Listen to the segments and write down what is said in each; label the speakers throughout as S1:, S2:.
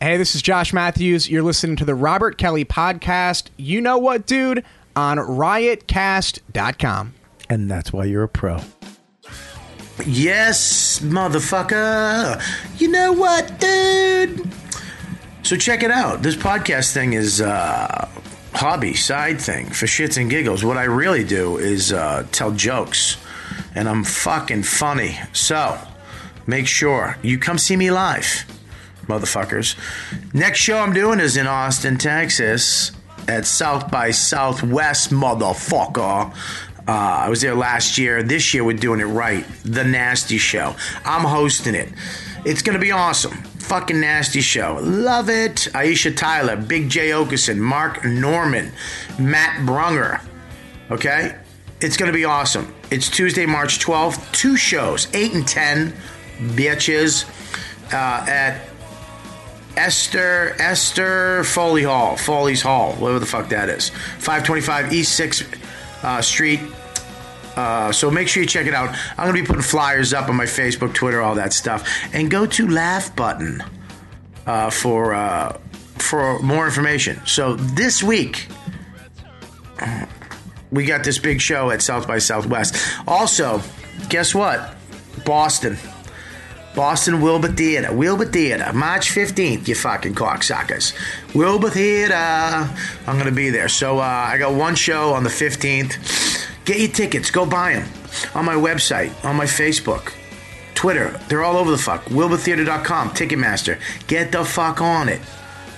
S1: Hey, this is Josh Matthews. You're listening to the Robert Kelly Podcast. You know what, dude? On riotcast.com.
S2: And that's why you're a pro.
S3: Yes, motherfucker. You know what, dude? So check it out. This podcast thing is uh, hobby, side thing for shits and giggles. What I really do is uh, tell jokes, and I'm fucking funny. So make sure you come see me live, motherfuckers. Next show I'm doing is in Austin, Texas, at South by Southwest, motherfucker. Uh, I was there last year. This year we're doing it right. The Nasty Show. I'm hosting it. It's gonna be awesome. Fucking nasty show. Love it. Aisha Tyler, Big J Okeson, Mark Norman, Matt Brunger. Okay? It's gonna be awesome. It's Tuesday, March 12th. Two shows, 8 and 10, bitches, uh, at Esther Esther Foley Hall, Foley's Hall, whatever the fuck that is. 525 East 6th uh, Street. Uh, so make sure you check it out. I'm going to be putting flyers up on my Facebook, Twitter, all that stuff. And go to Laugh Button uh, for uh, for more information. So this week we got this big show at South by Southwest. Also, guess what? Boston. Boston Wilbur Theater. Wilbur Theater. March 15th, you fucking cocksuckers. Wilbur Theater. I'm going to be there. So uh, I got one show on the 15th. Get your tickets. Go buy them on my website, on my Facebook, Twitter. They're all over the fuck. WilburTheater.com, Ticketmaster. Get the fuck on it.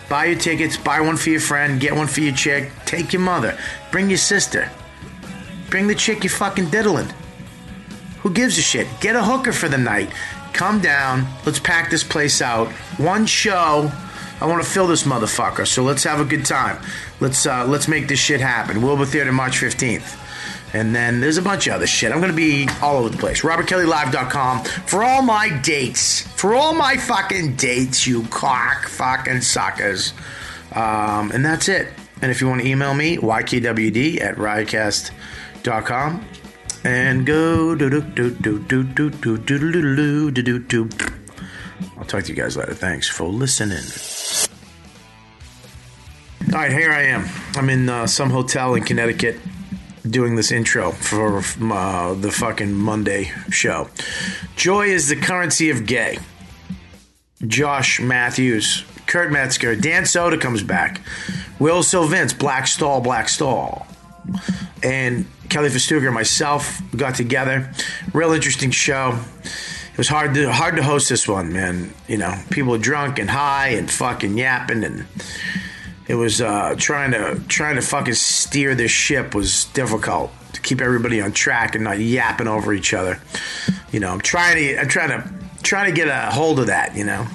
S3: Buy your tickets. Buy one for your friend. Get one for your chick. Take your mother. Bring your sister. Bring the chick you're fucking diddling. Who gives a shit? Get a hooker for the night. Come down. Let's pack this place out. One show. I want to fill this motherfucker. So let's have a good time. Let's uh, let's make this shit happen. Wilbur Theater, March fifteenth. And then there's a bunch of other shit. I'm going to be all over the place. RobertKellyLive.com for all my dates. For all my fucking dates, you cock fucking suckers. Um, and that's it. And if you want to email me, ykwd at riotcast.com. And go do do do do do do do do do do do do. I'll talk to you guys later. Thanks for listening. All right, here I am. I'm in uh, some hotel in Connecticut doing this intro for uh, the fucking Monday show. Joy is the currency of gay. Josh Matthews, Kurt Metzger, Dan Soda comes back, Will Silvince, Black Stall, Black Stall, and Kelly Festuger and myself got together. Real interesting show. It was hard to hard to host this one, man. You know, people were drunk and high and fucking yapping and it was uh, trying to trying to fucking steer this ship was difficult to keep everybody on track and not yapping over each other. You know, I'm trying to I'm trying to trying to get a hold of that. You know,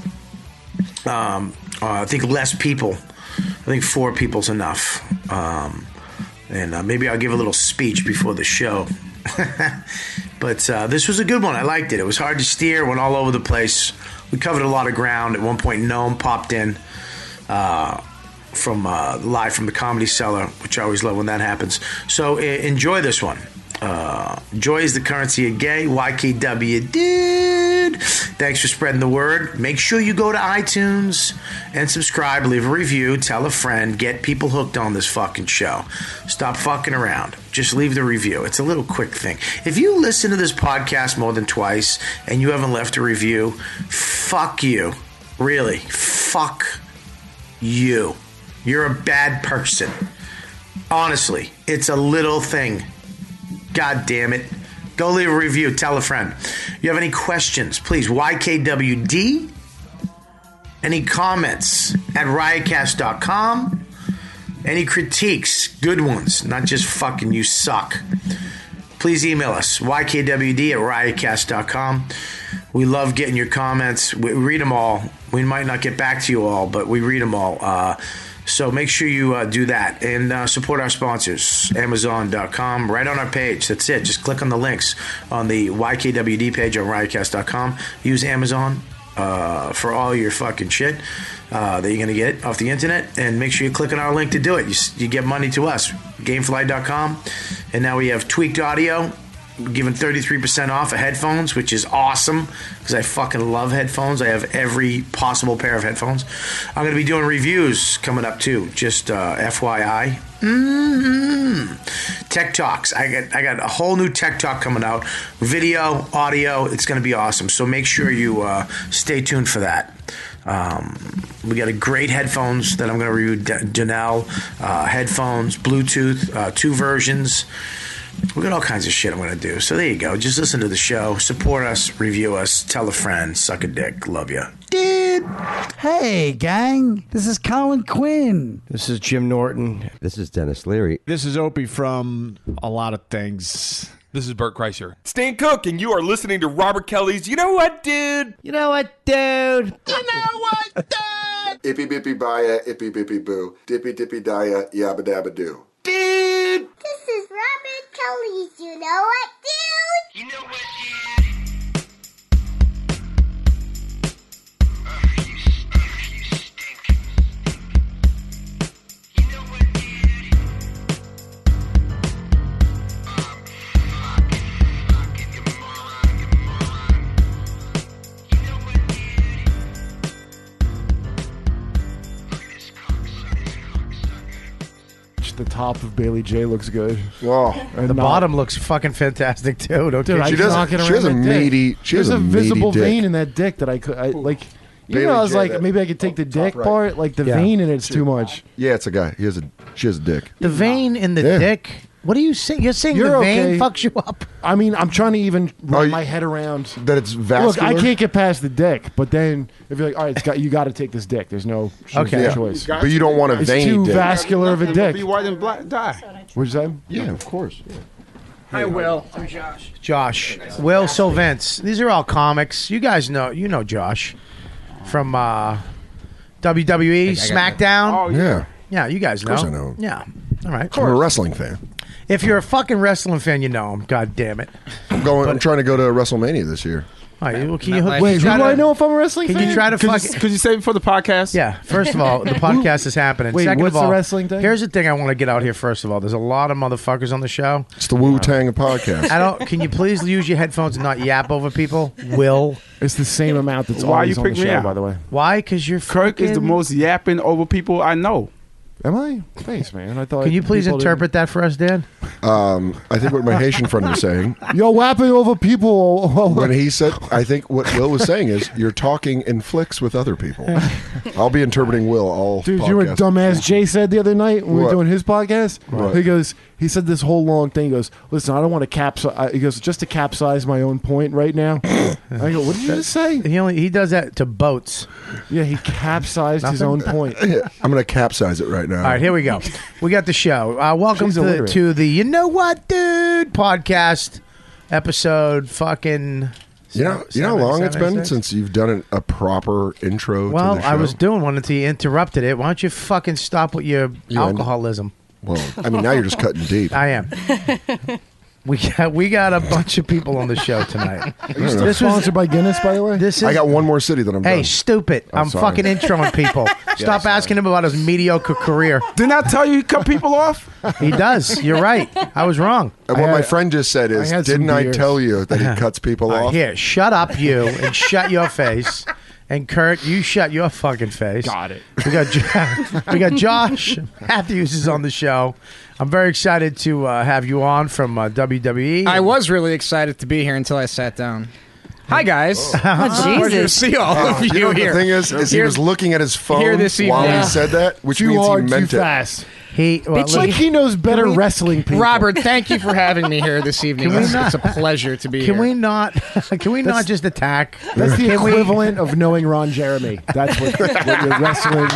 S3: um, uh, I think less people. I think four people's enough. Um, and uh, maybe I'll give a little speech before the show. but uh, this was a good one. I liked it. It was hard to steer. Went all over the place. We covered a lot of ground. At one point, Gnome popped in. Uh, from uh, live from the comedy cellar, which I always love when that happens. So uh, enjoy this one. Uh, joy is the currency of gay. YKW, dude. Thanks for spreading the word. Make sure you go to iTunes and subscribe, leave a review, tell a friend, get people hooked on this fucking show. Stop fucking around. Just leave the review. It's a little quick thing. If you listen to this podcast more than twice and you haven't left a review, fuck you. Really, fuck you. You're a bad person. Honestly, it's a little thing. God damn it. Go leave a review. Tell a friend. You have any questions, please, YKWD. Any comments at riotcast.com. Any critiques, good ones, not just fucking you suck. Please email us, YKWD at riotcast.com. We love getting your comments. We read them all. We might not get back to you all, but we read them all. Uh, so make sure you uh, do that and uh, support our sponsors, Amazon.com, right on our page. That's it. Just click on the links on the YKWD page on Riotcast.com. Use Amazon uh, for all your fucking shit uh, that you're going to get off the internet. And make sure you click on our link to do it. You, s- you get money to us, Gamefly.com. And now we have Tweaked Audio, giving 33% off of headphones, which is awesome because I fucking love headphones. I have every possible pair of headphones. I'm going to be doing reviews coming up too, just uh, FYI. hmm Tech Talks. I got I got a whole new Tech Talk coming out. Video, audio. It's going to be awesome. So make sure you uh, stay tuned for that. Um, we got a great headphones that I'm going to review. D- Danel uh, headphones, Bluetooth, uh, two versions. We got all kinds of shit I'm going to do. So there you go. Just listen to the show, support us, review us, tell a friend, suck a dick, love you.
S1: Dude. Hey, gang. This is Colin Quinn.
S4: This is Jim Norton.
S5: This is Dennis Leary.
S6: This is Opie from a lot of things.
S7: This is Bert Kreischer.
S8: Stan Cook, and you are listening to Robert Kelly's You Know What, Dude?
S9: You know what, dude?
S10: You know what, dude?
S11: Ippy bippy baya, ippy bippy boo. Dippy dippy dia, yabba dabba doo.
S10: Dude! This is Robert Kelly's You Know What, Dude? You know what, dude?
S6: the top of Bailey J looks good.
S11: Wow.
S3: And the not, bottom looks fucking fantastic too. Don't
S6: dude,
S3: you?
S11: she does. She has a meaty. She
S6: There's
S11: has
S6: a,
S11: meaty
S6: visible
S11: dick.
S6: vein in that dick that I could I, like. You
S11: Bailey
S6: know, I was
S11: J,
S6: like,
S11: that-
S6: maybe I could take the dick
S11: right.
S6: part, like the
S3: Yeah.
S6: vein in it's too much.
S11: Yeah, it's a guy. He has a. She has a dick.
S1: The vein in the
S11: Yeah.
S1: dick. What are you saying? You're saying
S6: You're
S1: the vein
S6: okay.
S1: fucks you up?
S6: I mean, I'm trying to even wrap
S11: you-
S6: my head around.
S11: That it's
S6: Look,
S11: vascular.
S6: I can't get past the dick, but then if you're like, all right, it's got, you got to take this dick. There's no choice.
S11: Yeah.
S6: choice.
S11: But you don't want a
S6: It's
S11: vein
S6: too
S11: dick.
S6: vascular of a dick.
S8: Be white and black, die.
S6: What'd you say?
S11: yeah, of course. Yeah.
S1: I will.
S12: Josh, Will Silvents. These are all comics. You guys know, you know Josh from uh, WWE
S6: Oh,
S12: SmackDown.
S11: yeah.
S12: Yeah, you guys know.
S11: Oh. course I know him.
S12: Yeah. All right. Of
S11: I'm a
S12: course.
S11: wrestling fan.
S12: If you're a fucking wrestling fan, you know him. God damn it.
S11: I'm going. I'm trying to go to WrestleMania this year.
S12: All right, well, can you hook, can
S6: Wait, who
S12: you
S6: do
S12: try to-
S6: I know if I'm a wrestling
S12: Can
S6: fan?
S12: you try to
S8: Could
S12: fuck?
S8: you, could you say it for the podcast?
S12: Yeah. First of all, the podcast is happening.
S6: Wait,
S12: Second
S6: what's
S12: of
S6: the
S12: all,
S6: wrestling thing?
S12: Here's the thing I want to get out here. First of all, there's a lot of motherfuckers on the show.
S11: It's the Wu Tang podcast.
S12: I don't. Can you please use your headphones and not yap over people? Will
S6: It's the same amount that's
S8: Why
S6: always
S8: you
S6: on the
S8: pick me
S6: show,
S8: out?
S6: by the way.
S12: why? Because you're
S8: Kirk is the
S12: fucking-
S8: most yapping over people I know.
S6: Am I? Thanks, man. I thought.
S12: Can you please
S6: people didn't-
S12: interpret that for us, Dan?
S11: Um, I think what my Haitian friend was saying
S6: You're whapping over people.
S11: when he said, I think what Will was saying is, you're talking in flicks with other people. I'll be interpreting Will all.
S6: Dude, you were
S11: podcast.
S6: dumbass. Jay said the other night when we were
S11: What?
S6: doing his podcast,
S11: What?
S6: he goes, he said this whole long thing. He goes, listen, I don't want to capsize. He goes, just to capsize my own point right now. I go, what did you just say?
S12: He only he does that to boats.
S6: Yeah, he capsized his own point.
S11: I'm going to capsize it right now.
S12: All right, here we go. We got the show. Uh, welcome
S6: She's
S12: to,
S6: illiterate.
S12: to the you know what, dude podcast episode. Fucking
S11: you know, you know how
S12: seven,
S11: long it's
S12: seven,
S11: been
S12: six?
S11: since you've done an, a proper intro.
S12: Well,
S11: to the show?
S12: I was doing one until you interrupted it. Why don't you fucking stop with your
S11: You end-
S12: alcoholism?
S11: Well, I mean, now you're just cutting deep.
S12: I am. we got we got a bunch of people on the show tonight. this was
S6: Sponsored by Guinness, by the way.
S12: this is.
S11: I got one more city that I'm.
S12: hey,
S11: done.
S12: stupid! I'm,
S11: sorry.
S12: fucking introing people. Stop asking him about his mediocre career.
S8: Didn't I tell you he cut people off?
S12: He does. You're right. I was wrong.
S11: And what my friend just said is,
S6: I had some
S11: didn't I
S6: beers.
S11: tell you that he cuts people off?
S12: Here, shut up, you, and shut your face. And Kurt, you shut your fucking face.
S8: Got it.
S12: We got Jo- we got Josh Matthews is on the show. I'm very excited to uh, have you on from uh, WWE.
S13: I was really excited to be here until I sat down. Hi guys. Pleasure to
S12: Jesus.
S13: see all of you,
S11: You know what
S13: here.
S11: the thing is, is he
S13: Here-
S11: was looking at his phone
S13: here this evening.
S11: while
S13: Yeah.
S11: he said that, which
S6: Too
S11: means
S6: hard,
S11: he
S6: too
S11: meant it.
S6: fast.
S12: he, well,
S13: Bitch,
S6: It's like
S12: look,
S6: he knows better
S13: Can we-
S6: wrestling people.
S13: Robert, thank you for having me here this evening. It's, it's a pleasure to be
S12: can
S13: here.
S12: we not? Can we not just attack?
S6: That's the equivalent of knowing Ron Jeremy. That's what, what you're wrestling.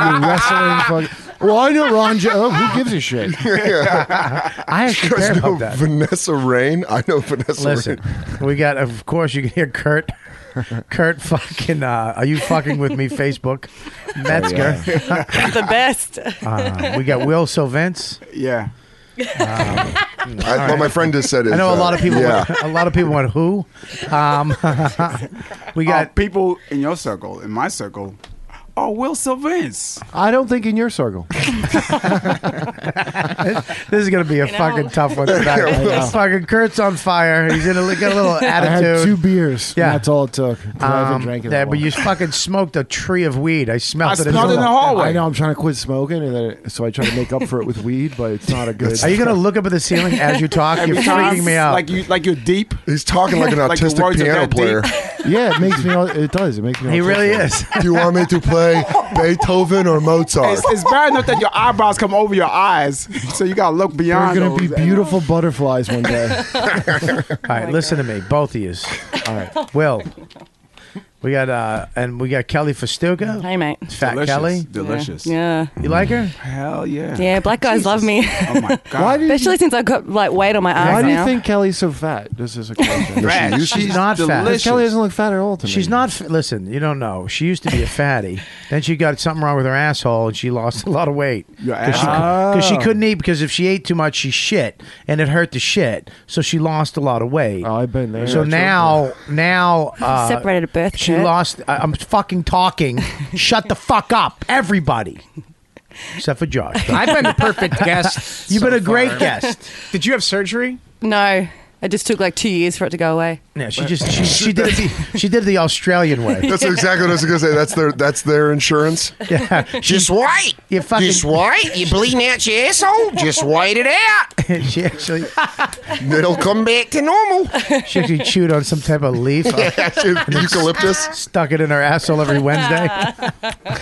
S6: You're wrestling. Fuck. Well, I know Ron Jeremy. who gives a shit?
S12: I actually care
S11: Because no
S12: about that.
S11: Vanessa Rain. I know Vanessa
S12: Listen,
S11: Rain.
S12: we got. Of course, you can hear Kurt. Kurt, fucking, uh, are you fucking with me? Facebook, Metzger.
S14: the best.
S12: Uh, we got Will Silvents.
S8: Yeah.
S11: I, What my friend just said is,
S12: I know a
S11: uh,
S12: lot of people.
S11: Yeah,
S12: Went, a lot of people went who. Um, we
S8: Uh,
S12: got
S8: people in your circle, in my circle, Oh, Will Sylvans.
S6: I don't think in your circle.
S1: This is gonna be a fucking tough one tonight. fucking Kurt's on fire. He's in a, got a little
S6: I
S1: attitude.
S6: had two beers.
S1: Yeah.
S6: Yeah, that's all it took. 'cause I haven't
S1: Um,
S6: drank it. in a
S1: yeah, but
S6: while.
S1: you fucking smoked a tree of weed. I smelled
S8: I
S1: it. in
S8: smelled
S1: the
S8: it in the
S1: room.
S8: hallway.
S6: I know I'm trying to quit smoking, and then it- so I try to make up for it with weed, but it's not a good.
S1: Are you gonna look up at the ceiling as you talk? You're
S8: Every time,
S1: freaking me out.
S8: Like you, like you're deep.
S11: He's talking like an
S8: Like the
S11: autistic
S8: words are
S11: piano
S8: that deep.
S11: player.
S6: yeah, it makes me. all- It does. It makes me.
S1: he
S6: autistic.
S1: really is.
S11: Do you want me to play Beethoven or Mozart?
S8: It's, it's bad enough that your eyebrows come over your eyes, so you gotta look
S6: We're
S8: beyond.
S6: gonna be
S1: eh?
S8: those.
S6: beautiful butterflies one day.
S1: All right, listen to me, both of yous. All right, Will. We got uh, and we got Kelly Festuca,
S15: Hey, mate.
S1: Fat
S8: Delicious.
S1: Kelly.
S8: Delicious.
S15: Yeah.
S1: You like her?
S8: Hell yeah.
S15: Yeah, black guys love me.
S8: Oh my god.
S6: Why do you,
S15: Especially since I've got like weight on my arms
S6: why do
S15: now.
S6: you think Kelly's so fat? This is a question.
S8: Brad,
S11: She's
S8: she's
S1: not fat.
S8: delicious.
S6: Kelly doesn't look fat at all to me.
S1: She's not. f- Listen, you don't know. She used to be a fatty. then she got something wrong with her asshole, and she lost a lot of weight.
S8: Your
S1: she,
S8: asshole.
S1: cause she couldn't eat because if she ate too much, she shit, and it hurt the shit. So she lost a lot of weight.
S6: Oh, I've been there.
S1: so now, now uh,
S15: Separated at birth.
S1: She
S15: Kurt.
S1: lost. I, I'm fucking talking. Shut the fuck up, everybody. Except for Josh.
S16: I've been a perfect guest.
S1: You've
S16: so
S1: been a great
S16: far.
S1: guest.
S16: Did you have surgery?
S15: No, it just took like two years for it to go away.
S1: Yeah, she just she, she did it the, she did it the Australian way.
S11: That's exactly what I was gonna say. That's their that's their insurance.
S1: Yeah, she,
S12: Just wait.
S1: you fucking
S12: Just wait. You bleeding out your asshole? Just wait it out.
S1: she actually
S12: It'll come back to normal.
S1: she actually chewed on some type of leaf, uh,
S11: Eucalyptus.
S1: stuck it in her asshole every Wednesday.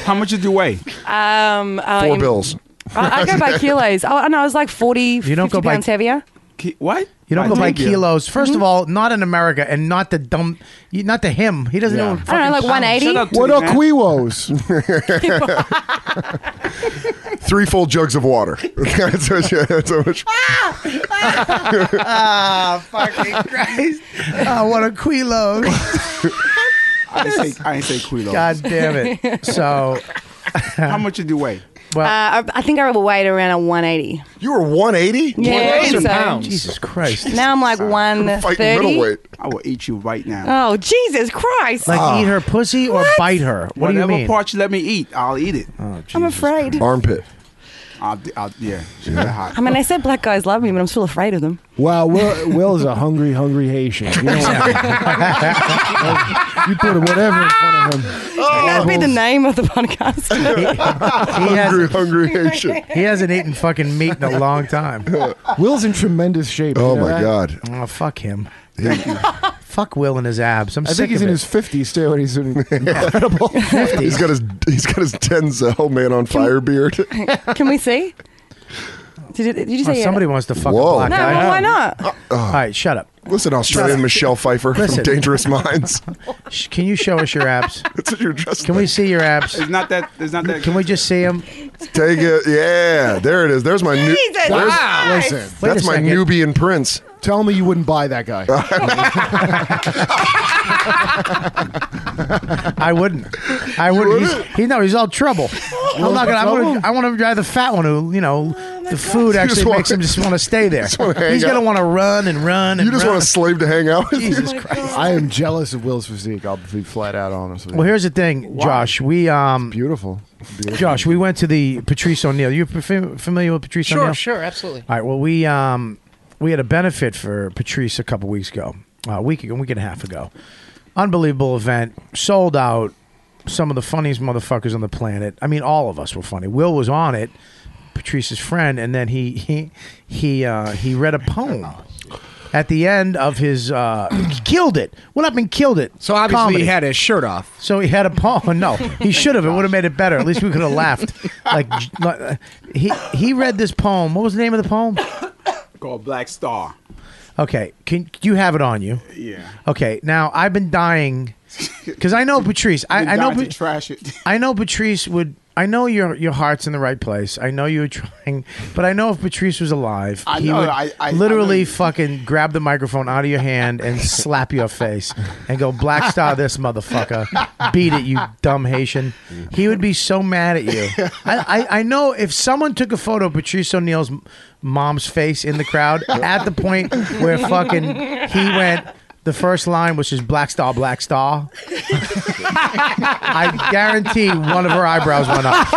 S8: How much did you weigh?
S15: Um, uh,
S11: Four
S15: in-
S11: bills.
S15: I, I go by kilos. Oh, no, I was like 40,
S1: You
S15: 50
S1: don't go by-
S15: pounds heavier.
S8: Ki- What?
S1: You don't
S8: I
S1: go by
S8: think you-
S1: kilos. 1st of all, not in America, and not the dumb, you- not to him. He doesn't know.
S15: I don't know, like Uh,
S8: Shut
S15: 180.
S8: up,
S6: What
S8: titty
S6: are
S8: man.
S6: quiwos?
S11: Three full jugs of water. that's how much, that's how much-
S1: Oh, what a quilo!
S8: I didn't say, I didn't say kilos.
S1: God damn it! So,
S8: How much did you weigh?
S15: Uh, I I think I weighed around a 180.
S11: You were 180.
S15: Yeah, I think so.
S1: Jesus Christ!
S15: Now I'm like
S11: Fighting
S15: 130.
S11: middleweight.
S8: I will eat you right
S1: Uh,
S8: now.
S15: Oh, Jesus Christ.
S1: Like eat her pussy or bite her? What
S8: Whatever
S1: do you mean? Uh.
S8: part you let me eat, I'll eat it.
S15: I'm afraid.
S11: Armpit.
S8: I'll, d- I'll, yeah, she's kinda hot.
S15: I mean, they said black guys love me, but I'm still afraid of them.
S6: Wow, Will, Will is a hungry, hungry Haitian. You, know what? you put whatever in front of him.
S15: That'd be the name of the podcast.
S1: he,
S11: Hungry,
S1: has,
S11: hungry Haitian.
S1: he hasn't eaten fucking meat in a long time.
S6: Will's in tremendous shape. you
S11: Oh
S6: know
S11: my
S6: that?
S11: God.
S1: Oh, fuck him. fuck Will and his abs. I'm
S6: I
S1: sick
S6: think he's
S1: of
S6: in
S1: it.
S6: his 50s too, and he's incredible.
S11: He's got his he's got his Denzel man on fire beard.
S15: Can we see? Did you, did you
S1: Oh,
S15: say yeah?
S1: somebody wants to fuck
S11: Whoa. Uh,
S1: a black
S15: No,
S1: guy.
S15: well, why not?
S1: All right, shut up.
S11: Listen, Australian Michelle Pfeiffer
S1: Listen.
S11: from Dangerous Minds.
S1: Sh- Can you show us your abs?
S11: That's what you're dressed.
S1: Can we see your abs?
S8: It's not that. It's not that.
S1: Can we just see them?
S11: Take it. Yeah, there it is. There's my new.
S15: Jesus
S11: There's,
S15: Christ.
S6: Listen,
S11: that's
S1: a
S11: my
S1: second.
S11: Nubian prince.
S6: tell me you wouldn't buy that guy.
S1: I wouldn't. I wouldn't. He's, he, no, he's all trouble. I'm not gonna. I want to. I want to drive the fat one who, you know, the food actually
S11: just wanna-
S1: makes him just want to stay there.
S11: just wanna hang
S1: He's gonna
S11: out.
S1: want to run and run and
S11: You just
S1: run.
S11: want a slave to hang out with.
S1: Jesus
S11: you?
S1: Christ.
S6: I am jealous of Will's physique. I'll be flat out honest with you.
S1: Well, here's the thing, Josh. We um,
S6: beautiful. beautiful.
S1: Josh, we went to the Patrice O'Neill. You fam- familiar with Patrice
S16: Sure,
S1: O'Neill?
S16: sure, absolutely.
S1: All right. Well, we um, we had a benefit for Patrice a couple weeks ago, uh, a week ago, week and a half ago. Unbelievable event, sold out. Some of the funniest motherfuckers on the planet. I mean, all of us were funny. Will was on it, Patrice's friend, and then he he he uh, he read a poem at the end of his uh, killed it. Went up and killed it.
S16: So obviously
S1: Comedy.
S16: he had his shirt off.
S1: So he had a pawn. No, he should have. It would have made it better. At least we could have laughed. Like uh, he he read this poem. What was the name of the poem?
S8: called Black Star?
S1: Okay, can you have it on you?
S8: Yeah.
S1: Okay, now I've been dying because I know Patrice. I, I know
S8: Not to
S1: Pat-
S8: trash it.
S1: I know Patrice would. I know your your heart's in the right place. I know you were trying, but I know if Patrice was alive,
S8: I
S1: he
S8: know,
S1: would
S8: I- I- I know
S1: literally
S8: you-
S1: fucking grab the microphone out of your hand and slap your face and go Black Star this motherfucker, beat it you dumb Haitian. He would be so mad at you. I, I, I know if someone took a photo of Patrice O'Neill's m- mom's face in the crowd at the point where fucking he went. the first line, which is Black Star, Black Star, I guarantee one of her eyebrows went up.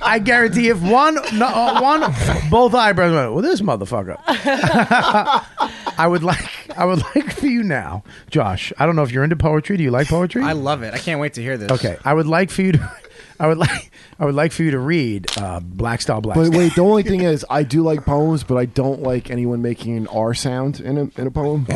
S1: I guarantee if one, no, uh, one, both eyebrows went. Well, this motherfucker. I would like, I would like for you now, Josh. I don't know if you're into poetry. Do you like poetry?
S12: I love it. I can't wait to hear this.
S1: Okay, I would like for you to, I would like, I would like for you to read uh, Black Star, Black
S6: But
S1: Star.
S6: wait, the only thing is, I do like poems, but I don't like anyone making an R sound in a, in a poem.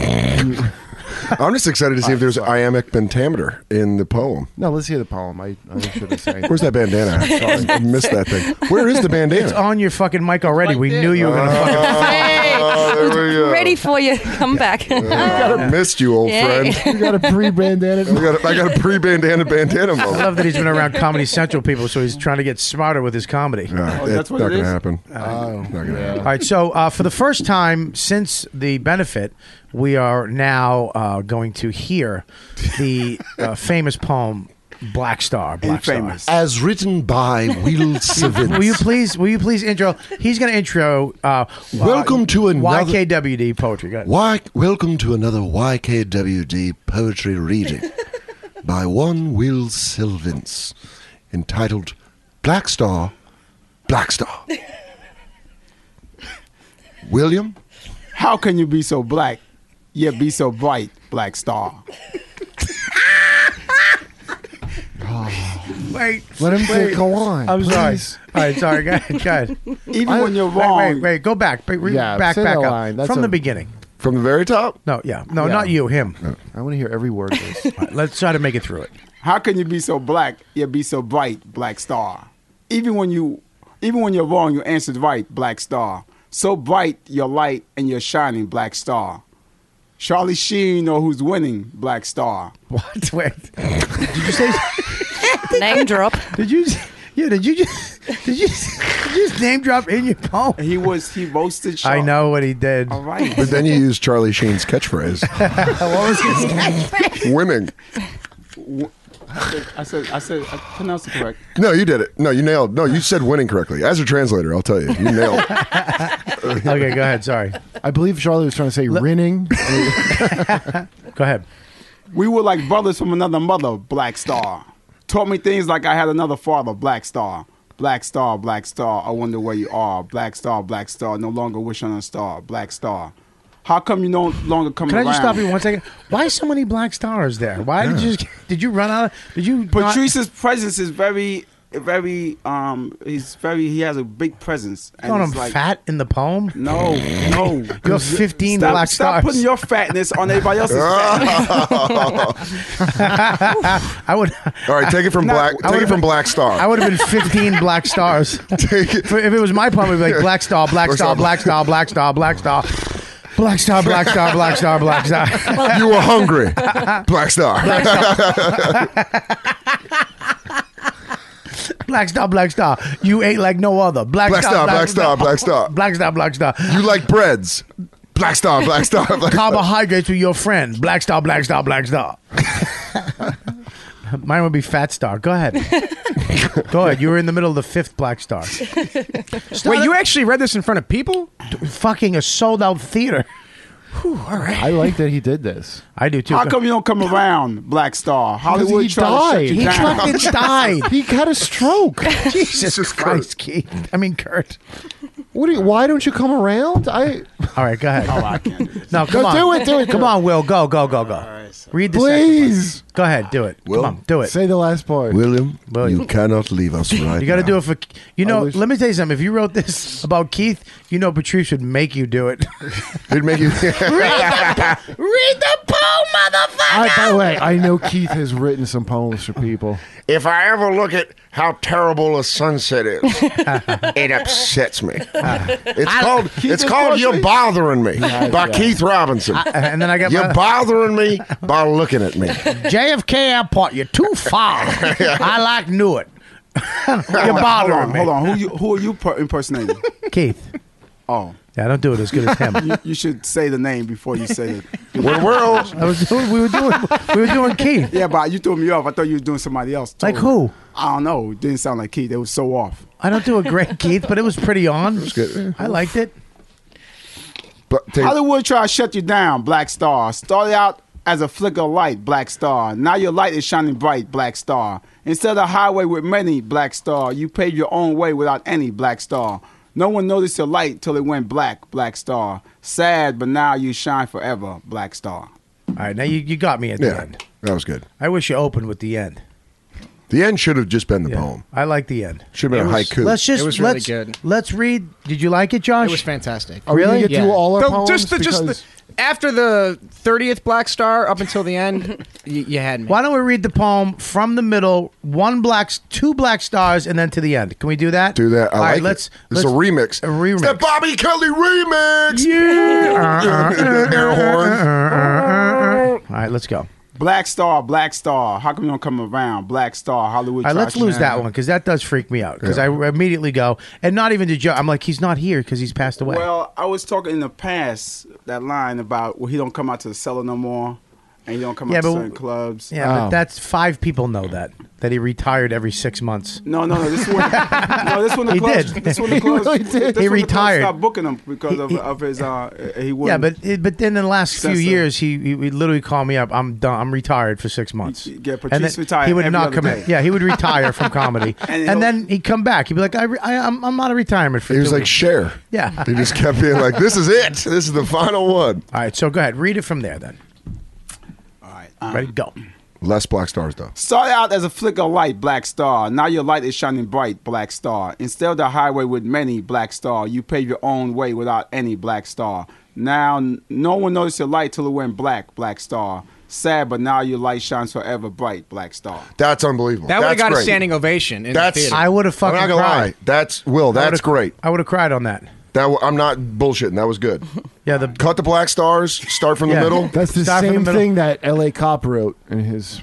S17: I'm just excited to see if there's iambic pentameter in the poem.
S6: no, let's hear the poem. I, I should have said.
S17: Where's that bandana? Sorry, I missed that thing. Where is the bandana?
S1: It's on your fucking mic already. we knew you were gonna fucking.
S17: there we go.
S18: Ready for your comeback.
S17: I missed you, old
S18: Yeah.
S17: friend.
S6: You got a pre-bandana.
S17: I got a, I got a pre-bandana bandana moment.
S1: I love that he's been around Comedy Central people, so he's trying to get smarter with his comedy.
S17: Nah, that's not
S6: that's what
S17: going
S6: it
S17: to
S6: is?
S17: happen. not going to
S1: All
S17: happen.
S1: right, so uh, for the first time since the benefit, we are now uh, going to hear the uh, famous poem "Black Star." Black Star.
S8: Famous.
S17: As written by Will Savitz.
S1: Will you please? Will you please intro? He's going to intro. Uh,
S17: Welcome to another-
S1: YKWd poetry. Go ahead.
S17: Why, welcome to another YKWD poetry reading by one Will Silvins, entitled Black Star, Black Star. William,
S8: How can you be so black? Yet be so bright, black star.
S1: Wait,
S6: Let him
S1: wait.
S6: go on.
S1: I'm sorry.
S6: please.
S1: All right, sorry. Go ahead. Go ahead.
S8: Even when you're
S1: Wait,
S8: wrong,
S1: wait, wait. Go back. Ba- re-
S6: Yeah,
S1: back,
S6: say
S1: back
S6: the
S1: up
S6: line. That's
S1: from
S6: a-
S1: the beginning.
S17: from the very top.
S1: No, yeah, no,
S6: Yeah.
S1: not you. Him.
S6: I want to hear every word. Of this.
S1: All right, let's try to make it through it.
S8: how can you be so black? Yet be so bright, black star. Even when you, even when you're wrong, you answered right, black star. So bright your light and you're shining, black star. Charlie Sheen or who's winning, black star.
S1: What? Wait. Did you say?
S18: Name drop.
S1: Did you? Yeah. Did you just? Did you? Did you just name drop in your poem?
S8: He was he roasted. Char-
S1: I know what he did.
S8: All right.
S17: But then you use Charlie Sheen's catchphrase,
S1: What was his
S17: winning.
S8: I said I said I pronounced it correct.
S17: No, you did it. No, you nailed. No, you said winning correctly. As a translator, I'll tell you, you nailed. it.
S1: Okay, go ahead. Sorry.
S6: I believe Charlie was trying to say rinning.
S1: Go ahead.
S8: We were like brothers from another mother, Black Star. Taught me things like I had another father, Black Star. Black Star, Black Star, I wonder where you are. Black Star, Black Star, no longer wish on a star, Black Star. How come you no longer come
S1: Can I
S8: around?
S1: just stop you one second? Why so many black stars there? Why did you? Did you run out? Of, did you? not-
S8: Patrice's presence is very, very, um, he's very, he has a big presence. And
S1: calling
S8: it's
S1: him
S8: like-
S1: fat in the poem.
S8: No, no.
S1: You're 15
S8: stop,
S1: black
S8: stop
S1: stars.
S8: putting your fatness on everybody else's fatness.
S1: I would.
S17: All right, take it from black. Take it from Black Star.
S1: I would have been 15 black stars.
S17: take it.
S1: For- if it was my poem, it'd be like black star, black star, black star, black star, black star, black star, black star, black star, black star.
S17: You were hungry, Black Star.
S1: Black Star, Black Star. You ate like no other. Black,
S17: Black Star, Black Star, Black Star.
S1: Black Star, Black Star.
S17: You like breads, Black Star, Black Star, Black Star.
S1: Carbohydrates with your friend. Black Star, Black Star, Black Star. Mine would be Fat Star. Go ahead. Go ahead. You were in the middle of the fifth Black Star.
S12: Wait, you actually read this in front of people?
S1: Fucking a sold out theater.
S6: I like that he did this.
S1: I do too.
S8: How come you don't come around, Black Star? Hollywood
S6: he
S8: tried to shut
S6: died.
S8: you
S1: He
S8: down.
S1: fucking died.
S6: He had a stroke.
S1: Jesus
S17: Jesus
S1: Christ, Keith. I mean, Kurt.
S6: What? Do you, why don't you come around? I
S1: All right, go ahead.
S8: Oh, I can't do this.
S1: No, come
S6: Go
S1: on.
S6: do it, do it,
S1: Come
S6: do it.
S1: on, Will. Go, go, go, go. Read the
S6: Please.
S1: second one. Go ahead, do it.
S17: Will?
S1: Come on, do it.
S6: say the last part.
S17: William,
S1: William.
S17: you cannot leave us right
S1: You got to
S17: now.
S1: do it for you know.
S6: wish-
S1: Let me tell you something. If you wrote this about Keith, you know Patrice would make you do it.
S17: It'd make you.
S11: Read the poem, motherfucker!
S6: I, by the way, I know Keith has written some poems for people.
S11: If I ever look at how terrible a sunset is, it upsets me. It's called it's called You're Bothering Me by Keith Robinson.
S1: and then I got
S11: You're
S1: my-
S11: bothering me by looking at me.
S1: JFK Airport. You're too far. I like Newark. You're
S8: Hold
S1: bothering
S8: on,
S1: me,
S8: hold on. Who you, who are you per- impersonating?
S1: Keith.
S8: oh,
S1: Yeah, I don't do it as good as him.
S8: you, you should say the name before you say it.
S11: When we're old,
S1: I was doing, we were doing we were doing Keith.
S8: Yeah, but you threw me off. I thought you were doing somebody else.
S1: Like
S8: totally.
S1: who?
S8: I don't know. It didn't sound like Keith. It was so off.
S1: I don't do a great Keith, but it was pretty on. I liked it.
S11: But they-
S8: Hollywood tried to shut you down, Black Star. Started out as a flicker of light, Black Star. Now your light is shining bright, Black Star. Instead of highway with many, Black Star, you paved your own way without any, Black Star. No one noticed your light till it went black, Black Star. Sad, but now you shine forever, Black Star.
S1: All right, now you, you got me at the
S11: yeah,
S1: end.
S11: that was good.
S1: I wish you opened with the end.
S11: The end should have just been the poem.
S1: I like the end.
S11: Should have
S1: It
S11: been a
S1: was-
S11: haiku.
S1: Let's just
S12: It was really
S1: let's,
S12: good.
S1: Let's read. Did you like it, Josh?
S12: It was fantastic.
S1: Are we gonna Really? get through all our
S12: the,
S1: poems?
S12: Just the, just the,
S1: Because-
S12: after the thirtieth Black Star up until the end, you, you had me.
S1: Why don't we read the poem from the middle, one black, two black stars, and then to the end? Can we do that? Do
S11: that. I
S1: All
S11: like
S1: right,
S11: it.
S1: let's.
S11: This is
S1: let's,
S11: a remix.
S1: A remix.
S11: It's the Bobby Kelly remix. Air
S1: horn. All right, let's go.
S8: Black Star, Black Star. How come you don't come around? Black Star, Hollywood.
S1: All right,
S8: tried
S1: let's
S8: you
S1: lose that
S8: down.
S1: one because that does freak me out. Because I immediately go, and not even to joke. I'm like, he's not here because he's passed away.
S8: Well, I was talking in the past that line about well, he don't come out to the cellar no more, and he don't come
S1: Yeah,
S8: out to
S1: but-
S8: certain clubs. Uh,
S1: yeah,
S11: oh.
S1: but that's five people know that that he retired every six months.
S8: no, no, no. This one, no, this one. The
S1: He
S8: clubs,
S1: did.
S8: This one, the
S1: He
S8: clubs,
S1: really did.
S8: This
S1: He
S8: one the clubs
S1: retired.
S8: Stopped booking him because
S1: He-
S8: of,
S1: he-
S8: of his. Uh, he
S1: Yeah,
S8: wouldn't.
S1: but it, but then in the last few
S8: Since the-
S1: years, he, he would literally call me up. I'm done. I'm retired for six months.
S8: yeah,
S1: And
S8: Patrice
S1: then
S8: retired
S1: He would
S8: every
S1: not
S8: other
S1: come
S8: day.
S1: in. Yeah, he would retire from comedy,
S8: And
S1: and, then he'd come back. He'd be like, I, re- I I'm, I'm out of retirement for.
S11: He was
S1: two
S11: like,
S1: weeks.
S11: share.
S1: Yeah.
S11: He just kept being like, this is it. This is the final one.
S1: All right, so go ahead, read it from there then. All right, ready,
S8: um,
S1: go.
S11: Less black stars, though.
S8: Started out as a flicker of light, Black Star. Now your light is shining bright, Black Star. Instead of the highway with many, Black Star, you pave your own way without any, Black Star. Now n- no one noticed your light till it went black, Black Star. Sad, but now your light shines forever bright, Black Star.
S11: That's unbelievable.
S12: That would have
S11: That's
S12: got a
S11: great.
S12: standing ovation. In
S11: That's
S12: the theater.
S1: I would have fucking
S11: I'm not gonna
S1: cried.
S11: lie. That's Will. That's
S1: would've-
S11: great.
S1: I would have cried on that.
S11: That w- I'm not bullshitting. That was good.
S1: Yeah, the
S11: cut the black stars. Start from the middle.
S6: That's the
S11: Start from the
S6: same
S11: middle.
S6: thing that L.A. Cop wrote in his.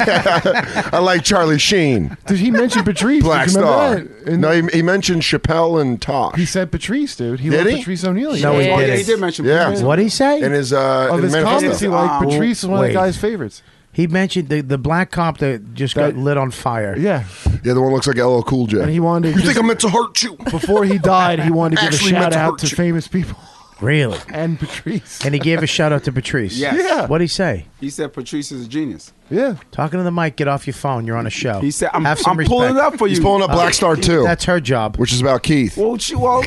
S11: I like Charlie Sheen.
S6: Did he mention Patrice?
S11: Black
S6: Did you
S11: Star.
S6: remember that? In-
S11: No, he, he mentioned Chappelle and Tosh.
S6: He said Patrice, dude. He
S11: Did
S6: loved
S11: he?
S6: Patrice O'Neill.
S11: No, he
S8: Oh, yeah, he did mention
S11: Yeah.
S8: Patrice.
S1: What he say?
S11: And his uh,
S6: Of
S11: in
S6: his
S11: manifesto.
S6: comments, he liked
S8: Oh,
S6: Patrice is one
S1: wait.
S6: of the guy's favorites.
S1: He mentioned the, the black cop that just got lit on fire.
S6: Yeah,
S11: Yeah, the one looks like LL Cool J.
S6: and he wanted. To
S11: you
S6: just-
S11: think I'm meant to hurt you?
S6: before he died, he wanted to give a
S11: Actually meant
S6: shout
S11: to
S6: out
S11: hurt
S6: to
S11: you.
S6: famous people
S1: really.
S6: and Patrice.
S1: And he gave a shout out to Patrice.
S8: Yes. Yeah.
S1: What would he say?
S8: He said Patrice is a genius.
S6: Yeah,
S1: Talking to the mic. Get off your phone. You're on a show.
S8: He said, "I'm,
S1: Have some
S8: I'm pulling it
S1: respect.
S8: up for you."
S11: He's pulling up Black Star 2,
S1: That's her job.
S11: which is about Keith.
S8: Well, she, well,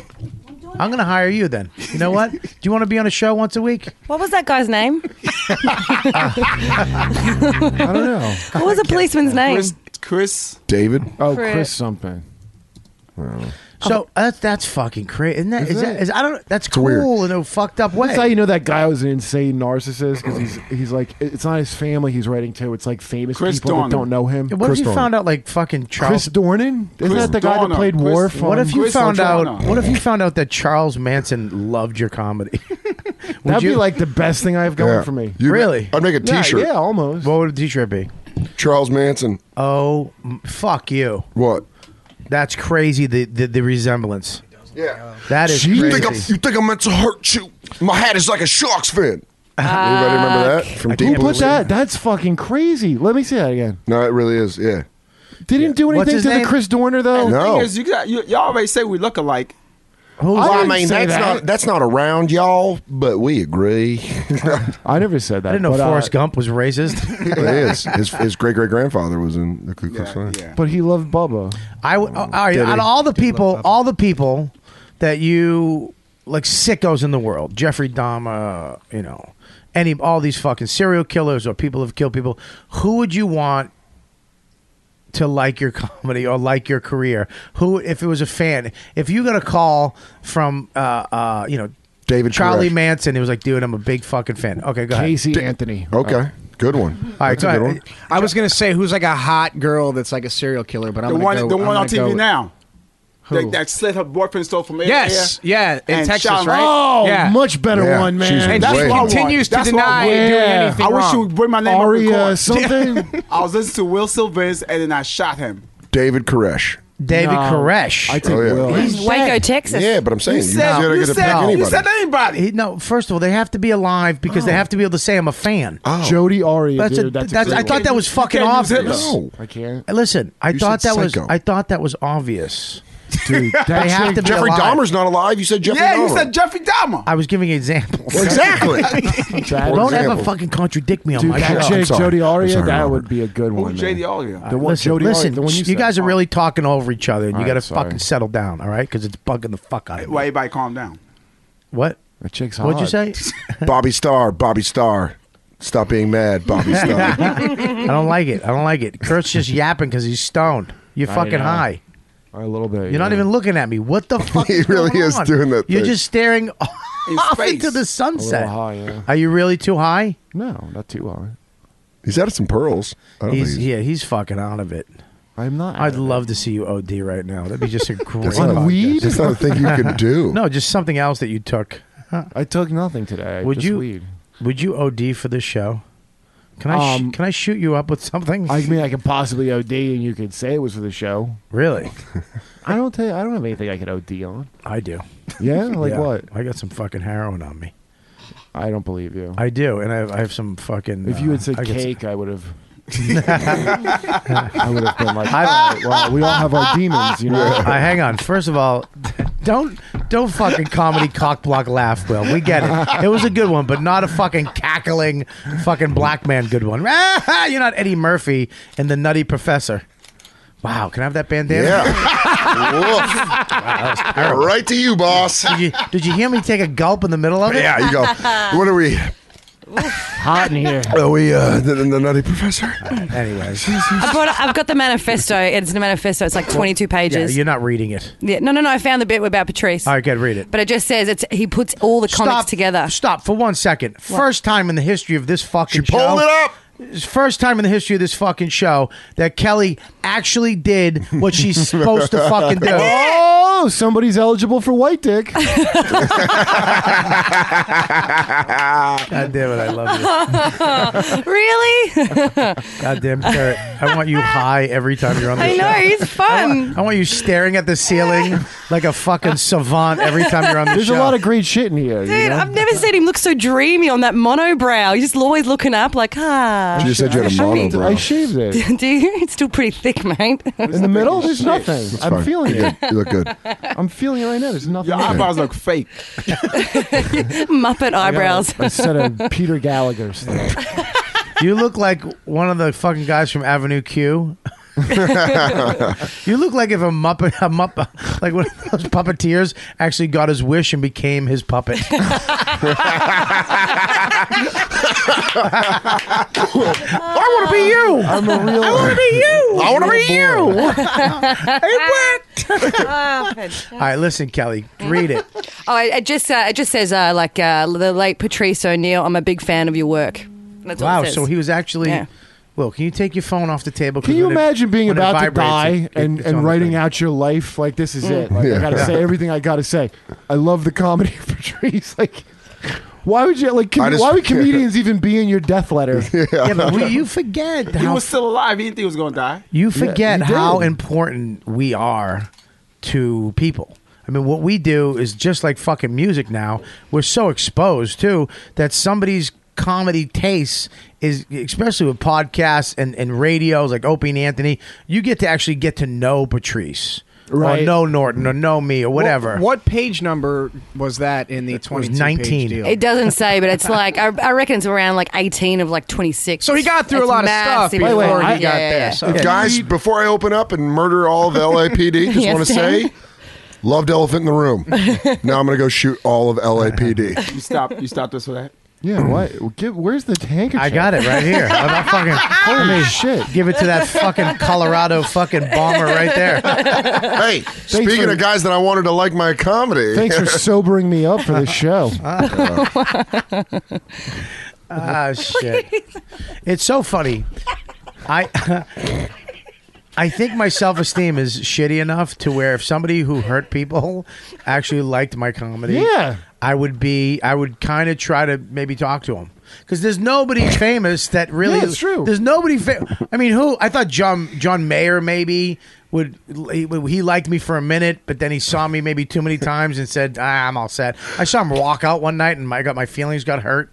S1: I'm going to hire you then. You know what? Do you want to be on a show once a week?
S18: What was that guy's name?
S6: I don't know.
S18: What was the policeman's name?
S8: Chris, Chris,
S11: David.
S6: Oh,
S18: Crit.
S6: Chris something.
S1: So that's that's fucking crazy. Isn't that, is
S6: Is
S1: that
S6: it?
S1: is, I don't that's
S11: weird.
S1: cool in a fucked up way.
S6: That's how you know that guy was an insane narcissist because he's he's like it's not his family he's writing to. It's like famous
S8: Chris
S6: people
S8: Dornan.
S6: that don't know him.
S1: what
S6: Chris
S1: if you found out like fucking
S6: Chris
S1: Charles?
S6: Dornan? Isn't
S8: Chris
S6: that the guy
S8: Dornan.
S6: that played
S8: Chris-
S6: Warf?
S8: What
S6: on-
S1: what if you
S8: Chris
S1: found out?
S8: Dornan.
S1: What if you found out that Charles Manson loved your comedy? Would
S6: that'd
S1: you,
S6: be like the best thing I have going
S11: Yeah.
S6: for me?
S11: You-
S1: Really?
S11: I'd make a
S6: Yeah,
S11: T-shirt.
S6: yeah, almost.
S1: What would a T-shirt be?
S11: Charles Manson.
S1: Oh, m- fuck you!
S11: What?
S1: That's crazy. The the, the resemblance.
S11: Yeah.
S1: That is
S11: You
S1: crazy.
S11: think, I'm, you think I'm meant to hurt you? My hat is like a shark's fin. Anybody remember that from
S1: can't
S11: Deep
S6: Who
S11: Blue?
S6: put that? That's fucking crazy. Let me see that again.
S11: No, it really is. Yeah.
S6: Didn't do
S1: What's
S6: anything
S1: his
S6: to
S1: name?
S6: the Chris Dorner though.
S12: Oh.
S11: No.
S8: thing is, you got you, y'all already say we look alike.
S1: Who's
S6: I
S11: Well, I,
S6: didn't
S11: mean,
S6: say
S11: that's
S6: that.
S11: not that's not around y'all, but we agree. it
S6: I never said that.
S1: I didn't know
S6: but, uh,
S1: Forrest Gump was racist.
S11: is. His, his great great grandfather was in the Ku Klux Klan.
S8: yeah.
S6: But he loved Bubba.
S1: I w- all right,
S11: Mm, Did he?
S1: out of all the people, all the people that you like sickos in the world, Jeffrey Dahmer, you know, any all these fucking serial killers or people who've killed people, who would you want to like your comedy or like your career? Who, if it was a fan, if you got a call from, uh, uh, you know,
S11: David
S1: Charlie
S11: Koresh.
S1: Manson, he was like, "Dude, I'm a big fucking fan." Okay, go ahead.
S6: Casey Anthony.
S11: Uh, Okay, good one.
S1: All right,
S11: That's
S1: go
S11: a good
S1: ahead.
S11: one.
S12: I was gonna say who's like a hot girl that's like a serial killer, but I'm
S8: The
S12: gonna
S8: one,
S12: go-
S8: the
S12: I'm
S8: one on
S12: gonna go
S8: TV
S12: with-
S8: now.
S12: Who?
S8: That, that slit her boyfriend stole from air.
S12: Yes,
S8: air.
S12: yeah, in
S8: And
S12: Texas,
S8: shot him.
S12: right?
S6: Oh,
S12: Yeah.
S6: much better
S11: Yeah.
S6: one,
S11: She's
S6: man.
S12: And
S11: That's
S12: she
S11: what I want.
S12: continues to
S8: That's what I
S12: deny
S8: want.
S12: doing
S6: Yeah.
S12: anything
S8: I wish you
S12: wrong.
S8: would bring my name up in
S6: Aria
S8: court.
S6: something.
S8: I was listening to Will Sylvans and then I shot him.
S11: David Koresh.
S1: David
S6: No.
S1: Koresh.
S6: I take
S11: Oh, yeah.
S6: Will.
S18: He's Waco, Texas.
S11: Yeah, but I'm saying
S8: You
S11: you,
S8: said,
S11: gotta
S8: you,
S11: get to pick
S8: said,
S11: anybody.
S8: you said anybody.
S1: He- no, first of all, they have to be alive because
S12: Oh.
S1: they have to be able to say I'm a fan.
S6: Uh,
S11: Oh.
S6: Jody Aria,
S1: That's
S6: dude.
S1: a,
S6: that's,
S1: that's
S6: a
S1: I
S6: great
S1: thought that was fucking
S8: can't use
S1: obvious.
S8: Hitler.
S11: no,
S6: one. I can't.
S1: Listen, I
S11: You
S1: thought
S11: said
S1: that was
S11: psycho.
S1: I thought that was obvious.
S6: Dude, that
S1: They have
S6: chick-
S1: to be
S11: Jeffrey
S1: alive.
S11: Dahmer's not alive. You said Jeffrey
S8: yeah, you
S11: Dahmer.
S8: said Jeffrey Dahmer.
S1: I was giving examples.
S11: Well, exactly.
S6: That-
S1: Don't ever
S11: example.
S1: fucking contradict me on
S6: Dude,
S1: my
S6: that
S1: show.
S6: chick,
S11: sorry.
S6: Jody
S11: Oh I'm
S6: Aria,
S11: sorry,
S6: that
S11: Robert.
S6: would be a good one.
S8: Who's
S6: man.
S8: J.D. Olga?
S6: The one,
S1: listen,
S6: Jody
S1: listen,
S6: Arias, the one you,
S1: you,
S6: said.
S1: guys are really talking over each other, and you
S6: All
S1: got to
S6: right, sorry.
S1: fucking settle down, all right? Because it's bugging the fuck out of me.
S8: Well, everybody calm down.
S1: What?
S6: That chick's
S1: What'd you
S6: hot.
S1: say?
S11: Bobby Starr. Bobby Starr. Stop being mad, Bobby Starr.
S1: I don't like it. I don't like it. Kurt's just yapping because he's stoned. You're
S6: I
S1: fucking
S6: know.
S1: high.
S6: A little bit.
S1: You're not even looking at me. What the fuck?
S11: He
S1: is
S11: really
S1: going
S11: is
S1: on?
S11: doing that
S1: You're
S11: thing.
S1: just staring
S8: In
S1: off
S8: space.
S1: into the
S6: a little
S1: sunset.
S6: high. Yeah.
S1: Are you really too high?
S6: No, not too high.
S11: He's out of some pearls. I don't
S1: He's
S11: think he's-
S1: yeah, he's fucking out of it.
S6: I'm not.
S1: I'd love to see you OD right now. That'd be just a great.
S11: not a-
S1: podcast.
S6: weed.
S11: That's not a thing you can do.
S1: No, just something else that you took.
S6: I took nothing today.
S1: Would
S6: just
S1: you-
S6: Weed.
S1: Would you OD for this show? Can I sh-
S6: Um,
S1: can I shoot you up with something?
S6: I mean, I could possibly OD, and you could say it was for the show.
S1: really?
S6: I don't tell you, I don't have anything I could OD on.
S1: I do.
S6: Yeah, like
S1: Yeah.
S6: what?
S1: I got some fucking heroin on me.
S6: I don't believe you.
S1: I do, and I have, I have some fucking.
S6: if you had
S1: uh,
S6: said
S1: I got some-
S6: cake, I would have. I would have been like, all right, well, we all have our demons, you know.
S1: I hang on. First of all, don't don't fucking comedy cockblock laugh, Will. We get it. It was a good one, but not a fucking cackling fucking black man good one. Ah, You're not Eddie Murphy and the Nutty Professor. Wow, can I have that bandana?
S11: Yeah. Woof. right to you, boss.
S1: Did you, did you hear me take a gulp in the middle of it?
S11: Yeah, you go. What are we?
S6: Hot in here.
S11: Are we uh, the, the nutty professor?
S1: Anyways,
S18: I brought, I've got the manifesto. It's a manifesto. It's like 22
S1: yeah,
S18: pages.
S1: you're not reading it.
S18: Yeah, no, no, no. I found the bit about Patrice.
S1: All right, good. Read it.
S18: But it just says it's he puts all the comics together.
S1: Stop for one second. First time in the history of this fucking
S11: She
S1: show.
S11: pulled it up.
S1: It's First time in the history of this fucking show that Kelly actually did what she's supposed to fucking do.
S6: Oh, somebody's eligible for white dick.
S1: God damn it, I love you.
S18: really?
S1: God damn Kurt. I want you high every time you're on the
S18: I
S1: show.
S18: know. He's fun.
S1: I want you staring at the ceiling like a fucking savant every time you're on the
S6: There's
S1: show.
S6: a lot of great shit in here. you
S18: Dude,
S6: know?
S18: I've never seen him look so dreamy on that monobrow. He's just always looking up, like ah.
S11: She just said you had a
S18: Happy.
S11: mono, bro.
S6: I shaved it
S18: Do you? It's still pretty thick, mate.
S6: in the middle. There's nothing. I'm
S11: Fine.
S6: feeling
S11: You
S6: it.
S11: look- You look good.
S6: I'm feeling it right now. There's nothing.
S8: Your
S6: there.
S8: eyebrows look fake.
S18: Muppet eyebrows. Oh,
S6: I said a Peter Gallagher. thing.
S1: You look like one of the fucking guys from Avenue Q. you look like if a muppet, a muppet, like one of those puppeteers actually got his wish and became his puppet. I want to be you.
S6: I'm a real. I want to be you.
S11: I wanna be
S6: you.
S1: All right, listen, Kelly, read it.
S18: Oh, it it just uh, it just says uh, like uh, the late Patrice O'Neill. I'm a big fan of your work. That's all
S1: Wow,
S18: it says.
S1: so he was actually.
S18: Yeah.
S1: Will, can you take your phone off the table? 'Cause
S6: Can you
S1: when it-
S6: imagine being
S1: when it
S6: about to
S1: vibrates,
S6: die
S1: it- it-
S6: and,
S1: it's on
S6: and
S1: the
S6: writing
S1: thing.
S6: out your life like this is
S18: Mm.
S6: it? Like I gotta say everything I gotta say. I love the comedy of Patrice. Like, why would you like?
S11: I
S6: Com-
S11: just-
S6: why would comedians even be in your death letter?
S1: Yeah, but we, you forget
S8: He
S1: how
S8: was still alive. He didn't think he was going to die.
S1: You forget
S6: you do.
S1: how important we are to people. I mean, what we do is just like fucking music now. We're so exposed too that somebody's comedy taste is, especially with podcasts and, and radios like Opie and Anthony, you get to actually get to know Patrice or
S12: Right.
S1: know Norton or know me or whatever.
S12: What, what page number was that in the 22
S1: 19.
S12: page deal?
S18: It doesn't say, but it's like I, I reckon it's around like 18 of like 26.
S12: So Oh, he got through
S18: It's
S12: a lot of
S18: massive.
S12: stuff
S18: It's
S12: before
S6: Wait, wait,
S12: he
S6: I-
S12: got
S18: yeah, yeah,
S12: there.
S18: yeah.
S12: So
S11: Guys, before I open up and murder all of the LAPD, just
S18: Yes,
S11: want to say, loved Elephant in the Room. now I'm going to go shoot all of LAPD.
S8: You stop. You stopped us for that.
S6: yeah. What? Give, where's the handkerchief?
S1: I got it right here. I'm not fucking.
S6: Holy shit!
S1: Give it to that fucking Colorado fucking bomber right there.
S11: hey, speaking
S6: for-
S11: of guys that I wanted to like my comedy,
S6: Thanks for sobering me up for this show.
S1: Ah shit. It's so funny. I I think my self esteem is shitty enough to where if somebody who hurt people actually liked my comedy,
S6: Yeah.
S1: I would be I would kind of try to maybe talk to him because there's nobody famous that really.
S6: Yeah, it's true.
S1: There's nobody. Fa- I mean, who? I thought John John Mayer maybe would he, he liked me for a minute, but then he saw me maybe too many times and said, ah, "I'm all set." I saw him walk out one night and I got my feelings got hurt.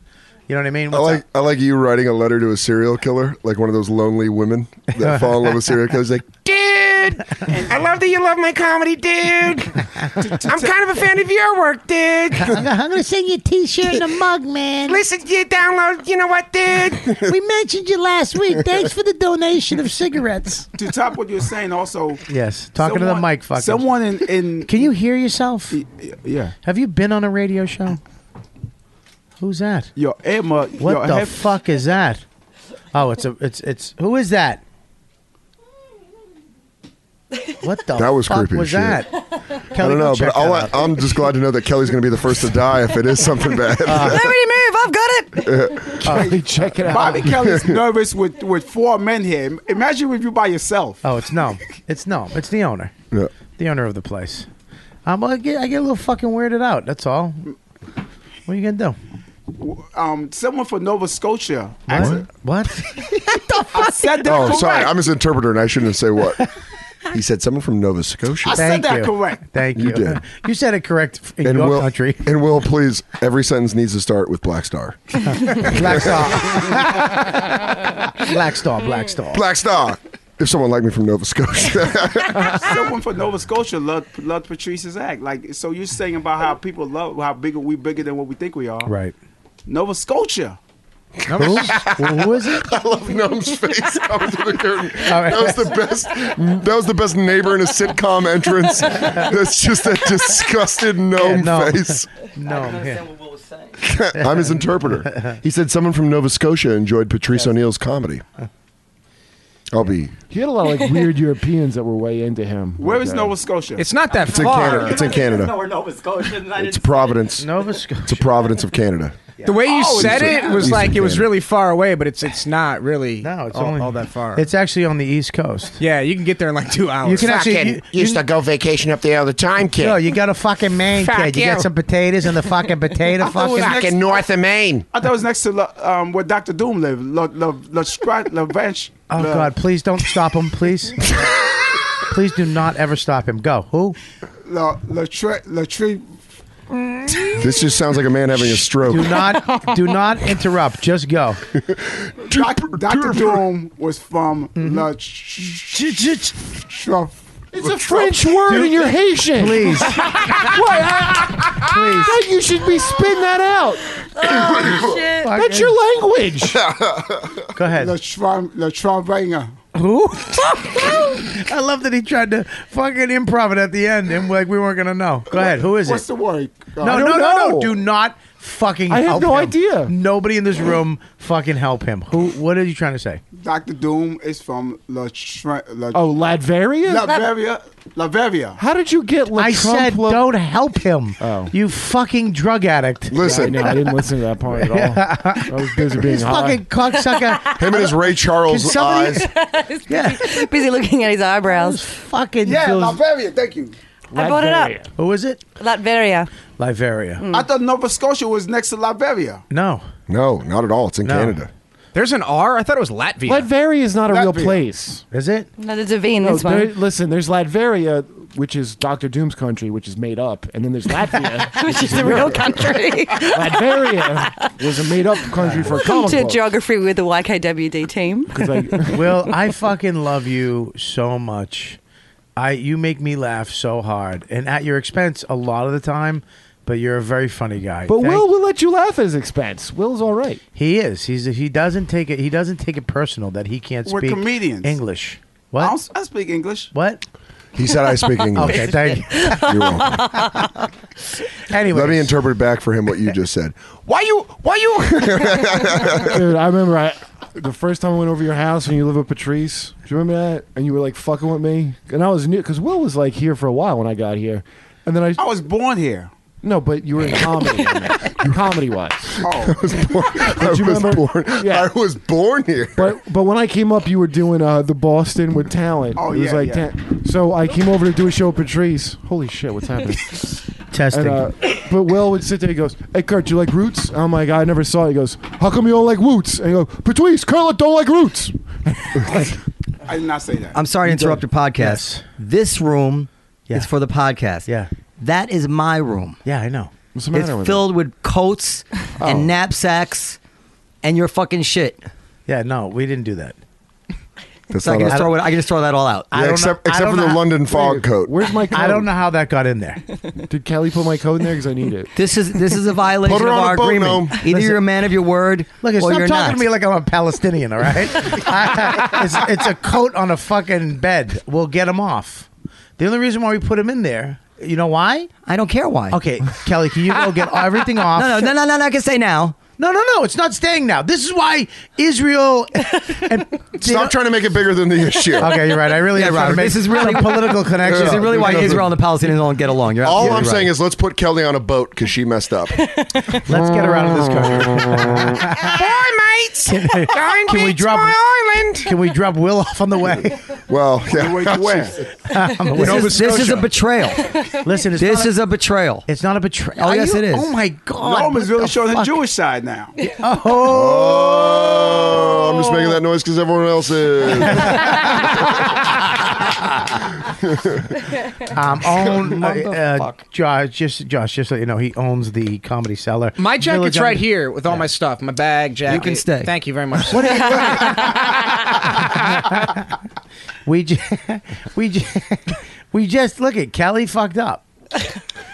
S1: You know what I mean?
S11: I
S1: What's
S11: like Oh, I like you writing a letter to a serial killer, like one of those lonely women that fall in love with serial killers. Like, dude,
S19: dude. I love that you love my comedy, dude. I'm kind of a fan of your work, dude.
S10: I'm gonna send you a T-shirt and a mug, man.
S19: Listen, you download. You know what, dude?
S10: We mentioned you last week. Thanks for the donation of cigarettes.
S8: To top what you're saying, also
S1: Yes, talking to the
S8: Someone-
S1: mic. Fucker.
S8: someone in, in
S1: Can you hear yourself?
S8: Yeah.
S1: Have you been on a radio show? Who's that?
S8: your Emma,
S1: What
S8: your
S1: the
S8: head-
S1: fuck is that? Oh, it's a, it's, it's. Who is that? What the?
S11: That was
S1: fuck
S11: creepy
S1: Was
S11: as shit.
S1: that?
S11: I
S1: Kelly, go
S11: don't know,
S1: check
S11: but all
S1: that
S11: I,
S1: out.
S11: I'm just glad to know that Kelly's going to be the first to die if it is something bad.
S18: Liberty move. I've got it.
S8: Kelly,
S6: check it out.
S8: Bobby Kelly's nervous with, with four men here. Imagine if you by yourself.
S1: Oh, it's no, it's no, it's the owner.
S11: Yeah.
S1: The owner of the place. I'm I get, I get a little fucking weirded out. That's all. What are you gonna do?
S8: Um, someone from Nova Scotia.
S1: What? What?
S8: I said that
S11: oh,
S8: correct.
S11: sorry. I'm his interpreter, and I shouldn't say what. He said someone from Nova Scotia.
S8: I said Thank that you. correct.
S1: Thank
S11: you.
S1: you.
S11: did.
S1: You said it correct f- in
S11: and
S1: your
S11: Will,
S1: country.
S11: And Will, please, every sentence needs to start with Black Star.
S1: Black Star. Black Star. Black Star.
S11: Black Star. If someone like me from Nova Scotia.
S8: someone from Nova Scotia loved, loved Patrice's act. Like, so you're saying about how people love how bigger we bigger than what we think we are.
S1: Right.
S8: Nova Scotia.
S1: Who? Who is it?
S11: I love Gnome's face. I was really hurting. That was the best. That was the best neighbor in a sitcom entrance. That's just that disgusted gnome face.
S1: No.
S11: I'm his interpreter. He said someone from Nova Scotia enjoyed Patrice O'Neill's comedy. I'll be.
S6: He had a lot of like weird Europeans that were way into him.
S8: Where is
S6: Okay.
S8: Nova Scotia?
S12: It's not that
S11: It's in Canada. It's in Canada.
S8: where Nova Scotia.
S11: It's Providence.
S1: Nova Scotia.
S11: It's a Providence of Canada.
S12: The way you
S1: Oh,
S12: said it
S1: it's a-
S12: was
S1: it's a
S12: like it was
S1: cannon.
S12: really far away, but it's it's not really. No,
S1: it's
S12: all,
S1: only-
S12: all that far.
S1: It's actually on the East Coast.
S12: yeah, you can get there in like two hours.
S1: You can actually- Fucking you- you- used to
S12: go vacation up there all the time,
S1: Yo, you got a fucking Maine
S12: Fuck
S1: kid. You
S12: you.
S1: got some potatoes and the fucking potato
S8: thought it
S1: fucking.
S8: was Fucking next-
S1: north of Maine.
S8: I thought it was next to La- um, where Doctor Doom lived. La, La, La, Strat- La Vanche-
S1: Oh
S8: La-
S1: God! Please don't stop him, please. please do not ever stop him. Go. Who?
S8: La, La, Tre- La Tre-
S11: This just sounds like a man having a stroke.
S1: Do not. do not interrupt. Just go.
S8: Doc, Doctor Doom was from
S1: Mm-hmm.
S8: La Truff.
S6: It's a French word and you're Haitian.
S1: Please.
S6: Wait, I, please. you should be spitting that out.
S18: Oh,
S1: shit.
S6: That's your language.
S1: Go ahead.
S8: La Schwam, La Schwambanger.
S1: Who? I love that he tried to fucking improv it at the end, and like we weren't gonna know. Go ahead. Who is
S8: What's
S1: it?
S8: the word?
S1: No, no, no, no! Do not fucking.
S8: I have
S1: help
S8: no
S1: him.
S8: idea.
S1: Nobody in this room fucking help him. Who? What are you trying to say?
S8: Doctor Doom is from La, Tre- La
S6: Oh, Latveria?
S8: Latveria, Latveria.
S6: How did you get La
S1: I
S6: Trump
S1: said
S6: La-
S1: don't help him. Oh. You fucking drug addict.
S11: Listen.
S6: I know, I didn't listen to that part at all. I was busy being
S1: This
S6: high.
S1: fucking cocksucker.
S11: Him and his Ray Charles
S1: Can somebody-
S11: eyes.
S18: busy, busy looking at his eyebrows.
S1: Fucking
S8: Yeah,
S1: those-
S8: Latveria. Thank you.
S18: I brought it up.
S1: Who is it?
S18: Latveria.
S1: Liberia.
S6: Mm.
S8: Hmm. I thought Nova Scotia was next to Latveria.
S1: No.
S11: No, not at all. It's in Canada.
S12: There's an R. I thought it was Latvia.
S6: Latveria is not a real
S8: Latvia.
S6: place.
S1: Is it?
S18: No, there's a V in
S6: No,
S18: this
S6: there,
S18: one.
S6: listen, there's Latveria, which is Doctor Doom's country, which is made up, and then there's Latvia.
S18: Which is the real country.
S6: Latveria was a made up country for
S18: Welcome
S6: comic
S18: to
S6: books.
S18: geography with the YKWd team.
S6: 'Cause, like,
S1: Will, I fucking love you so much. I you make me laugh so hard, and at your expense a lot of the time. But you're a very funny guy.
S6: but
S1: Thank-
S6: Will will let you laugh at his expense. Will's all right.
S1: he is. He's he doesn't take it. He doesn't take it personal that he can't
S8: We're
S1: speak
S8: comedians.
S1: English.
S8: I,
S1: What?
S8: don't, I speak English.
S1: what?
S11: He said I speak English.
S1: Okay, thank you.
S11: You're welcome.
S1: Anyway,
S11: Let me interpret back for him what you just said. Why you? Why you?
S6: Dude, I remember I, the first time I went over your house and you live with Patrice. Do you remember that? And you were like fucking with me, and I was new because Will was like here for a while when I got here, and then I
S8: I was born here.
S6: no, but you were in comedy, comedy wise.
S8: Oh,
S11: I was
S6: you remember-
S11: born.
S6: Yeah.
S11: I was born here.
S6: But but when I came up, you were doing uh, the Boston with talent.
S8: Oh,
S6: it was
S8: yeah,
S6: like
S8: yeah.
S6: ta- so I came over to do a show with Patrice. Holy shit, what's happening?
S1: testing.
S6: and, uh, but Will would sit there. He goes, "Hey, Kurt, do you like Roots?" I'm like, "I never saw it." He goes, "How come you don't like Roots?" And he goes, "Patrice, Kurt don't like Roots."
S8: I did not say that.
S5: I'm sorry to interrupt your podcast.
S1: Yes.
S5: This room
S1: Yeah.
S5: is for the podcast.
S1: Yeah.
S5: That is my room.
S1: yeah, I know.
S6: What's the matter
S5: it's
S6: with
S5: filled with coats
S6: Oh.
S5: and knapsacks and your fucking shit.
S1: Yeah, no, we didn't do that.
S11: That's
S5: so I
S11: not
S5: can, just
S11: a-
S5: throw it, I can just throw that all out.
S11: Yeah, except except for the London fog coat.
S6: Where's my
S1: I don't know how that got in there.
S6: Did Kelly put my code in there because I need it?
S5: This is this is a violation
S6: Put her
S5: of
S6: on a
S5: our
S6: boat,
S5: agreement.
S6: Noam.
S5: Either you're a man of your word,
S1: Look,
S5: or
S1: stop
S5: you're
S1: talking
S5: not.
S1: to me like I'm a Palestinian, all right? I- it's, it's a coat on a fucking bed. We'll get him off. The only reason why we put him in there, you know why?
S5: I don't care why.
S1: Okay, Kelly, can you go get everything
S19: Oh,
S1: off?
S5: No, no, no, no, no, no. I can say now.
S1: No, no, no. It's not staying now. This is why Israel. And,
S11: Stop trying to make it bigger than the issue.
S1: Okay, you're right. I really
S5: yeah,
S1: am trying to
S5: Robert,
S1: make
S5: this is really
S1: some political connection.
S5: This is really why Israel and the Palestinians don't get along. You're
S11: All
S5: absolutely
S11: I'm
S5: right.
S11: saying is let's put Kelly on a boat because she messed up.
S1: Let's get her out of this country.
S19: Boy, mates, going
S1: Can we
S19: back to
S1: drop-
S19: my island.
S1: Can we drop Will off on the way?
S11: Well, yeah.
S5: This is- this is a betrayal.
S1: Listen, it's
S5: This
S1: not
S5: is a betrayal.
S1: It's not a betrayal.
S5: Oh,
S1: Are
S5: yes,
S1: you-
S5: it is.
S1: Oh my God!
S8: Noam is
S1: what
S8: really
S1: the
S8: showing the
S1: fuck?
S8: Jewish side now.
S11: Oh, I'm just making that noise because everyone else is.
S1: Um, own uh, uh, Josh. Just Josh, just so you know, he owns the comedy cellar.
S12: My jacket's
S1: Village
S12: right
S1: Under-
S12: here with all my stuff. My bag, jacket.
S5: You can stay.
S12: Thank you very much. sir.
S1: We just, we just, we just look at Kelly fucked up.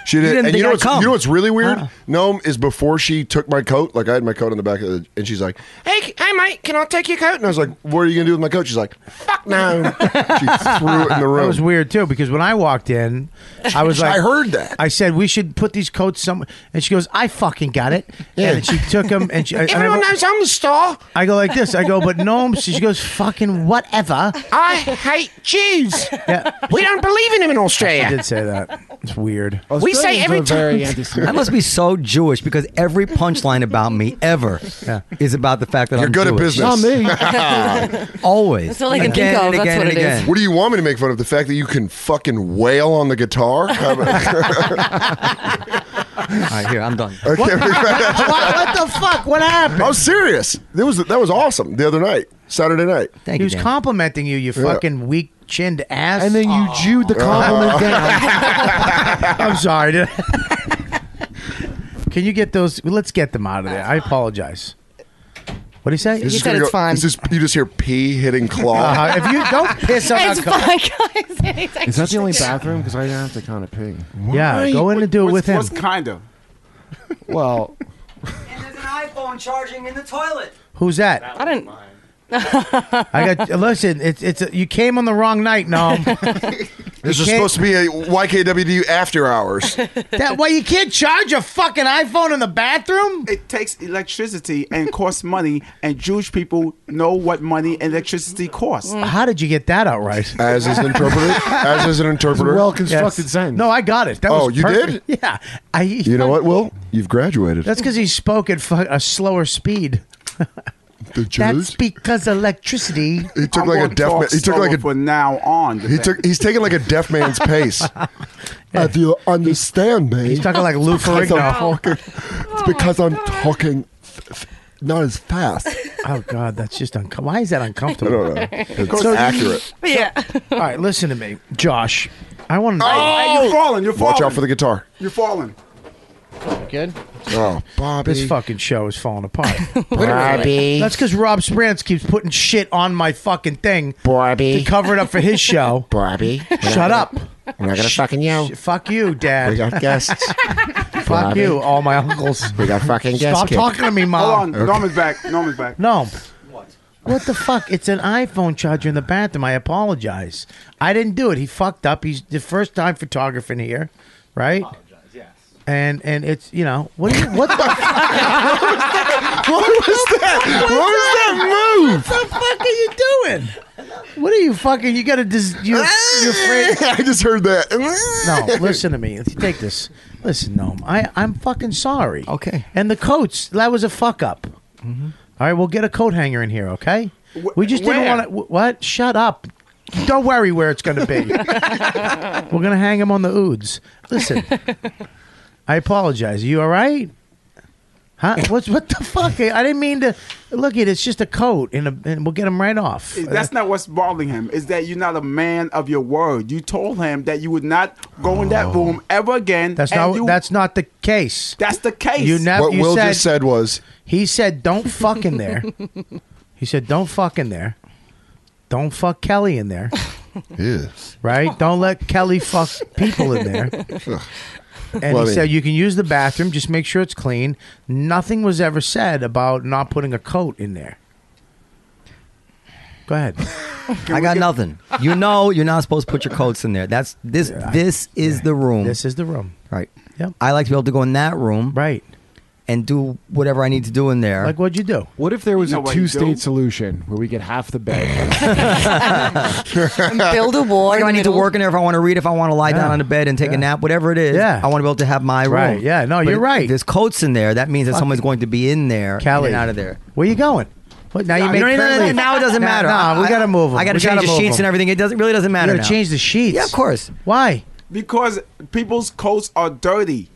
S11: She did.
S1: didn't
S11: and
S1: think
S11: you know
S1: I'd
S11: what's
S1: come.
S11: you know what's really weird?
S1: Huh.
S11: Gnome is before she took my coat. Like I had my coat on the back of the, and she's like,
S19: Hey, c- hey, mate, can I take your coat?
S11: and I was like, what are you gonna do with my coat? She's like, fuck no. she threw it in the
S1: That
S11: room.
S1: was weird too because when I walked in, I was like,
S11: I heard that.
S1: I said we should put these coats some, and she goes, "I fucking got it."
S11: Yeah.
S1: And then she took them, and she. and I
S19: Everyone
S1: go-
S19: knows I'm the star.
S1: I go like this. I go, but Gnome. She goes, "Fucking whatever."
S19: I hate Jews.
S1: Yeah,
S19: We don't believe in them in
S1: I
S19: Australia.
S1: did say that. It's weird.
S19: We say every time.
S5: I must be so Jewish because every punchline about me ever is about the fact that
S11: You're
S5: I'm
S11: good at
S5: Jewish.
S11: business.
S5: Always.
S18: That's all I can
S5: again
S18: think of.
S5: And
S18: That's
S5: again
S18: what
S5: and
S18: it is.
S5: again.
S11: What do you want me to make fun of? The fact that you can fucking wail on the guitar? How about-
S5: All right, here I'm done.
S11: I can't make that-
S1: what, what the fuck? What happened?
S11: I'm serious. That was that was awesome the other night, Saturday night.
S5: Thank
S1: he
S5: you.
S1: was
S5: Dan.
S1: complimenting you, you fucking weak chinned ass.
S6: And then you Jewed the compliment down.
S1: I'm sorry. dude. Can you get those? Let's get them out of there. I apologize. What do you say?
S11: This
S18: He
S11: is
S18: said
S11: gonna
S18: it's
S11: go-
S18: fine.
S11: This is you just hear pee hitting claw.
S1: Uh, if you don't piss on our
S18: It's
S1: co-
S18: fine, guys. Anything.
S6: Is that the only bathroom? Because I have to kind of pee.
S1: yeah, go in and do it with
S8: What's,
S1: him.
S8: what's kind of?
S6: Well,
S5: And there's an iPhone charging in the toilet.
S1: Who's that?
S18: I don't.
S1: I got. Listen, it's it's you came on the wrong night. No,
S11: This is
S1: can't-
S11: supposed to be a YKWD after hours.
S1: that way you can't charge a fucking iPhone in the bathroom.
S8: It takes electricity and costs money, and Jewish people know what money and electricity costs.
S1: How did you get that out right?
S11: As is an interpreter. As is an interpreter.
S6: well constructed
S1: Yes.
S6: sentence.
S1: No, I got it. That
S11: Oh,
S1: was
S11: you
S1: perfect. Yeah, I.
S11: you know what, Will? You've graduated.
S1: That's because he spoke at fu- a slower speed.
S11: the
S1: That's
S11: Jews.
S1: because electricity.
S11: He took
S8: I'm
S11: like
S8: gonna
S11: a deaf
S8: talk
S11: man. He took like
S8: slower
S11: a.
S8: from now on.
S11: He took. He's taking like a deaf man's pace. If Uh, you understand me,
S1: He's talking like Lou Ferrigno.
S11: It's because I'm talking not as fast.
S1: Oh God, that's just uncomfortable. Why is that
S11: I
S1: uncomfortable?
S11: don't know. It's accurate.
S18: Yeah.
S1: All right, listen to me, Josh. I want to know.
S11: Oh,
S8: Hey,
S1: Oh!
S8: you're falling. You're falling.
S11: Watch out for the guitar.
S8: You're falling.
S12: Good.
S11: Oh, Bobby.
S1: This fucking show is falling apart.
S19: Bobby.
S1: That's because Rob Sprance keeps putting shit on my fucking thing to
S19: Bobby.
S1: cover it up for his show.
S19: Bobby.
S1: Shut up.
S19: I'm not going to fucking yell.
S1: Fuck you, Dad.
S19: got guests.
S1: Fuck you, all my uncles.
S19: We got fucking
S1: Stop talking to me,
S8: Hold
S1: Mom.
S8: on. Norman's back. Norman's back.
S1: Ah, No. What the fuck? It's an iPhone charger in the bathroom. I apologize. I didn't do it. He fucked up. He's the first time photographing here, right? And and it's you know what do you, what the
S11: What was that? What was that move?
S1: fuck are you doing? What are you fucking? You got to dis- you your friend.
S11: I just heard that.
S1: No, listen to me. If you Take this. Listen, no, I I'm fucking sorry.
S5: Okay.
S1: And the coats. That was a fuck up.
S8: Mm-hmm.
S1: All right, we'll get a coat hanger in here. Okay. we just didn't
S8: where?
S1: want to. What? Shut up. Don't worry where it's going to be. We're going to hang him on the oods. Listen, I apologize. You all right? Huh? What's what the fuck? I didn't mean to. Look, it. It's just a coat, and, a, and we'll get him right off.
S8: That's not what's bothering him. Is that you're not a man of your word. You told him that you would not go in that room ever again.
S1: Oh. That's
S8: and
S1: not.
S8: you-
S1: that's not the case.
S8: that's the case.
S1: You never.
S11: What
S1: you
S11: Will
S1: said,
S11: just said was,
S1: He said, "Don't fuck in there." he said, "Don't fuck in there." Don't fuck Kelly in there.
S17: Yes.
S1: Right? Don't let Kelly fuck people in there. And
S17: Well, I
S1: he
S17: mean-
S1: said you can use the bathroom, just make sure it's clean. Nothing was ever said about not putting a coat in there. Go ahead.
S5: I got nothing. You know, you're not supposed to put your coats in there. That's this. This is the room. This
S1: is the room.
S5: Right. Yep. I like to be able to go in that room.
S1: Right.
S5: And do whatever I need to do in there. Like
S1: what'd you do?
S6: What if there was
S5: You
S6: a
S5: know what you
S6: two
S5: do?
S6: state solution where we get half the bed?
S5: build a wall. Like if I need to work in there if I want to read, if I want to lie down on the bed and take a nap, whatever it is. Yeah. I want to be able to have my room.
S1: Ah. Right, yeah, no, you're
S5: if
S1: right.
S5: There's coats in there. That means that
S1: Fuck.
S5: someone's going to be in there, in
S1: Kelly.
S5: and out of there.
S1: Where you going? What, now you
S5: No,
S1: make
S5: no, no,
S1: Kurt
S5: no, no,
S1: leave.
S5: now it doesn't
S1: Nah,
S5: matter.
S1: Nah, we
S5: I-
S1: gotta move him.
S5: I gotta
S1: We
S5: change the
S1: move
S5: sheets
S1: him.
S5: and everything. It doesn't really doesn't matter.
S1: You gotta
S5: now.
S1: change the sheets.
S5: Yeah, of course.
S1: Why?
S8: Because people's coats are dirty.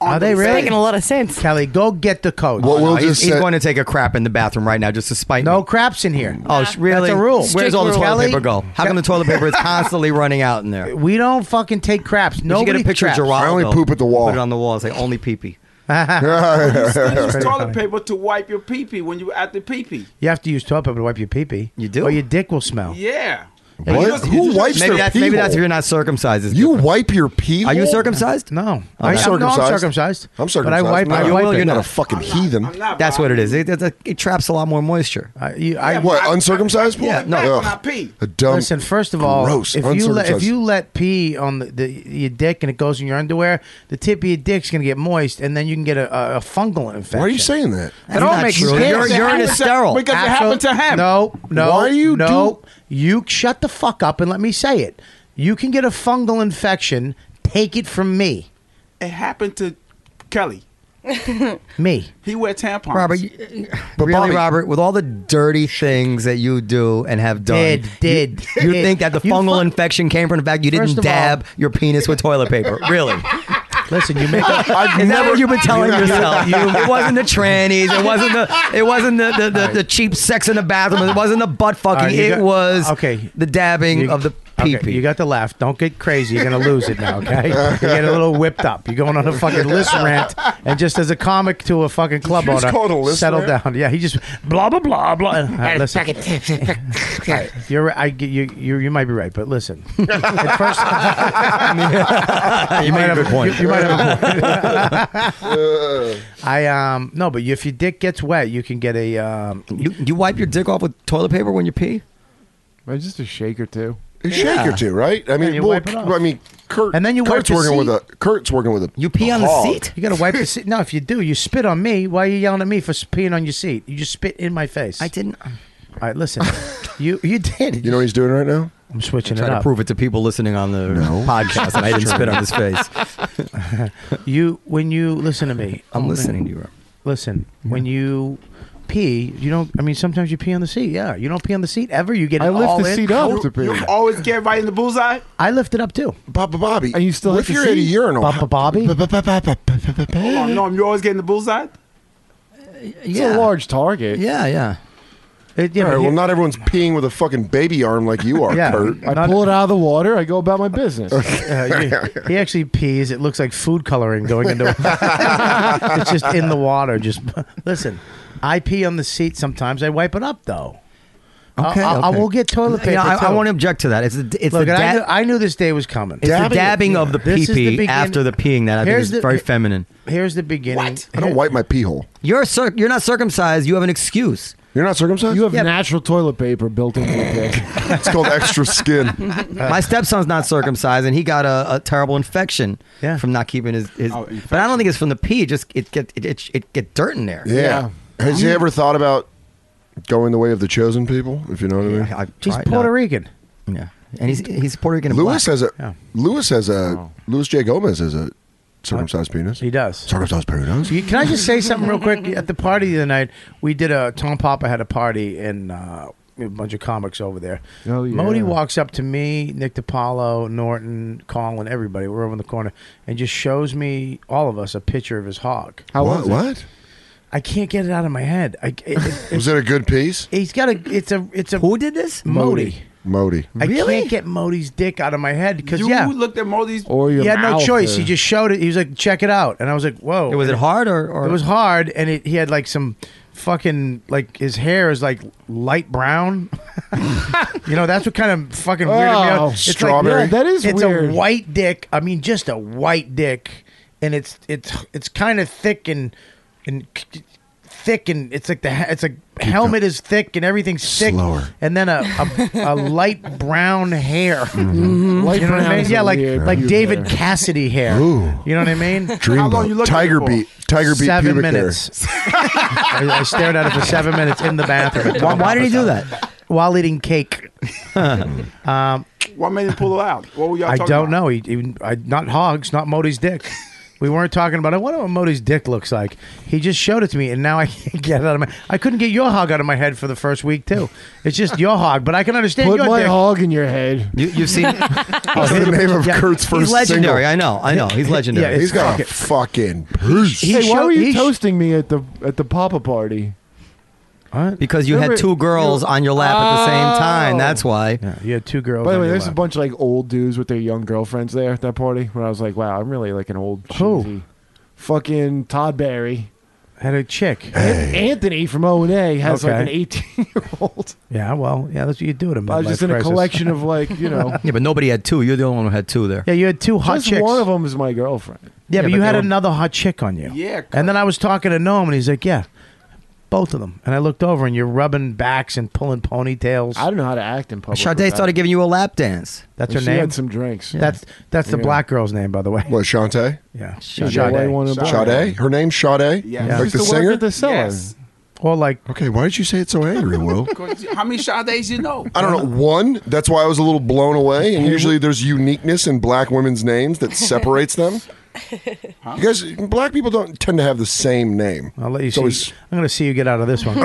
S1: Are they really?
S8: Making a
S1: lot of sense. Kelly, go get the coat.
S5: Oh, no, he's, he's going to take a crap in the bathroom right now just to spite
S1: No craps in here.
S5: Oh, sh- really?
S1: That's a rule.
S5: Where's all the toilet
S1: Kelly,
S5: paper go? How come the toilet paper is constantly running out in there?
S1: We don't fucking take craps.
S5: No, you
S1: Nobody
S5: get a picture
S1: craps.
S5: of Geraldo. Put it on the wall. and Say only pee pee.
S8: you still use
S1: pretty
S8: toilet
S1: funny.
S8: paper to wipe your pee pee when you at the pee pee.
S1: You have to use toilet paper to wipe your pee pee. You
S5: do?
S1: Or your dick will smell.
S8: Yeah.
S5: maybe that's, Maybe that's if you're not circumcised. it's
S17: You wipe your pee.
S5: Are you
S17: hole?
S5: circumcised?
S1: No.
S17: I'm circumcised.
S1: No, I'm circumcised.
S17: I'm
S1: But I
S17: circumcised.
S1: wipe.
S17: No,
S1: I
S17: you
S1: wipe
S17: will,
S1: it.
S17: you're not a fucking heathen.
S5: That's what it is. It, it, it traps a lot more moisture.
S17: what uncircumcised?
S5: Yeah, no.
S17: Ugh. A dumb.
S1: Listen, first of all,
S17: gross,
S1: if you let if
S17: uncircumcised-
S1: you let pee on the, the your dick and it goes in your underwear, the tip of your dick's gonna get moist, and then you can get a, a, a fungal infection.
S17: Why are you saying that?
S1: That all makes sense.
S5: Your- urine is sterile.
S8: Because it happened to him.
S1: No, no.
S17: Why do you
S1: no. You shut the fuck up and let me say it. You can get a fungal infection. Take it from me.
S8: It happened to Kelly.
S1: Me.
S8: He wear tampons.
S5: Robert, you- really, Robert, with all the dirty things that you do and have done,
S1: Did, did,
S5: you, you
S1: did.
S5: think that the
S1: You
S5: fungal
S1: fu-
S5: infection came from the fact you
S1: First
S5: didn't
S1: of all-
S5: dab your penis with toilet paper? Really?
S1: Listen, you make.
S5: Is that what you've been telling yourself? it wasn't the trannies. It wasn't the. It wasn't the the, the, the cheap sex in the bathroom. It wasn't the butt fucking.
S1: All right, you
S5: it
S1: got-
S5: was
S1: okay.
S5: The dabbing of the pee
S1: Okay, you got the laugh. Don't get crazy. You're gonna lose it now. Okay, you get a little whipped up. You're going on a fucking list rant, and just as a comic to a fucking club
S10: you just
S1: owner,
S10: call it a list
S1: settle
S10: rant?
S1: down. Yeah, he just blah blah blah blah. All right, listen.
S10: All right.
S1: You're right. I get- you you you might be right, but listen.
S5: you might have a point.
S1: You, you might have a point. I um no, but if your dick gets wet, you can get a um.
S5: You, you wipe your dick off with toilet paper when you pee?
S6: Right, just a shake or two.
S17: A shake or two, right? I mean,
S1: you
S17: well,
S1: wipe it off.
S17: I mean, Kurt.
S1: And then you wipe
S17: Kurt's
S1: the
S17: working with a
S1: seat.
S17: Kurt's working with a.
S5: You pee on the
S17: hog.
S5: seat?
S1: You gotta wipe the seat. No, if you do, you spit on me. Why are you yelling at me for peeing on your seat? You just spit in my face. I
S5: didn't.
S1: All right, listen. you you did.
S17: You know what he's doing right now?
S1: I'm switching it
S5: Trying to
S1: up.
S5: prove it to people listening on the podcast, and I didn't spit on his face.
S1: you when you listen to me.
S5: I'm
S1: oh,
S5: listening
S1: man.
S5: to you, Rob.
S1: Listen, when you pee, you don't. I mean, sometimes you pee on the seat. Yeah, you don't pee on the seat ever. You get.
S6: I lift
S1: all
S6: the
S1: in.
S6: seat up to pee.
S8: You always get right in the bullseye.
S1: I lift it up too.
S17: Papa Bobby.
S6: And you still
S17: What if
S6: have to
S17: you're at a
S6: see?
S17: urinal?
S1: Papa Bobby.
S8: Hold on, no, you always get in the bullseye.
S6: It's a large target.
S5: Yeah, yeah.
S1: It,
S17: All
S1: yeah,
S17: right,
S1: but
S17: well,
S1: you-
S17: not everyone's peeing with a fucking baby arm like you are,
S1: Yeah.
S17: Kurt.
S6: I pull it out of the water. I go about my business.
S1: Uh, you- he actually pees. It looks like food coloring going into. it's just in the water. Just listen. I pee on the seat sometimes. I wipe it up though.
S5: Okay,
S1: I, I- I
S5: okay.
S1: will get toilet paper.
S5: You know, I, I
S1: too.
S5: won't object to that. It's the, it's
S1: Look,
S5: the
S1: and I,
S5: dab-
S1: knew, I knew this day was coming.
S5: It's the dabbing of the
S1: This is
S5: pee pee
S1: begin-
S5: after the peeing that I think
S1: Here's
S5: is
S1: the-
S5: very feminine.
S1: Here's the beginning.
S17: I don't wipe my pee hole.
S5: You're cir- you're not circumcised. You have an excuse.
S17: You're not circumcised.
S6: You have natural toilet paper built into your dick.
S17: It's called extra skin.
S5: My stepson's not circumcised, and he got a, a terrible infection from not keeping his. his but I don't think it's from the pee. It just it get it it, it get dirt in there.
S17: Yeah. Has you ever thought about going the way of the chosen people? If you know what I mean.
S1: He's Puerto Rican.
S5: Yeah, and he's he's Puerto Rican. and
S17: Lewis
S5: black.
S17: has a Lewis has a Lewis J Gomez has a circumcised penis. He
S1: does
S17: circumcised penis.
S1: You- Can I just say something real quick? At the party the other night, we did a Tom Papa had a party and uh, we had a bunch of comics over there.
S6: Oh, yeah.
S1: Modi walks up to me, Nick DiPaolo, Norton, Colin, everybody. We're over in the corner and just shows me all of us a picture of his hog.
S6: How
S17: what?
S6: was it?
S17: What?
S1: I can't get it out of my head. I, it, it-
S17: Was it a good piece?
S1: he's got a. It's a. It's a.
S5: Who did this?
S1: Modi.
S17: Modi.
S1: I can't get Modi's dick out of my head because
S8: You
S1: yeah,
S8: looked at Modi's.
S6: Or
S1: he
S6: your
S1: had no
S6: mouth
S1: choice.
S6: or-
S1: He just showed it. He was like, "Check it out," and I was like, "Whoa!"
S5: Was it hard or, or
S1: It was hard, and it, he had like some fucking like his hair is like light brown. you know, that's what kind of fucking weirded me
S6: Oh,
S1: out. It's like-
S6: strawberry. Yeah, that is
S1: It's
S6: weird.
S1: a white dick. I mean, just a white dick, and it's it's it's kind of thick and and c- thick and it's like the ha- it's like helmet is thick and everything's thick.
S17: Slower.
S1: And then a a, a light brown hair.
S6: Light
S1: you know what
S6: Mm-hmm. brown
S1: I mean?
S6: is
S1: Yeah,
S6: a
S1: like
S6: weird
S1: like
S6: pubic
S1: David
S6: hair.
S1: Cassidy hair. You know what I mean?
S11: Dreamboat. Tiger beat. Tiger beat.
S1: Seven
S11: pubic hair.
S1: minutes. I, I stared at it for seven minutes in the bathroom.
S5: Why- why did he do
S1: that? While eating cake. um,
S8: What made him pull it out? What were y'all
S1: I
S8: talking
S1: don't
S8: about?
S1: know. He, he, I, not hogs, not Modi's dick. We weren't talking about it. I wonder what Modi's dick looks like. He just showed it to me, and now I can't get it out of my. I couldn't get your hog out of my head for the first week too. It's just your hog, but I can understand
S6: Put
S1: your
S6: my
S1: dick.
S6: hog in your head.
S5: You, you've seen.
S11: That's the name of
S1: Yeah.
S11: Kurt's
S1: He's
S11: first
S5: legendary,
S11: single.
S5: I know, I know, he's legendary. Yeah,
S11: he's
S5: it's
S11: got a
S5: fucking-
S11: fucking piece.
S6: hey, why
S1: showed-
S6: were
S1: he
S6: you
S1: sh-
S6: toasting me at the at the papa party?
S5: Because you had
S6: Remember-
S5: two girls on your lap at the same time. That's why.
S1: Yeah, you had two girls.
S6: By the
S5: on
S6: way,
S5: your
S6: there's a
S5: lap.
S6: bunch of like old dudes with their young girlfriends there at that party. When I was like, wow, I'm really like an old cheesy, fucking Todd Barry.
S1: Had a chick.
S6: Anthony from O and A has like
S1: Okay.
S6: an 18 year old.
S1: Yeah, well, yeah, that's what you do at a midlife
S6: I was just in a
S1: crisis.
S6: collection of like you know.
S5: Yeah, but nobody had two. You're the only one who had two there.
S1: Yeah, you had two hot
S6: just
S1: chicks.
S6: one of them is my girlfriend.
S1: Yeah, but you had
S5: they were-
S1: another hot chick on you. Yeah. And then I was talking to Noam, and he's like, "Yeah, both of them." And I looked over, and you're rubbing backs and pulling ponytails.
S6: I don't know how to act in public.
S5: Sade started giving you a lap dance.
S1: That's her
S6: she
S1: name.
S6: had some drinks.
S1: That's that's the
S6: Yeah.
S1: black girl's name, by the way.
S11: What Shantae?
S1: Yeah,
S11: Sade.
S1: Sade.
S11: Sade. Her name's Sade.
S1: Yeah.
S11: Like
S1: She's
S11: the
S1: the one
S11: singer.
S1: at the cellar. Yes. Or like.
S11: Okay, why did you say it so angry, Will?
S8: 'Cause How many Sade's you know?
S11: I don't know.
S18: Uh-huh.
S11: One, that's why I was a little blown away.
S18: Mm-hmm.
S11: And usually there's uniqueness in black women's names that separates them. You guys, black people don't tend to have the same name.
S1: I'll let you
S11: It's
S1: see.
S11: always-
S1: I'm going to see you get out of this one.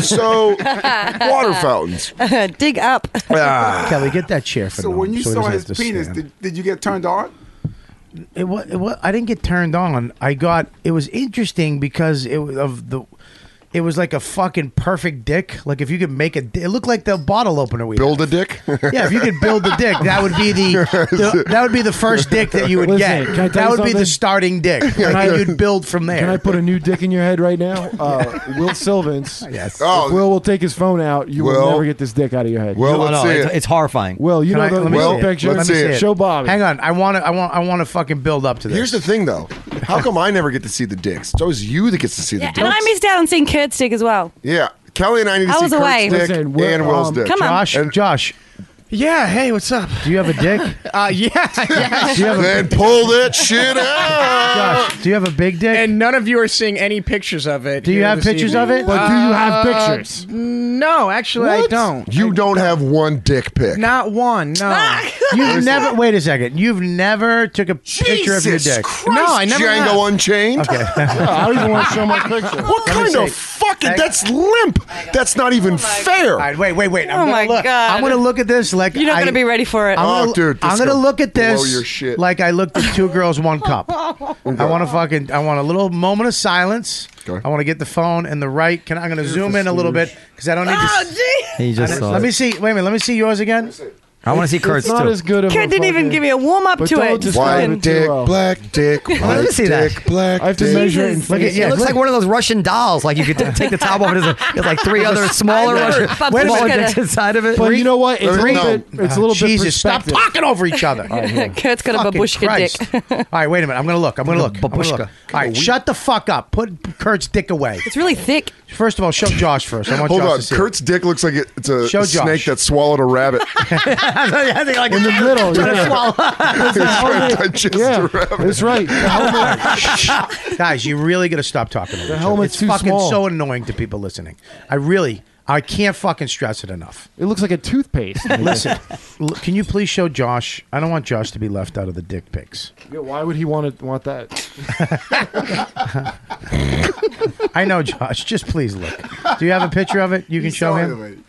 S11: so, water fountains.
S18: Dig up.
S1: Kelly, get that chair for
S8: So
S1: Noam
S8: when you
S1: so he
S8: saw
S1: doesn't
S8: his
S1: have to
S8: penis,
S1: stand.
S8: did, did you get turned on?
S1: it was, it wa- I didn't get turned on. I got it was interesting because it was of the it was like a fucking perfect dick. Like if you could make a, di- it looked like the bottle opener we
S11: Build a dick?
S1: Yeah, if you could build the dick, that would be the, the- that would be the first dick that you would
S6: Listen,
S1: get.
S6: can I tell
S1: That
S6: you
S1: would be
S6: something?
S1: the starting dick, and
S6: I-
S1: you'd build from there.
S6: Can I put a new dick in your head right now? Uh, Will Sylvans.
S1: Yes.
S11: Oh.
S6: If Will will take his phone out. You
S11: Will.
S6: will never get this dick out of your head.
S5: Oh,
S11: Well,
S5: No,
S11: Oh, let's
S5: no,
S11: see
S5: it's,
S11: it.
S5: it's horrifying.
S6: Will, you
S1: Can
S6: know
S1: I-
S6: the
S1: let me
S6: Will
S1: see it.
S6: picture.
S11: Let's see it.
S6: Show Bobby.
S1: Hang on, I want to. I want. I want to fucking build up to this.
S11: Here's the thing, though. How come I never get to see the dicks? It's always you that gets to see the
S18: Yeah,
S11: dicks.
S18: and I missed out on seeing Kurt's dick as well.
S11: yeah, Kelly and I need to
S18: I
S11: see
S18: was
S11: Kurt's
S18: away.
S11: dick
S6: Listen, we're-
S11: and Will's
S6: um,
S11: dick.
S18: Come on.
S1: Josh. Josh,
S19: Yeah, hey, what's up?
S1: do you have a dick?
S19: Uh, yeah, yeah.
S1: Do you have a
S11: Then pull that shit out.
S1: Josh, do you have a big dick?
S19: And none of you are seeing any pictures of it.
S1: Do you
S19: here
S1: have
S19: this
S1: pictures of
S19: evening.
S1: it?
S6: But do you have
S19: Uh,
S6: pictures?
S19: No, actually, I
S6: What?
S19: don't.
S11: You don't have one dick pic.
S19: Not one. No.
S1: You've never. Wait a second. You've never took a picture of your
S11: Jesus
S1: dick.
S11: Christ,
S19: No, I never
S11: Django
S19: have.
S11: Unchained.
S6: Yeah, I don't even want to show my picture.
S11: What kind of fucking? That's limp. That's not even fair.
S1: All right, wait, wait, wait. I'm
S18: Oh
S1: gonna
S18: my
S1: look.
S18: God.
S1: I'm gonna look at this like
S18: You're not
S1: I-
S18: going to be ready for it.
S1: I'm gonna,
S11: Oh, dude, this
S1: I'm gonna
S11: gonna
S1: look at
S11: blow
S1: this
S11: your shit.
S1: like I looked at two girls, one cup. I want to fucking. I want a little moment of silence.
S11: Okay.
S1: I want to get the phone and the right. Can I'm gonna zoom in a little bit because I don't need
S18: Oh,
S1: to. s-
S5: He just saw
S1: Let
S5: it.
S1: me see. Wait a minute. Let me see yours again.
S5: I want to see Kurt's
S6: It's not
S5: too.
S6: as good of
S18: Kurt
S6: a
S18: didn't even
S6: fucking-
S18: give me a warm up
S6: But
S18: to
S6: don't
S18: it.
S6: just-
S11: White
S6: Fucking-
S11: dick,
S6: Well.
S11: black dick, white
S5: see that.
S11: dick, black
S6: I have to
S11: dick.
S6: measure it. in
S1: Look at
S6: face.
S1: yeah.
S5: it looks
S1: look-
S5: like one of those Russian dolls. Like you could take the top off, and there's, a- there's like three other
S18: I've
S5: smaller
S18: never-
S5: Russian
S18: Bub's
S5: smaller
S18: just gonna-
S5: dicks inside of it.
S6: But you know what? It's a
S11: Three-
S6: little
S11: no.
S6: bit. It's a little bit.
S1: Jesus, stop
S6: perspective.
S1: talking over each other.
S18: Kurt's got a
S1: Fucking
S18: babushka
S1: Christ.
S18: dick.
S1: All right, wait a minute. I'm gonna look. I'm gonna look. I'm gonna
S5: Babushka.
S1: look. All right, shut the fuck up. Put Kurt's dick away.
S18: It's really thick.
S1: First of all, show Josh first. I want
S11: Hold
S1: Josh
S11: on,
S1: to see. it.
S11: Kurt's dick looks like it, it's a
S1: Show Josh.
S11: snake that swallowed a rabbit.
S6: in the middle. Yeah.
S11: Digest a
S6: yeah.
S11: rabbit.
S6: That's right. The helmet-
S1: Guys, you really got to stop talking about
S6: The helmet's
S1: It's
S6: too
S1: fucking
S6: small.
S1: so annoying to people listening. I really, I can't fucking stress it enough.
S6: It looks like a toothpaste.
S1: Listen, l- can you please show Josh? I don't want Josh to be left out of the dick pics.
S6: Yeah, why would he want to want that?
S1: I know, Josh. Just please look. Do you have a picture of it? You can show him.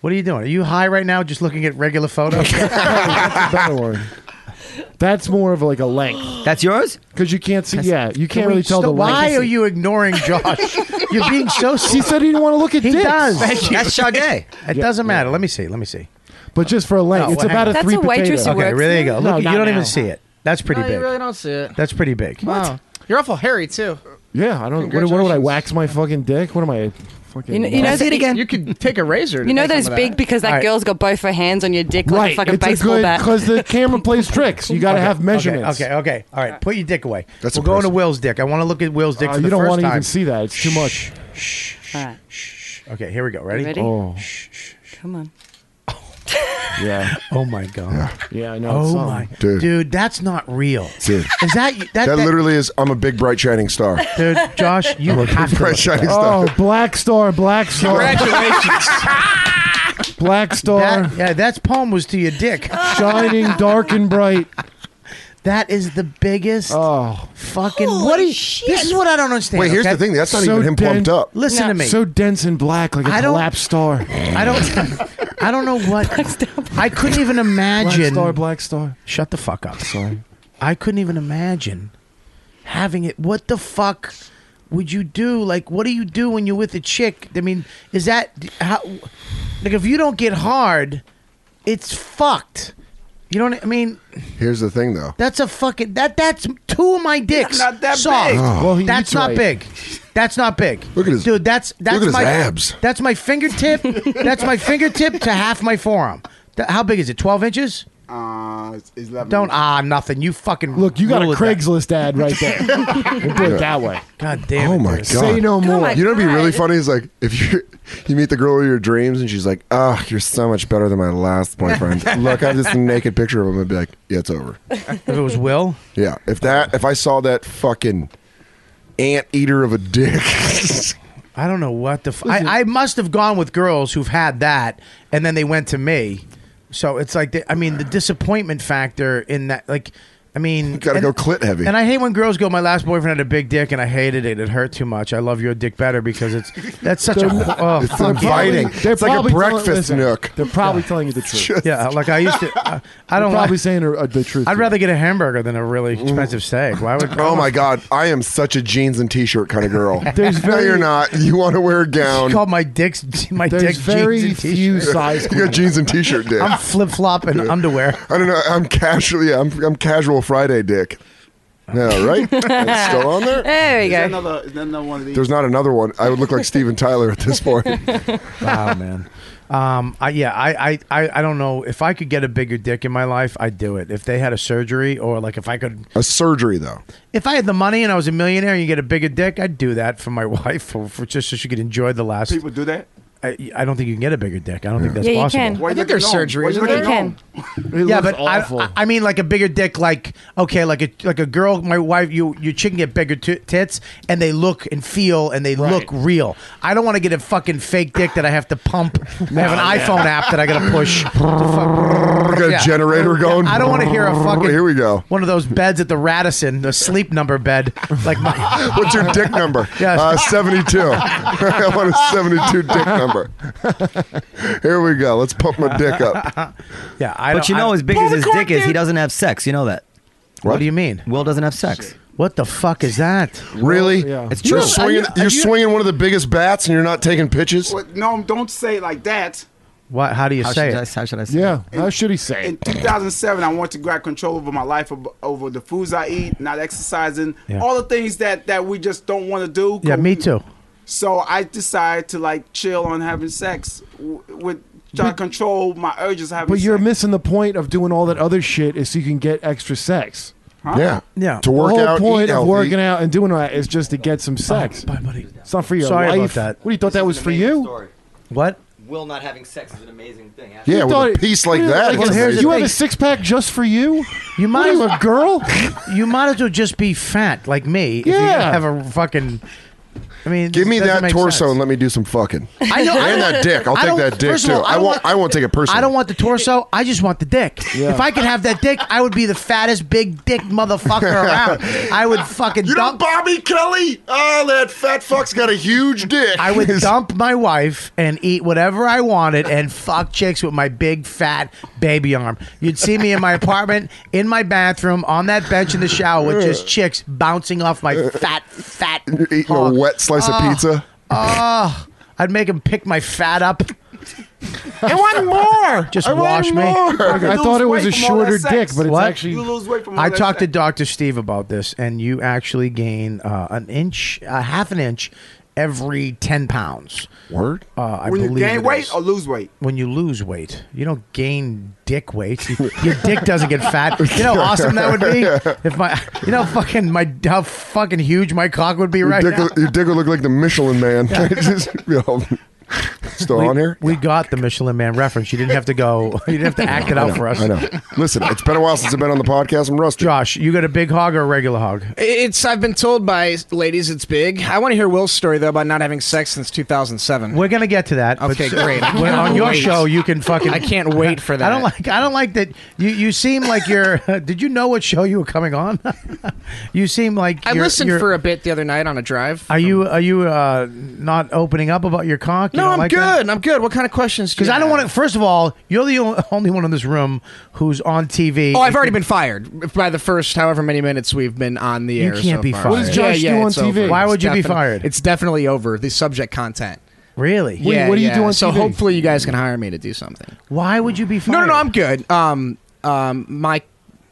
S1: What are you doing? Are you high right now? Just looking at regular photos?
S6: That's a better one. That's more of like a length
S5: That's yours.
S6: because you can't see. Yeah, you can't really tell the
S1: So why
S6: length.
S1: are you ignoring Josh? You're being so.
S6: He said he didn't want to look at
S1: He
S6: dicks,
S1: does.
S5: That's Sade.
S1: It doesn't matter. Let me see. Let me see.
S6: but just for a length,
S1: Oh,
S6: it's
S1: well, hang
S6: about a
S1: on.
S18: That's
S6: three
S18: a waitress
S6: potato.
S18: who
S1: Okay,
S18: works
S1: there you
S18: there.
S1: go.
S6: No,
S1: Look, you
S6: not
S1: don't even
S6: now.
S1: see it. That's pretty
S19: No, you
S1: big.
S19: really don't see it.
S1: That's pretty big.
S19: Wow. You're awful hairy too.
S6: Yeah, I don't. What, what would I wax my fucking dick? What am I? Fucking.
S18: You know- you know Say it the- again.
S12: You could take a razor. to
S18: You know
S12: make
S18: those
S12: some of
S18: big
S12: that.
S18: because that girl's got both her hands on your dick like a fucking
S6: it's
S18: baseball
S6: a good
S18: bat.
S6: because the camera plays tricks. You got to
S1: Okay,
S6: have measurements.
S1: Okay, okay, okay. All right, put your dick away.
S6: That's
S1: We're going to Will's dick. I want to look at Will's dick
S6: Uh,
S1: for the
S6: you don't
S1: first
S6: wanna even
S1: time.
S6: see that. It's too much.
S18: All right.
S1: Okay, here we go. Ready?
S18: You ready?
S6: Oh.
S18: Come on.
S6: Yeah.
S1: oh my god.
S6: Yeah, I
S1: Oh my dude. that's not real.
S11: Dude.
S1: Is that
S11: That, literally is. I'm a big bright shining star.
S1: Dude, Josh, you
S11: I'm a
S1: have to
S11: big bright
S1: look at
S11: shining
S1: that.
S11: star.
S6: Oh, Black Star, Black Star. Black Star.
S1: That, yeah, that's palm was to your dick.
S6: Shining dark and bright.
S1: That is the biggest
S6: oh.
S1: fucking what is This is what I don't understand.
S11: Wait, here's
S1: okay?
S11: the thing. That's not even him plumped up.
S1: Listen to me.
S6: So dense and black, like a
S1: I don't-
S6: collapsed star.
S1: I don't I don't know what I couldn't even imagine
S6: Black Star, Black Star.
S1: Shut the fuck up. Sorry. I couldn't even imagine having it. What the fuck would you do? Like, what do you do when you're with a chick? I mean, is that how? Like, if you don't get hard, it's fucked. You know what I mean?
S11: Here's the thing, though.
S1: That's a fucking that. That's two of my dicks.
S11: Not that
S1: soft.
S11: big. Oh. Well, he
S1: that's
S11: eats
S1: not
S11: right.
S1: big. That's not big. Look at his dude. That's that's
S11: look at his
S1: my
S11: abs.
S1: That's my fingertip. that's my fingertip to half my forearm. Th- How big is it? Twelve inches?
S8: Uh, it's- it's eleven.
S1: Don't ah nothing. You fucking
S6: Look, you got a
S1: rule it that-
S6: Craigslist ad right there. We'll put it that way.
S1: God damn.
S11: oh
S1: it,
S11: my
S1: dude.
S11: god!
S6: Say no Oh more. my
S11: you know, what'd be really funny is like if you you meet the girl of your dreams and she's like, "Ah, you're so much better than my last boyfriend." Look, I have this naked picture of him. I'd be like, "Yeah, it's over."
S1: If it was Will,
S11: Yeah, if that if I saw that fucking ant eater of a dick,
S1: I don't know what the. F- I, I must have gone with girls who've had that, and then they went to me. So it's like, the, I mean, the disappointment factor in that, like, I mean,
S11: gotta
S1: and-
S11: go clit heavy.
S1: And I hate when girls go, "My last boyfriend had a big dick, and I hated it. It hurt too much. I love your dick better because it's that's such a
S6: They're not-
S1: oh,
S11: It's
S1: fuck you.
S11: inviting.
S6: They're
S11: It's like a
S6: probably telling-
S11: breakfast
S6: listen,
S11: nook.
S6: They're probably telling you the truth.
S1: Yeah, like I used to. I, I
S6: They're
S1: don't
S6: probably
S1: like.
S6: saying her- uh, the truth.
S1: I'd rather get a hamburger than a really expensive steak. Why would?
S11: oh my god, I am such a jeans and t-shirt kind of girl.
S6: There's
S11: no,
S6: very-
S11: you're not. You want to wear a gown?
S1: It's called my dick's my
S6: There's
S1: dick's
S6: very
S1: jeans and
S6: few
S1: t-shirt.
S6: size
S11: you got jeans and t-shirt dick.
S1: I'm flip flop and underwear.
S11: I don't know. I'm casual. Yeah, I'm, I'm casual Friday dick. Yeah, right. That's still on there.
S18: There you
S8: Is that
S18: go.
S8: another, is that another one of these?
S11: There's not another one. I would look like Steven Tyler at this point.
S1: wow, man. Um, I, yeah, I, I, I, I don't know if I could get a bigger dick in my life, I'd do it. If they had a surgery, or like if I could,
S11: A surgery though.
S1: if I had the money and I was a millionaire, and you get a bigger dick, I'd do that for my wife, for, for just so she could enjoy the last.
S8: People do that.
S1: I, I don't think you can get a bigger dick. I don't think that's
S18: Yeah, you
S1: possible.
S18: can.
S8: Why
S12: I
S8: you
S12: think there's
S8: looking on?
S12: surgery.
S8: Why
S12: isn't
S8: you
S12: there?
S18: You can.
S1: yeah, but I, I, I mean, like a bigger dick, like okay, like a like a girl, my wife, you your chick can get bigger t- tits, and they look and feel, and they look real. I don't want to get a fucking fake dick that I have to pump. I have an iPhone app that I got to push. to fuck-
S11: We got
S1: Yeah.
S11: a generator going.
S1: I don't want to hear a fucking
S11: Here we go.
S1: one of those beds at the Radisson, the sleep number bed, like my.
S11: What's your dick number?
S1: Yeah.
S11: Uh, 72. I want a 72 dick number. Here we go. Let's pump my dick up.
S1: Yeah, I
S5: but
S1: don't,
S5: you know,
S1: I,
S5: as big as his dick is, he doesn't have sex. You know that.
S1: what? do you mean?
S5: Will doesn't have sex.
S1: What the fuck is that?
S11: Really?
S5: It's
S11: You're
S5: true.
S11: swinging,
S1: Are you-
S11: you,
S1: are
S11: are
S1: you-
S11: swinging one of the biggest bats and you're not taking pitches?
S8: What, no, don't say it like that.
S1: What? How do you
S5: How
S1: say
S5: should,
S1: it?
S5: I, how should I say?
S6: Yeah. How should he say?
S8: In
S6: it?
S8: 2007, I wanted to grab control over my life, ob- over the foods I eat, not exercising,
S1: Yeah.
S8: all the things that that we just don't want to do.
S1: yeah, me too.
S8: So I decided to like chill on having sex w- with try to control my urges. Having
S6: But you're
S8: sex.
S6: missing the point of doing all that other shit is so you can get extra sex.
S11: Yeah.
S1: Yeah.
S11: To work
S6: the whole
S11: out, eat
S6: point of
S11: healthy. Oh,
S6: working out and doing all that is just to get some sex.
S1: Bye, buddy.
S6: It's not for your
S1: Sorry about
S6: life.
S1: that.
S6: What do you thought that was for you?
S1: What?
S5: Will not having sex is an amazing thing.
S11: Yeah,
S6: You
S11: with
S6: thought
S11: a
S6: it-
S11: piece like
S6: what do you-
S11: that.
S6: like,
S1: here's
S11: it's
S1: the
S11: amazing.
S6: you have
S1: thing.
S6: a six pack just for you?
S1: You
S6: What
S1: might
S6: are
S1: as
S6: you, a girl?
S1: you might as well just be fat like me. If you're
S6: Yeah.
S1: gonna have a fucking. I mean,
S11: Give me
S1: this doesn't
S11: that
S1: make
S11: torso
S1: sense.
S11: and let me do some fucking.
S1: I know. I
S11: and
S1: don't-
S11: that dick. I'll
S1: I
S11: take
S1: don't-
S11: that dick
S1: first
S11: too.
S1: of all, I
S11: I
S1: don't
S11: won't.
S1: want-
S11: I won't take it personally.
S1: I don't want the torso. I just want the dick.
S6: Yeah.
S1: If I could have that dick, I would be the fattest big dick motherfucker around. I would fucking
S11: You know
S1: dump.
S11: Bobby Kelly? Oh, that fat fuck's got a huge dick.
S1: I would dump my wife and eat whatever I wanted and fuck chicks with my big fat baby arm. You'd see me in my apartment, in my bathroom, on that bench in the shower with just chicks bouncing off my fat, fat.
S11: You're eating a
S1: hog.
S11: wet slice of
S1: Oh.
S11: pizza.
S1: Oh, I'd make him pick my fat up.
S19: I want more.
S1: Just
S19: I
S1: wash
S19: want
S1: me.
S19: more.
S6: I thought it was a shorter dick, but it's
S1: What?
S6: actually.
S1: I talked to Doctor Steve about this, and you actually gain uh, an inch, uh, half an inch, every ten pounds.
S17: Word.
S1: Uh, I
S8: when you
S1: believe
S8: gain
S1: it
S8: weight Oh,
S1: is.
S8: or lose weight.
S1: when you lose weight, you don't gain dick weight. You- Your dick doesn't get fat. You know how awesome that would be if my, you know, fucking my how fucking huge my cock would be
S17: Your
S1: right
S17: dick,
S1: now.
S17: will- your dick will look like the Michelin Man. Just, you know, still
S1: we,
S17: on here.
S1: We got the Michelin Man reference. You didn't have to go. You didn't have to act it
S17: I
S1: out
S17: know,
S1: for us.
S17: I know. Listen, it's been a while since I've been on the podcast. I'm rusty.
S1: Josh, you got a big hog or a regular hog?
S12: It's. I've been told by ladies it's big. I want to hear Will's story though about not having sex since 2007.
S1: We're gonna get to that. but
S12: Okay,
S1: so-
S12: great. I
S1: when- on
S12: can't
S1: your
S12: wait.
S1: show, you can fucking.
S12: I can't wait for
S1: I
S12: that.
S1: don't like. I don't like that. You you seem like you're. did you know what show you were coming on? you seem like
S12: I
S1: you're-
S12: listened
S1: you're-
S12: for a bit the other night on a drive.
S1: Are you are you uh, not opening up about your cock? You
S12: No,
S1: don't
S12: I'm
S1: like
S12: good.
S1: that?
S12: I'm good. What kind of questions?
S1: Because I don't want to. First of all, you're the only- only one in this room who's on TV.
S12: Oh, I've already been fired by the first however many minutes we've been on the
S1: You
S12: air.
S1: can't
S12: so
S1: be
S12: far.
S1: fired. What does Josh
S12: yeah, yeah,
S1: do on
S12: it's
S1: TV?
S12: over.
S1: Why
S12: It's
S1: would you be
S12: defini-
S1: fired?
S12: It's definitely over. The subject content.
S1: Really?
S12: yeah, yeah. So
S1: hopefully.
S12: hopefully you guys can hire me to do something.
S1: Why would you be fired?
S12: No, no, no. I'm good. Um, um, my,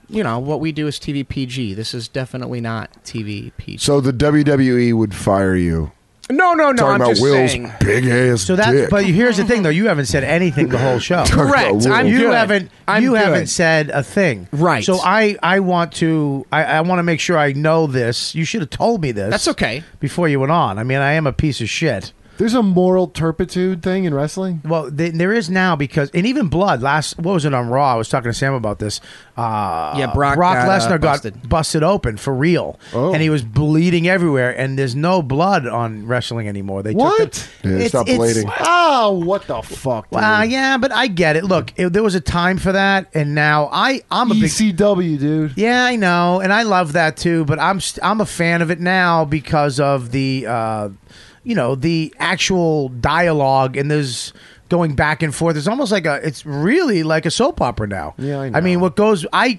S12: you know what we do is TV PG. This is definitely not TV PG.
S17: So the WWE would fire you.
S12: No, no, no.
S17: Talking
S12: I'm
S17: about
S12: just
S17: Will's
S12: saying.
S17: big ass.
S1: So that's
S17: dick.
S1: but here's the thing though you haven't said anything the whole show.
S17: Talk about Correct. I'm
S1: you
S17: good.
S1: haven't
S17: I'm
S1: you
S17: good.
S1: haven't said a thing. Right. So I I want to I, I want to make sure I know this. You should have told me this.
S12: That's okay.
S1: Before you went on. I mean I am a piece of shit.
S6: There's a moral turpitude thing in wrestling.
S1: Well, th- there is now because and even blood last what was it on Raw? I was talking to Sam about this. Uh,
S12: Yeah, Brock got, uh,
S1: Lesnar got
S12: busted.
S1: busted open for real,
S6: Oh.
S1: and he was bleeding everywhere. And there's no blood on wrestling anymore. They Took
S6: What?
S1: the, It's- it's-
S6: Oh, what the fuck? Dude.
S1: Well, yeah, but I get it. Look, it, there was a time for that, and now I I'm a
S6: ECW E dude.
S1: Yeah, I know, and I love that too. But I'm st- I'm a fan of it now because of the uh, you know the actual dialogue and there's going back and forth. It's almost like a it's really like a soap opera now.
S6: Yeah, I
S1: I mean, what goes I.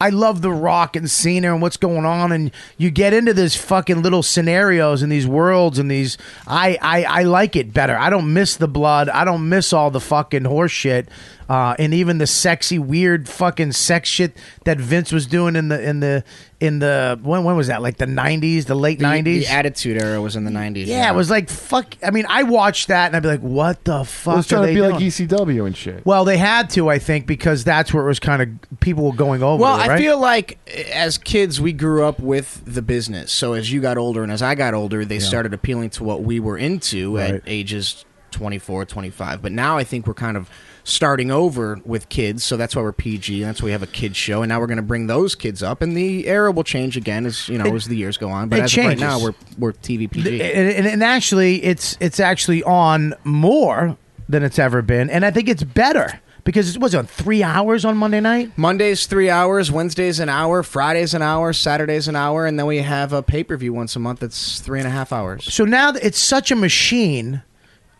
S1: I love The Rock and Cena and what's going on, and you get into this fucking little scenarios and these worlds and these. I I, I like it better. I don't miss the blood. I don't miss all the fucking horse shit, uh, and even the sexy, weird fucking sex shit that Vince was doing in the in the in the when when was that? Like the nineties, the late
S12: The-
S1: nineties.
S12: The Attitude Era was in the 90s.
S1: yeah, it was like fuck. I mean, I watched that and I'd be like, what the fuck?
S6: Well, it's
S1: are
S6: trying to
S1: they
S6: be like
S1: doing?
S6: ECW and shit.
S1: Well, they had to, I think, because that's where it was kind of people were going over.
S12: Well,
S1: it, right?
S12: I feel like eh, as kids, we grew up with the business. So as you got older and as I got older, they started appealing to what we were into at ages 24, 25. But now I think we're kind of starting over with kids. So that's why we're PG. And that's why we have a kids show. And now we're going to bring those kids up. And the era will change again as, you know,
S1: It-
S12: as the years go on. But
S1: it
S12: as
S1: changes. eh,
S12: of right now, we're, we're TV PG.
S1: and, and, and actually it's it's actually on more than it's ever been and i think it's better because it was on three hours on monday night
S12: Monday's three hours, Wednesday's an hour, Friday's an hour, Saturday's an hour, and then we have a pay per view once a month that's three and a half hours.
S1: so now that it's such a machine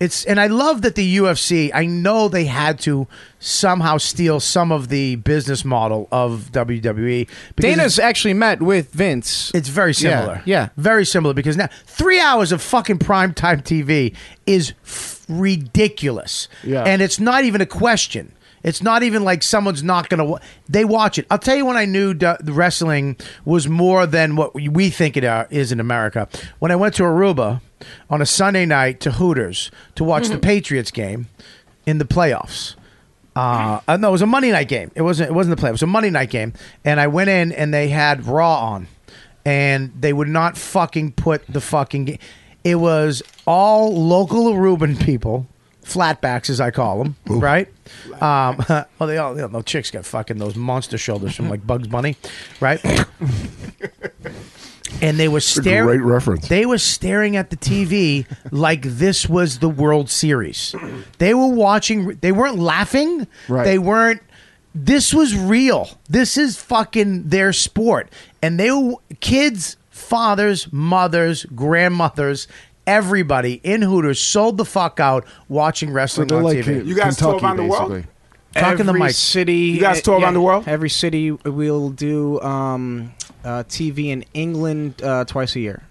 S1: it's and i love that the ufc i know they had to somehow steal some of the business model of wwe because
S12: Dana's actually met with Vince.
S1: It's very
S12: Yeah,
S1: similar.
S12: yeah.
S1: Very similar because now three hours of fucking prime time TV is f- ridiculous.
S6: Yeah.
S1: And it's not even a question. It's not even like someone's not going to. Wa- they watch it. I'll tell you when I knew du- wrestling was more than what we- we think it are, is in America. When I went to Aruba on a Sunday night to Hooters to watch the Patriots game in the playoffs. Uh, uh, no, it was a Monday night game. It wasn't. It wasn't the play. It was a Monday night game, and I went in and they had Raw on, and they would not fucking put the fucking. Ga- it was all local Aruban people, flatbacks as I call them, right? Um, well, they all you know, chicks got fucking those monster shoulders from like Bugs Bunny, right? and they were staring.
S17: great reference.
S1: They were staring at the TV like this was the World Series. They were watching. They weren't laughing.
S6: Right.
S1: They weren't. This was real. This is fucking their sport, and they were kids, fathers, mothers, grandmothers. Everybody in Hooters sold the fuck out watching wrestling
S6: they're
S1: on
S6: like
S1: TV.
S6: K- You guys tour Kentucky, around the world? basically.
S1: Talking the
S12: every
S1: mic.
S12: City, eh,
S8: You guys tour around the world?
S12: Every city will do um, uh, TV in England uh, twice a year.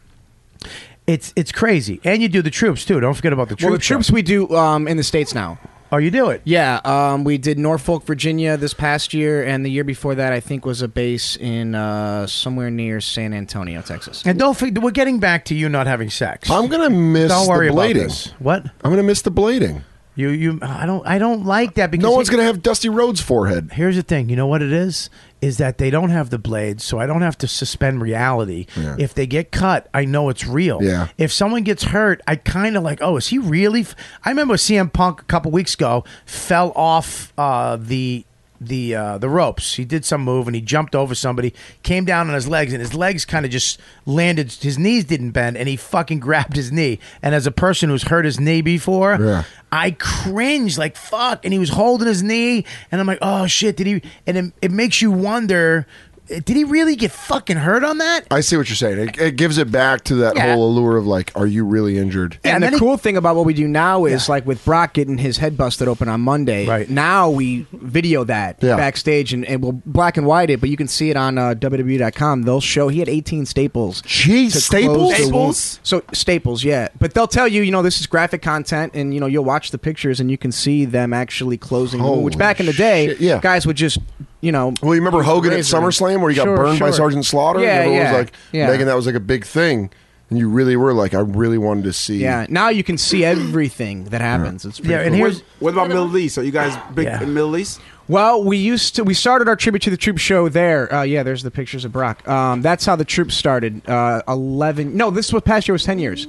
S1: It's it's crazy, and you do the troops too. Don't forget about the troops.
S12: well, the troops we do um, in the states now.
S1: Oh, you do it?
S12: Yeah. Um, we did Norfolk, Virginia this past year, and the year before that, I think, was a base in uh, somewhere near San Antonio, Texas.
S1: And don't forget, we're getting back to you not having sex.
S12: I'm
S11: gonna miss
S1: Don't worry
S11: the
S1: about
S11: blading.
S1: this. What?
S11: I'm gonna miss the blading.
S1: You, you, I don't, I don't like that because
S11: no one's
S1: he-
S11: gonna have Dusty Rhodes' forehead.
S1: Here's the thing. You know what it is? Is that they don't have the blades, so I don't have to suspend reality.
S11: Yeah.
S1: If they get cut, I know it's real.
S11: Yeah.
S1: If someone gets hurt, I kind of like, oh, is he really? F-? I remember CM Punk a couple weeks ago fell off uh, the the uh, the ropes. He did some move and he jumped over somebody, came down on his legs, and his legs kind of just landed. His knees didn't bend, and he fucking grabbed his knee. And as a person who's hurt his knee before,
S11: Yeah.
S1: I cringe like fuck. And he was holding his knee, and I'm like, oh shit, did he? And it, it makes you wonder, did he really get fucking hurt on that?
S11: I see what you're saying. It, it gives it back to that
S1: Yeah.
S11: whole allure of like, are you really injured?
S12: And, the cool thing about what we do now is like with Brock getting his head busted open on Monday. Right now we video that
S11: Yeah.
S12: backstage and, and we'll black and white it, but you can see it on uh, WWE.com. They'll show he had 18 staples.
S11: Jeez,
S12: to
S11: staples?
S12: close the
S11: Staples?
S12: wound. So staples, yeah. But they'll tell you, you know, this is graphic content, and you know you'll watch the pictures and you can see them actually closing. the wound, which
S11: Holy
S12: back in the day,
S11: shit, yeah.
S12: guys would just, you know.
S11: Well, you remember Hogan at
S12: razor.
S11: SummerSlam where he got
S12: Sure,
S11: burned by
S12: sure.
S11: Sergeant Slaughter?
S12: Yeah,
S11: and everyone
S12: yeah,
S11: was like,
S12: yeah.
S11: Megan, that was like a big thing. And you really were like, I really wanted to see.
S12: Yeah, now you can see everything that happens. It's pretty cool.
S8: what, what about Middle East? Are you guys big
S12: Yeah.
S8: in Middle East?
S12: Well, we used to. We started our tribute to the troop show there. Uh, yeah, there's the pictures of Brock. Um, that's how the troop started. Uh, Eleven. No, this was past year was ten years.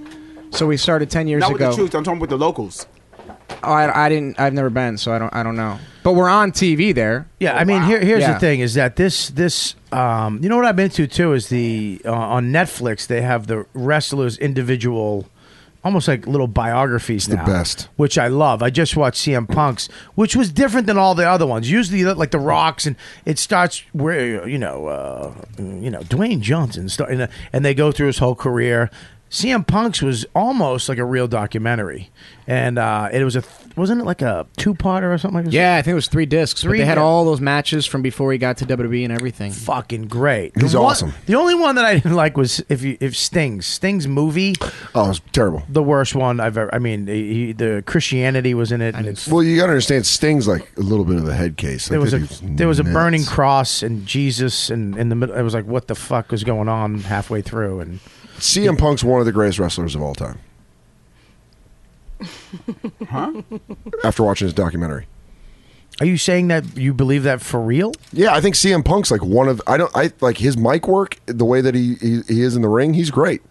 S12: So we started ten years
S8: Not with
S12: ago.
S8: the truth. I'm talking with the locals.
S12: Oh, I, I didn't. I've never been, so I don't. I don't know. But we're on TV there.
S1: Yeah, I mean, here, here's
S12: Yeah.
S1: the thing: is that this this um, you know what I've been to too is the uh, on Netflix they have the wrestlers individual, almost like little biographies.
S11: the
S1: now,
S11: best.
S1: which I love. I just watched CM Punk's, which was different than all the other ones. Usually, like the Rocks, and it starts where you know, uh, you know, Dwayne Johnson, start, and, uh, and they go through his whole career. CM Punk's was almost like a real documentary, and uh, it was a th- wasn't it like a two parter or something like that?
S12: Yeah, I think it was three discs. but
S1: Three
S12: they had
S1: di-
S12: all those matches from before he got to WWE and everything.
S1: Fucking great.
S11: He's
S1: The one-
S11: awesome.
S1: The only one that I didn't like was if you, if Sting's Sting's movie.
S11: Oh, it was terrible.
S1: The worst one I've ever. I mean, he, he- the Uh, Christianity was in it, and it's
S11: Well, you got to understand, Sting's like a little bit of the head case. Like,
S1: there was a
S11: that dude's
S1: there was a
S11: nuts.
S1: burning cross and Jesus and in the middle. It was like what the fuck was going on halfway through and.
S11: CM Punk's one of the greatest wrestlers of all time
S8: Huh?
S11: after watching his documentary.
S1: Are you saying that you believe that for real?
S11: Yeah, I think CM Punk's like one of I don't I like his mic work, the way that he he, he is in the ring, he's great.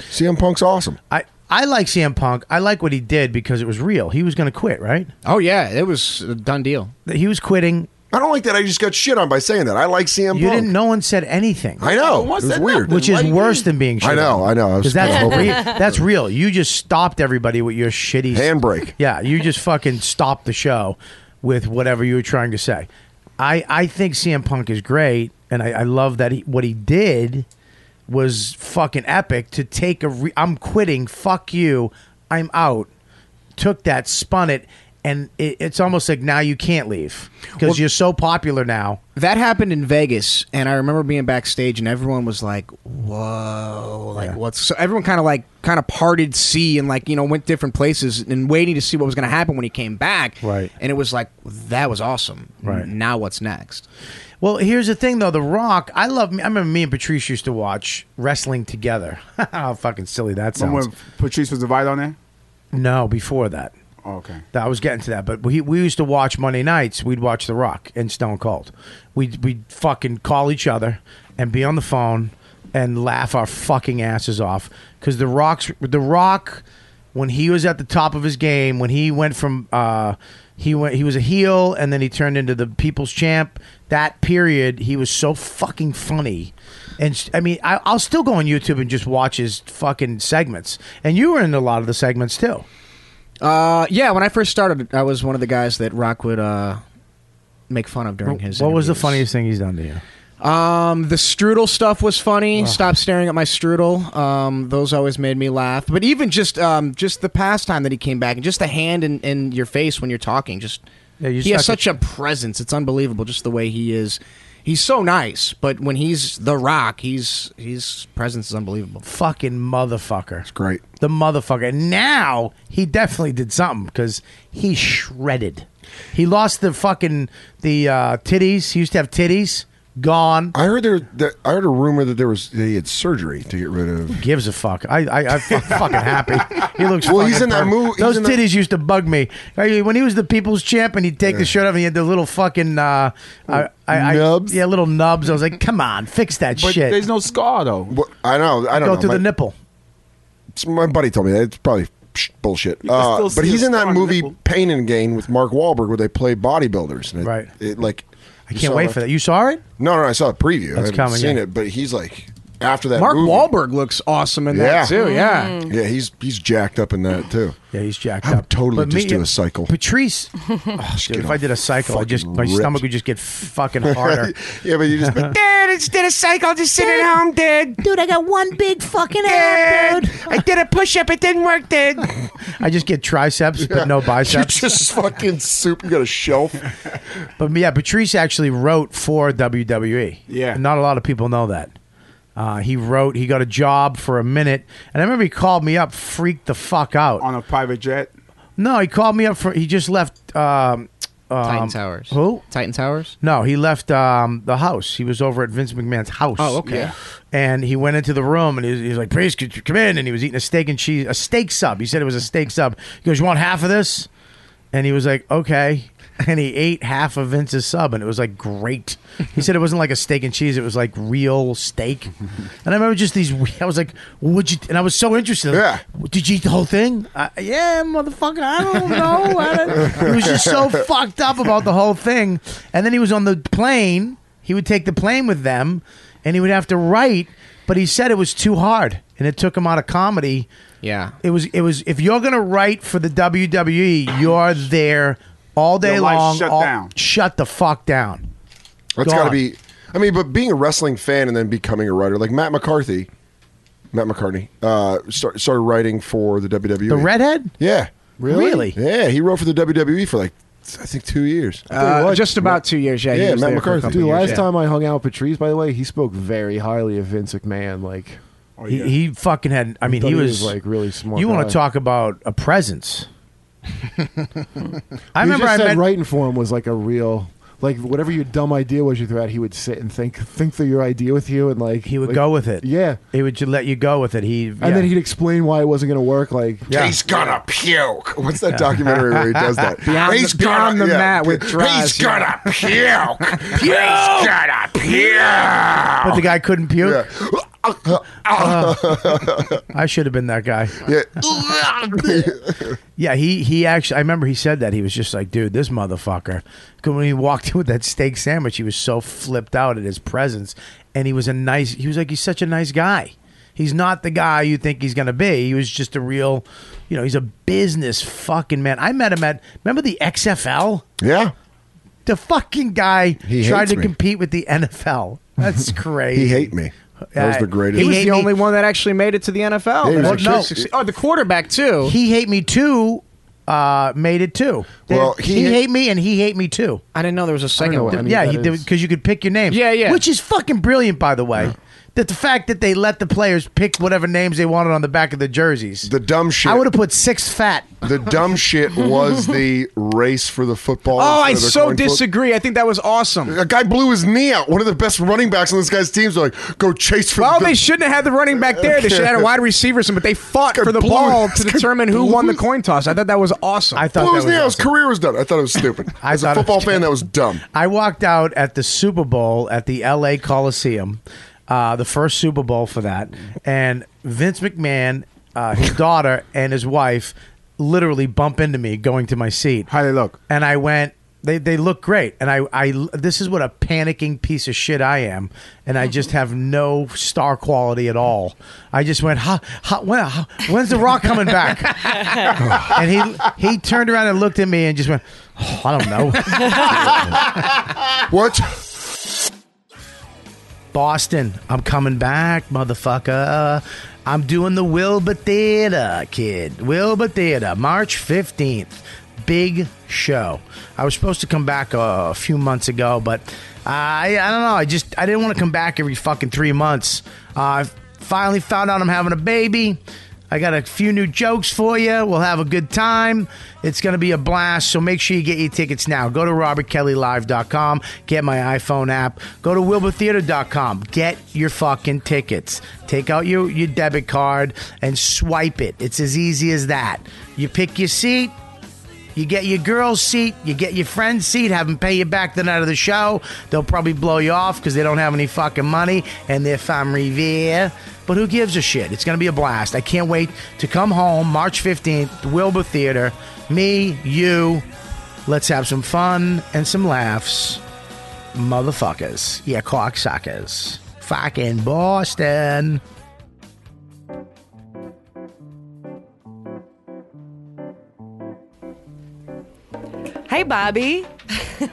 S11: CM Punk's awesome.
S1: I, I like CM Punk. I like what he did because it was real. He was going to quit, right?
S12: Oh yeah, it was a done deal.
S1: He was quitting.
S11: I don't like that. I just got shit on by saying that. I like CM
S1: You
S11: Punk.
S1: didn't. No one said anything.
S11: I
S1: No
S11: know.
S1: one
S11: It was
S1: said
S11: weird.
S1: Which is worse than being.
S11: I
S1: shitty.
S11: know, I know. I was-
S1: Because
S11: I
S1: that's
S11: was hoping-
S1: re- that's real. You just stopped everybody with your shitty
S11: handbrake.
S1: Yeah, you just fucking stopped the show with whatever you were trying to say. I I think CM Punk is great, and I, I love that he, what he did was fucking epic. To take a, re- I'm quitting. Fuck you. I'm out. Took that, spun it, and it, it's almost like now you can't leave because you're so popular now.
S12: That happened in Vegas, and I remember being backstage, and everyone was like, "Whoa!" Like, what's so? Everyone kind of like kind of parted sea, and like you know went different places, and waiting to see what was going to happen when he came back. Right. And it was like that was awesome.
S1: Right.
S12: Now what's next?
S1: Well, here's the thing, though. The Rock, I love. I remember me and Patrice used to watch wrestling together. How fucking silly that
S8: Remember
S1: sounds.
S8: when Patrice was divided on there?
S1: No, before that.
S8: Oh, Okay.
S1: That I was getting to that, but we we used to watch Monday nights. We'd watch The Rock and Stone Cold. We'd we'd fucking call each other and be on the phone and laugh our fucking asses off because The Rock's The Rock when he was at the top of his game when he went from uh he went he was a heel and then he turned into the people's champ that period he was so fucking funny and s- i mean I, i'll still go on youtube and just watch his fucking segments and you were in a lot of the segments too
S12: Uh, yeah. When I first started, I was one of the guys that Rock would uh make fun of during his.
S1: What was the
S12: interviews.
S1: funniest thing he's done to you?
S12: Um, the strudel stuff was funny.
S1: Ugh.
S12: Stop staring at my strudel. Um, those always made me laugh. But even just um, just the pastime that he came back, and just the hand in, in your face when you're talking, just
S1: you
S12: he has
S1: suck
S12: such a presence. It's unbelievable, just the way he is. He's so nice, but when he's The Rock, he's his presence is unbelievable.
S1: Fucking motherfucker. It's
S11: great.
S1: The motherfucker. Now he definitely did something because he's shredded. He lost the fucking the uh, titties. He used to have titties. Gone.
S11: I heard there. That, I heard a rumor that there was they had surgery to get rid of.
S1: gives a fuck? I, I, I'm fucking happy. He looks.
S11: Well, he's
S1: fucking
S11: in that
S1: perfect.
S11: movie. he's
S1: Those
S11: in that-
S1: titties used to bug me. I mean, When he was the people's champ and he'd take the shirt off and he had the little fucking uh, I, I, nubs. yeah, little nubs. I was like, come on, fix that
S8: But
S1: shit.
S8: there's no scar though.
S11: I know. I don't
S1: Go
S11: know.
S1: through
S11: My-
S1: the nipple.
S11: It's- My buddy told me that. It's probably psh, bullshit.
S1: You can
S11: Uh,
S1: still
S11: but
S1: see
S11: he's
S1: a
S11: in that
S1: scar
S11: movie Pain and Gain with Mark Wahlberg where they play bodybuilders. And it, right. It, like I
S1: can't wait for that. You saw it?
S11: No, no, I saw the preview. I
S1: That's
S11: haven't
S1: coming,
S11: seen
S1: yeah.
S11: it, but he's like after that.
S12: Mark
S11: movie-
S12: Wahlberg looks awesome in
S11: yeah.
S12: that too. Yeah.
S11: yeah, he's he's jacked up in that too.
S1: Yeah, he's jacked
S11: up. Totally,
S1: But
S11: just
S1: me-
S11: do a cycle.
S1: Patrice, Dude,
S11: get
S1: if I
S11: off
S1: did a cycle, I just my
S11: fucking
S1: stomach
S11: ripped.
S1: would just get fucking harder.
S11: yeah, but you just
S5: Dude, instead of cycle, just sitting at home, dude. Dude, I got one big fucking app, dude. I did a push up, it didn't work, dude.
S1: I just get triceps but no biceps.
S11: You're just fucking soup. You got a shelf.
S1: but yeah, Patrice actually wrote for WWE.
S8: Yeah.
S1: And not a lot of people know that. Uh, he wrote. He got a job for a minute, and I remember he called me up, freaked the fuck out
S8: on a private jet.
S1: No, he called me up for. He just left. Um, um,
S12: Titan Towers.
S1: Who?
S12: Titan Towers.
S1: No, he left um, the house. He was over at Vince McMahon's house.
S12: Oh, okay. Yeah.
S1: And he went into the room and he was, he was like, "Please, could you come in?" And he was eating a steak and cheese, a steak sub. He said it was a steak sub. He goes, "You want half of this?" And he was like, "Okay." And he ate half of Vince's sub, and it was like great. He said it wasn't like a steak and cheese; it was like real steak. And I remember just these. I was like, "Would you?" And I was so interested. Yeah. Did you eat the whole thing? I, yeah, motherfucker. I don't know. I don't, he was just so fucked up about the whole thing. And then he was on the plane. He would take the plane with them, and he would have to write. But he said it was too hard, and it took him out of comedy.
S12: Yeah.
S1: It was. It was. If you're gonna write for the WWE, you're there all day
S11: Your life
S1: long.
S11: shut
S1: all-
S11: down.
S1: Shut the fuck down.
S11: That's
S1: Gone.
S11: got to be. I mean, but being a wrestling fan and then becoming a writer, like Matt McCarthy, Matt McCartney, uh, start, started writing for the WWE.
S1: The redhead?
S11: Yeah.
S1: Really? Really?
S11: Yeah, he wrote for the WWE for like I think two years.
S12: Uh, just about two years. Yeah. he was
S11: Matt
S12: there for a
S11: McCarthy.
S12: couple
S6: Dude,
S12: years,
S6: last
S12: yeah.
S6: time I hung out with Patrice, by the way, he spoke very highly of Vince McMahon. Like,
S11: Oh,
S1: He, he fucking had. I mean,
S6: thought
S1: he
S6: he
S1: was,
S6: was, like, really smart
S1: You want
S6: guy.
S1: to talk about a presence? I
S6: He
S1: remember
S6: just
S1: I
S6: said
S1: met-
S6: writing for him was like a real. Like whatever your dumb idea was you threw out, he would sit and think think through your idea with you, and like he
S1: would go with it.
S6: Yeah,
S1: he would just let you go with it. He
S6: and then he'd explain why it wasn't going to work. Like
S11: He's gonna puke. What's that documentary where he does that?
S6: Beyond the-
S11: He's
S6: Beyond the Mat with
S11: He's
S6: Drash,
S11: gonna
S6: yeah.
S11: puke. He's gonna puke.
S1: but the guy couldn't puke.
S11: Uh,
S1: I should have been that guy.
S11: Yeah.
S1: Yeah, he he actually. I remember he said that he was just like, dude, this motherfucker. 'Cause when he walked in with that steak sandwich, he was so flipped out at his presence, and he was a nice. He was like, he's such a nice guy. He's not the guy you think he's gonna be. He was just a real, you know, he's a business fucking man. I met him at. Remember the XFL?
S11: Yeah.
S1: The fucking guy
S11: He
S1: tried
S11: hates
S1: to
S11: me.
S1: compete with the NFL. That's crazy.
S11: he hate me. That was the greatest.
S12: He was the only one that actually made it to the NFL.
S11: Yeah, he was
S12: That
S11: a
S12: actually
S11: kid.
S12: succeed- Oh, the quarterback too.
S1: He hate me too. Uh, made it too.
S12: Well,
S1: he,
S12: he-
S1: hate me and he hate me too.
S12: I didn't know there was a second one.
S1: yeah, he did because you could pick your names.
S12: Yeah, yeah.
S1: Which is fucking brilliant, by the way. That the fact that they let the players pick whatever names they wanted on the back of the jerseys.
S11: The dumb shit.
S1: I would have put six fat.
S11: The dumb shit was the race for the football.
S12: Oh, I
S11: instead of the
S12: so
S11: coin flip.
S12: disagree. I think that was awesome.
S11: A guy blew his knee out. One of the best running backs on this guy's teams are like, go chase for
S12: Well,
S11: the
S12: Oh, they shouldn't have had the running back there. They should have had a wide receiver, some- but they fought for the
S11: blew-
S12: ball
S11: this
S12: to
S11: guy
S12: determine who won the
S11: blew-
S12: coin toss. I thought that was awesome. I
S11: Blew his knee out. His career was done. I thought it was stupid. As a
S1: thought it
S11: football
S1: was
S11: fan, that was dumb.
S1: I walked out at the Super Bowl at the L.A. Coliseum, uh, the first Super Bowl for that, and Vince McMahon, uh, his daughter, and his wife literally bump into me going to my seat.
S8: How they look?
S1: And I went. They, they look great, and I, I this is what a panicking piece of shit I am, and I just have no star quality at all. I just went, how, how, when, how, when's the Rock coming back? and he he turned around and looked at me and just went, "Oh, I don't know.
S11: what?
S1: Boston, I'm coming back, motherfucker. I'm doing the Wilbur Theater, kid. Wilbur Theater, March 15th. Big show. I was supposed to come back uh, a few months ago, but I, I don't know. I just I didn't want to come back every fucking three months. Uh, I finally found out I'm having a baby. I got a few new jokes for you. We'll have a good time. It's going to be a blast. So make sure you get your tickets now. Go to robertkellylive.com. Get my iPhone app. Go to wilburtheater.com. Get your fucking tickets. Take out your, your debit card and swipe it. It's as easy as that. You pick your seat. You get your girl's seat, you get your friend's seat, have them pay you back the night of the show. They'll probably blow you off because they don't have any fucking money and they're from Revere. But who gives a shit? It's going to be a blast. I can't wait to come home March 15th, the Wilbur Theater. Me, you, let's have some fun and some laughs. Motherfuckers. Yeah, cocksuckers. Fucking Boston.
S6: Hey, Bobby.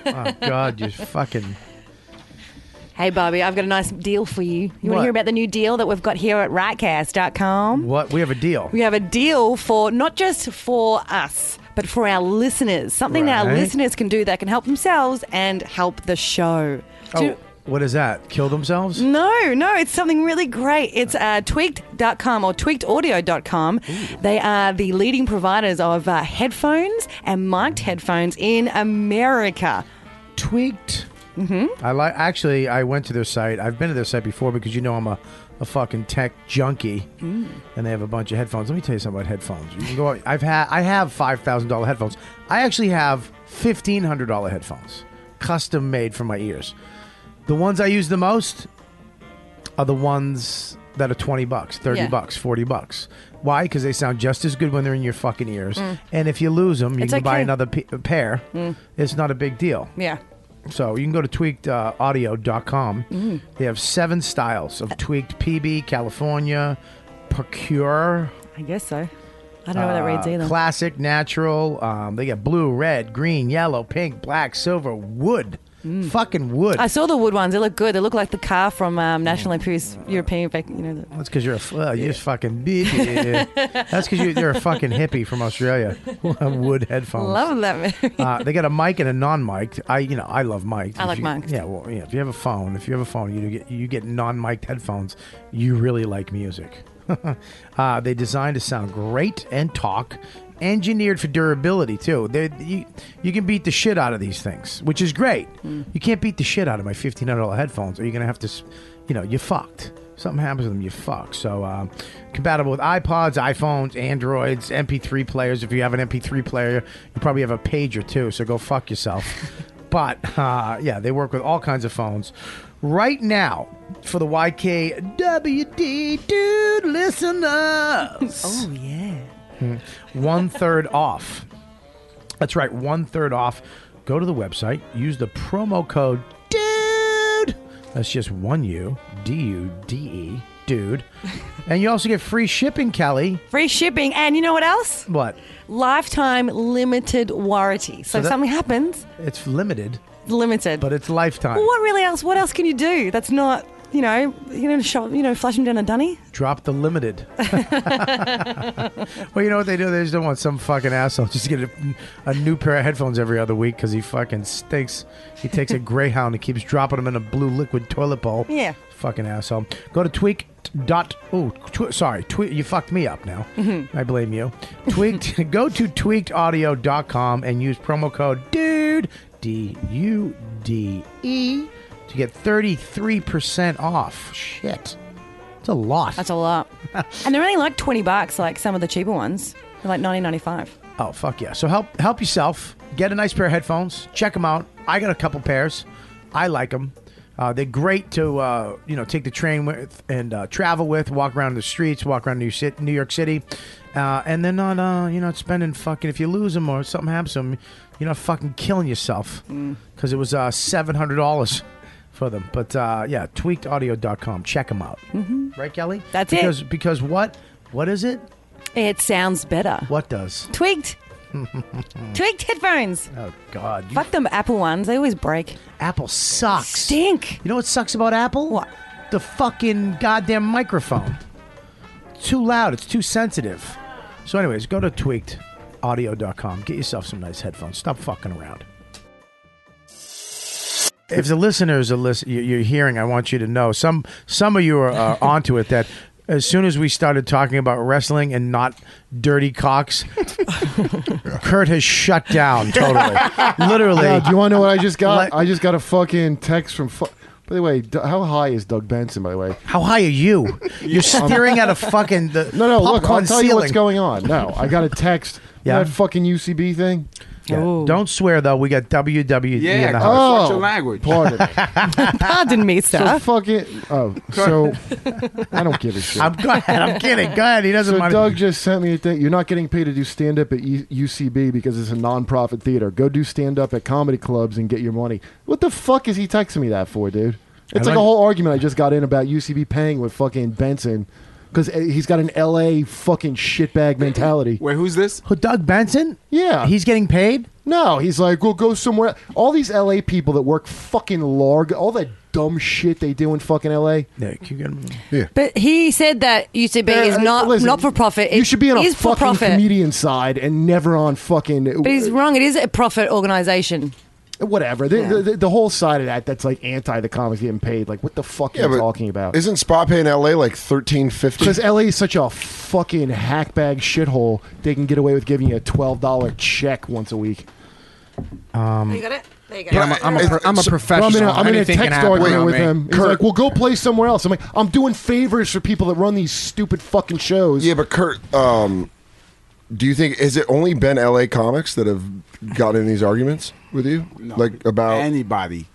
S1: Oh, God, you fucking.
S6: Hey, Bobby, I've got a nice deal for you. You
S1: What?
S6: want to hear about the new deal that we've got here at rightcast.com?
S1: What? We have a deal.
S6: We have a deal for not just for us, but for our listeners. Something that our
S1: Right.
S6: listeners can do that can help themselves and help the show. Do-
S1: Oh, what is that? Kill themselves?
S6: No, no, it's something really great. It's uh, tweaked.com or tweakedaudio.com. They are the leading providers of uh, headphones and mic'd headphones in America.
S1: Tweaked.
S6: hmm
S1: I like. Actually, I went to their site. I've been to their site before because you know I'm a, a fucking tech junkie,
S6: Mm.
S1: and they have a bunch of headphones. Let me tell you something about headphones. You can go. out- I've had. I have five thousand dollar headphones. I actually have fifteen hundred dollar headphones, custom made for my ears. The ones I use the most are the ones that are 20 bucks, 30
S6: Yeah.
S1: bucks, 40 bucks. Why? Cuz they sound just as good when they're in your fucking ears.
S6: Mm.
S1: And if you lose them, you
S6: It's
S1: can buy
S6: okay.
S1: another p- pair.
S6: Mm.
S1: It's not a big deal.
S6: Yeah.
S1: So you can go to uh, tweakedaudio.com.
S6: Mm.
S1: They have seven styles of tweaked PB, California, Procure.
S6: I guess so. I don't know what that reads
S1: uh,
S6: either.
S1: Classic, natural. Um, they got blue, red, green, yellow, pink, black, silver, wood. Fucking wood.
S6: Mm. I saw the wood ones. They look good. They look like the car from
S1: Mm.
S6: um, National Lampoon's European. Vac- You know, the-
S1: That's because you're a f- uh, you're just fucking bitch. That's because you, you're a fucking hippie from Australia. Wood headphones.
S6: love that. movie.
S1: Uh, they got a mic and a non-mic. I, you know, I love mic.
S6: I like mic'd.
S1: Yeah, well, yeah. If you have a phone, if you have a phone, you get you get non-mic headphones. You really like music. uh, they designed to sound great and talk. Engineered for durability too. They, you, you can beat the shit out of these things, which is great. You can't beat the shit out of my fifteen hundred dollar headphones, or you're gonna have to, s- you know, you're fucked. Something happens to them, you fuck. So um, compatible with iPods, iPhones, Androids, MP3 players. If you have an MP3 player, you probably have a pager too. So go fuck yourself. but uh, yeah, they work with all kinds of phones. Right now, for the YKWD dude listeners, oh
S6: yeah,
S1: one third Hmm. off. That's right, one third off. Go to the website, use the promo code DUDE. That's just one U, D U D E, dude. and you also get free shipping, Kelly.
S6: Free shipping, and you know what else?
S1: What?
S6: Lifetime limited warranty. So,
S1: So
S6: if
S1: that-
S6: something happens,
S1: It's limited.
S6: Limited.
S1: But it's lifetime.
S6: well, what really else? What else can you do? That's not you know you know shove, you know flush them down a dunny.
S1: Drop the limited. well, you know what they do? They just don't want some fucking asshole just to get a, a new pair of headphones every other week because he fucking stinks. He takes a greyhound and keeps dropping them in a blue liquid toilet bowl.
S6: Yeah.
S1: Fucking asshole. Go to tweak dot. Oh, tw- sorry. Tweak. You fucked me up now. I blame you. Tweaked. go to tweakedaudio.com and use promo code DUDE D U D E to get thirty three percent off. Shit. It's a lot.
S6: That's a lot, and they're only like twenty bucks. Like some of the cheaper ones, they're like nineteen ninety five.
S1: Oh fuck yeah! So help help yourself. Get a nice pair of headphones. Check them out. I got a couple pairs. I like them. Uh, they're great to uh, you know take the train with and uh, travel with. Walk around the streets. Walk around New, Cit- New York City. Uh, and they're not uh, you're not spending fucking if you lose them or something happens to them, you're not fucking killing yourself
S6: Mm.
S1: because it was uh, seven hundred dollars for them. But uh, yeah, tweakedaudio.com. Check them out. Mm-hmm. Right, Kelly?
S6: That's
S1: because
S6: it.
S1: because what what is it?
S6: It sounds better.
S1: What does?
S6: Tweaked, tweaked headphones.
S1: Oh God! You
S6: Fuck them Apple ones. They always break.
S1: Apple sucks.
S6: Stink.
S1: You know what sucks about Apple? What? The fucking goddamn microphone. It's too loud. It's too sensitive. So, anyways, go to tweakedaudio.com. Get yourself some nice headphones. Stop fucking around. if the listeners are listen, you- you're hearing, I want you to know some some of you are, are onto it that as soon as we started talking about wrestling and not dirty cocks, Kurt has shut down totally, literally.
S6: Yeah, do you want to know what I just got? I just got a fucking text from. Fu- by the way, D- how high is Doug Benson? By the way,
S1: how high are you? You're staring at a fucking the
S6: no, no. Look, I'll
S1: popcorn
S6: tell you what's
S1: ceiling.
S6: going on. No, I got a text.
S1: Yeah.
S6: that fucking UCB thing.
S1: Yeah. Don't swear though. We got WWE in the house.
S6: oh, Pardon me.
S18: Pardon me,
S6: So
S18: sir.
S6: fucking. Oh, so I don't give a shit.
S1: I'm- go ahead, I'm kidding. Go ahead, he doesn't
S6: Oh. So
S1: mind.
S6: Doug just sent me a thing. You're not getting paid to do stand up at U- UCB because it's a nonprofit theater. Go do stand up at comedy clubs and get your money. What the fuck is he texting me that for, dude?
S1: I
S6: It's like
S1: like-
S6: a whole argument I just got in about UCB paying with fucking Benson because he's got an LA fucking shitbag mentality.
S8: Wait, who's this?
S1: Who, Doug Benson?
S6: Yeah.
S1: He's getting paid?
S6: No, he's like, we'll go somewhere. All these LA people that work fucking larg, all that dumb shit they do in fucking LA.
S1: Yeah, keep getting.
S6: Yeah.
S20: But he said that UCB
S6: Uh,
S20: is
S6: uh,
S20: not
S6: listen,
S20: not for profit.
S6: You should be on
S20: it
S6: a
S20: is for
S6: fucking
S20: profit.
S6: comedian side and never on fucking.
S20: But he's wrong. It is a profit organization.
S6: whatever. The, the, the whole side of that that's like anti the comics getting paid. Like, what the fuck
S17: Yeah,
S6: are you
S17: but
S6: talking about?
S17: Isn't spot pay in L.A. like thirteen fifty?
S6: Because LA is such a fucking hackbag shithole, they can get away with giving you a twelve dollar check once a week.
S20: you got it. There you go.
S6: Yeah, I'm in a, I'm in a text argument with him. He's like, "Well, go play somewhere else." I'm like, "I'm doing favors for people that run these stupid fucking shows."
S17: Yeah, but Kurt, um, do you think is it only been L.A. comics that have gotten in these arguments with you, like about anybody?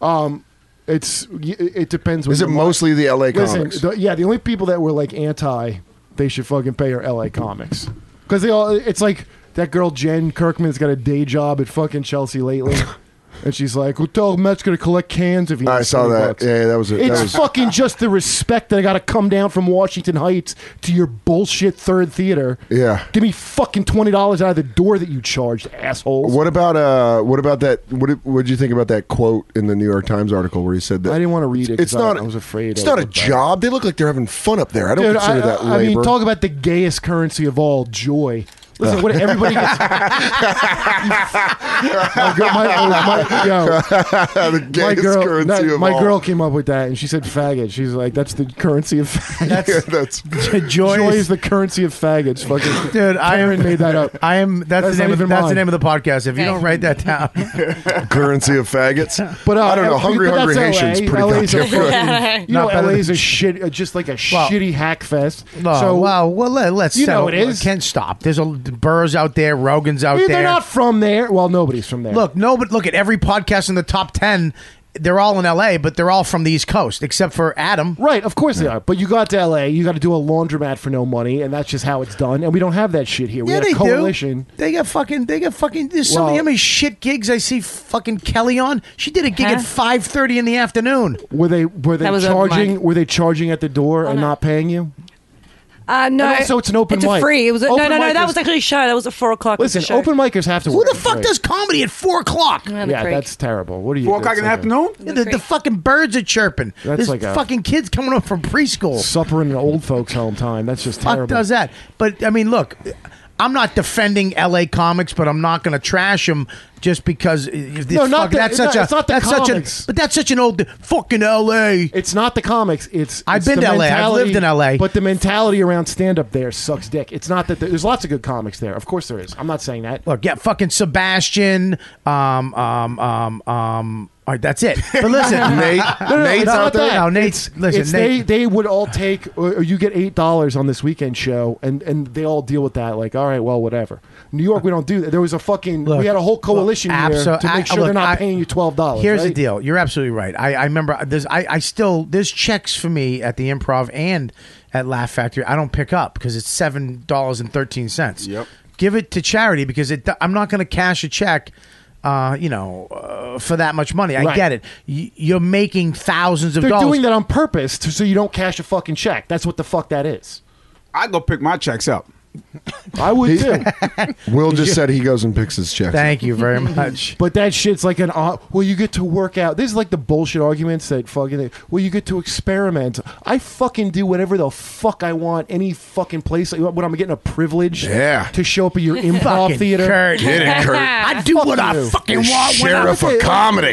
S6: Um, it's y- it depends.
S17: Is
S6: what
S17: it
S6: you want.
S17: mostly the LA
S6: Listen,
S17: comics?
S6: the- yeah, the only people that were like anti, they should fucking pay are LA comics because they all. It's like that girl Jen Kirkman's got a day job at fucking Chelsea lately. And she's like, "Well, tell Matt's gonna collect cans if you."
S17: I saw that. Yeah, that was it. That
S6: It's
S17: was-
S6: fucking just the respect that I got to come down from Washington Heights to your bullshit third theater.
S17: Yeah.
S6: give me fucking twenty dollars out of the door that you charged, assholes.
S17: What about uh? What about that? What What did you think about that quote in the New York Times article where he said that?
S6: I didn't want to read it.
S17: It's
S6: 'cause
S17: not.
S6: I, I was afraid.
S17: It's
S6: I
S17: not a
S6: would-
S17: job. They look like they're having fun up there. I don't
S6: Dude,
S17: consider that labor.
S6: I mean, talk about the gayest currency of all, joy. Listen, what everybody gets. my, girl- my- oh, my- yo.
S17: The
S6: My
S17: gayest
S6: girl,
S17: currency
S6: no,
S17: of
S6: my
S17: all.
S6: girl came up with that, and she said faggot. She's like, that's the currency of faggots.
S17: Yeah, that's
S1: joy
S6: Joy
S1: is-
S6: is the currency of faggots. Fucking
S1: Dude, I am,
S6: Karen made that up.
S1: I am. That's, the
S6: That's
S1: name.
S6: not
S1: Of,
S6: even
S1: that's the
S6: mine.
S1: name of the podcast. If you
S6: Okay.
S1: don't write that down,
S17: currency of faggots.
S6: But uh,
S17: I don't know.
S6: but
S17: Hungry,
S6: that's
S17: hungry
S6: LA.
S17: Haitians. Pretty
S6: LA's a
S17: goddamn good.
S6: fucking- You know, LA's a shit, uh, just like a shitty hack fest.
S1: No,
S6: so,
S1: well, Oh, well, let, let's
S6: you know
S1: settle.
S6: it is.
S1: Can't stop. There's a Burr's out there. Rogan's out
S6: They're
S1: there.
S6: not from there. Well, nobody's from there.
S1: Look, no, but look at every podcast in the top ten. They're all in L.A., but they're all from the East Coast, except for Adam.
S6: Right, of course they are. But you got to LA, you got to do a laundromat for no money, and that's just how it's done. And we don't have that shit here. We
S1: yeah,
S6: had
S1: they
S6: a coalition.
S1: do. They got fucking. They got fucking. There's so many,
S6: Well-
S1: how many shit gigs I see. Fucking Kelly on. She did a gig at five thirty in the afternoon.
S6: Were they were they
S1: That was open
S6: charging?
S1: mic.
S6: Were they charging at the door and not paying you?
S20: Oh, Uh, no,
S6: And also it's an open
S20: it's a
S6: mic.
S20: free. It was a, no,
S6: Open
S20: no, no.
S6: mic
S20: That
S6: is-
S20: was actually a show. That was at four o'clock. was
S6: Listen,
S20: the show.
S6: open mic have to.
S1: Who
S6: work
S1: the fuck
S6: free.
S1: does comedy at four o'clock?
S20: Yeah,
S6: Yeah, that's terrible. What are you?
S1: Four o'clock
S6: that's
S1: in the
S6: like a-
S1: afternoon? The, the fucking birds are chirping.
S6: That's
S1: There's
S6: like a-
S1: fucking kids coming up from preschool.
S6: Supper in an old folks' home time. That's just
S1: fuck
S6: terrible.
S1: does that? But I mean, look, I'm not defending L.A. comics, but I'm not going to trash them just because if this
S6: No, not
S1: fuck-
S6: the-
S1: that's
S6: no,
S1: such a
S6: it's not the
S1: that's
S6: comics.
S1: such a but that's such an old fucking L.A.
S6: It's not the comics. It's
S1: I've
S6: it's
S1: been
S6: the
S1: to LA. I've
S6: mentality-
S1: lived in LA.
S6: But the mentality around stand up there sucks dick. It's not that there- there's lots of good comics there. Of course there is. I'm not saying that.
S1: Look, yeah, fucking Sebastian. Um, um, um, um. All right, that's it. But listen,
S6: no, no, no, it's not that.
S1: No, Nate's.
S6: It's-
S1: listen,
S6: it's
S1: Nate,
S6: they they would all take or, or you get eight dollars on this weekend show, and and they all deal with that. Like, all right, well, whatever. New York, we don't do that. There was a fucking
S1: Look,
S6: we had a whole coalition
S1: look,
S6: here
S1: abso-
S6: to
S1: I-
S6: make sure
S1: look,
S6: they're not
S1: I-
S6: paying you twelve dollars.
S1: Here's the
S6: right?
S1: deal. You're absolutely right. I, I remember there's I, I still there's checks for me at the improv and at Laugh Factory. I don't pick up because it's seven dollars and thirteen cents. Yep. Give it to charity because it I'm not going to cash a check. Uh, you know, uh, for that much money, I
S6: Right.
S1: get it. Y- you're making thousands of
S6: They're
S1: dollars.
S6: doing that on purpose to, so you don't cash a fucking check. That's what the fuck that is.
S8: I go pick my checks up.
S6: I would too.
S11: Will just said he goes and picks his checks.
S1: Thank you very much.
S6: But that shit's like an uh, well, you get to work out. This is like the bullshit arguments that fucking well, you get to experiment. I fucking do whatever the fuck I want, any fucking place. Like, When I'm getting a privilege,
S11: Yeah.
S6: to show up at your improv
S11: Fucking
S6: theater.
S11: Kurt. Get it, Kurt. I
S6: do
S11: what I fucking want when I- Sheriff of comedy.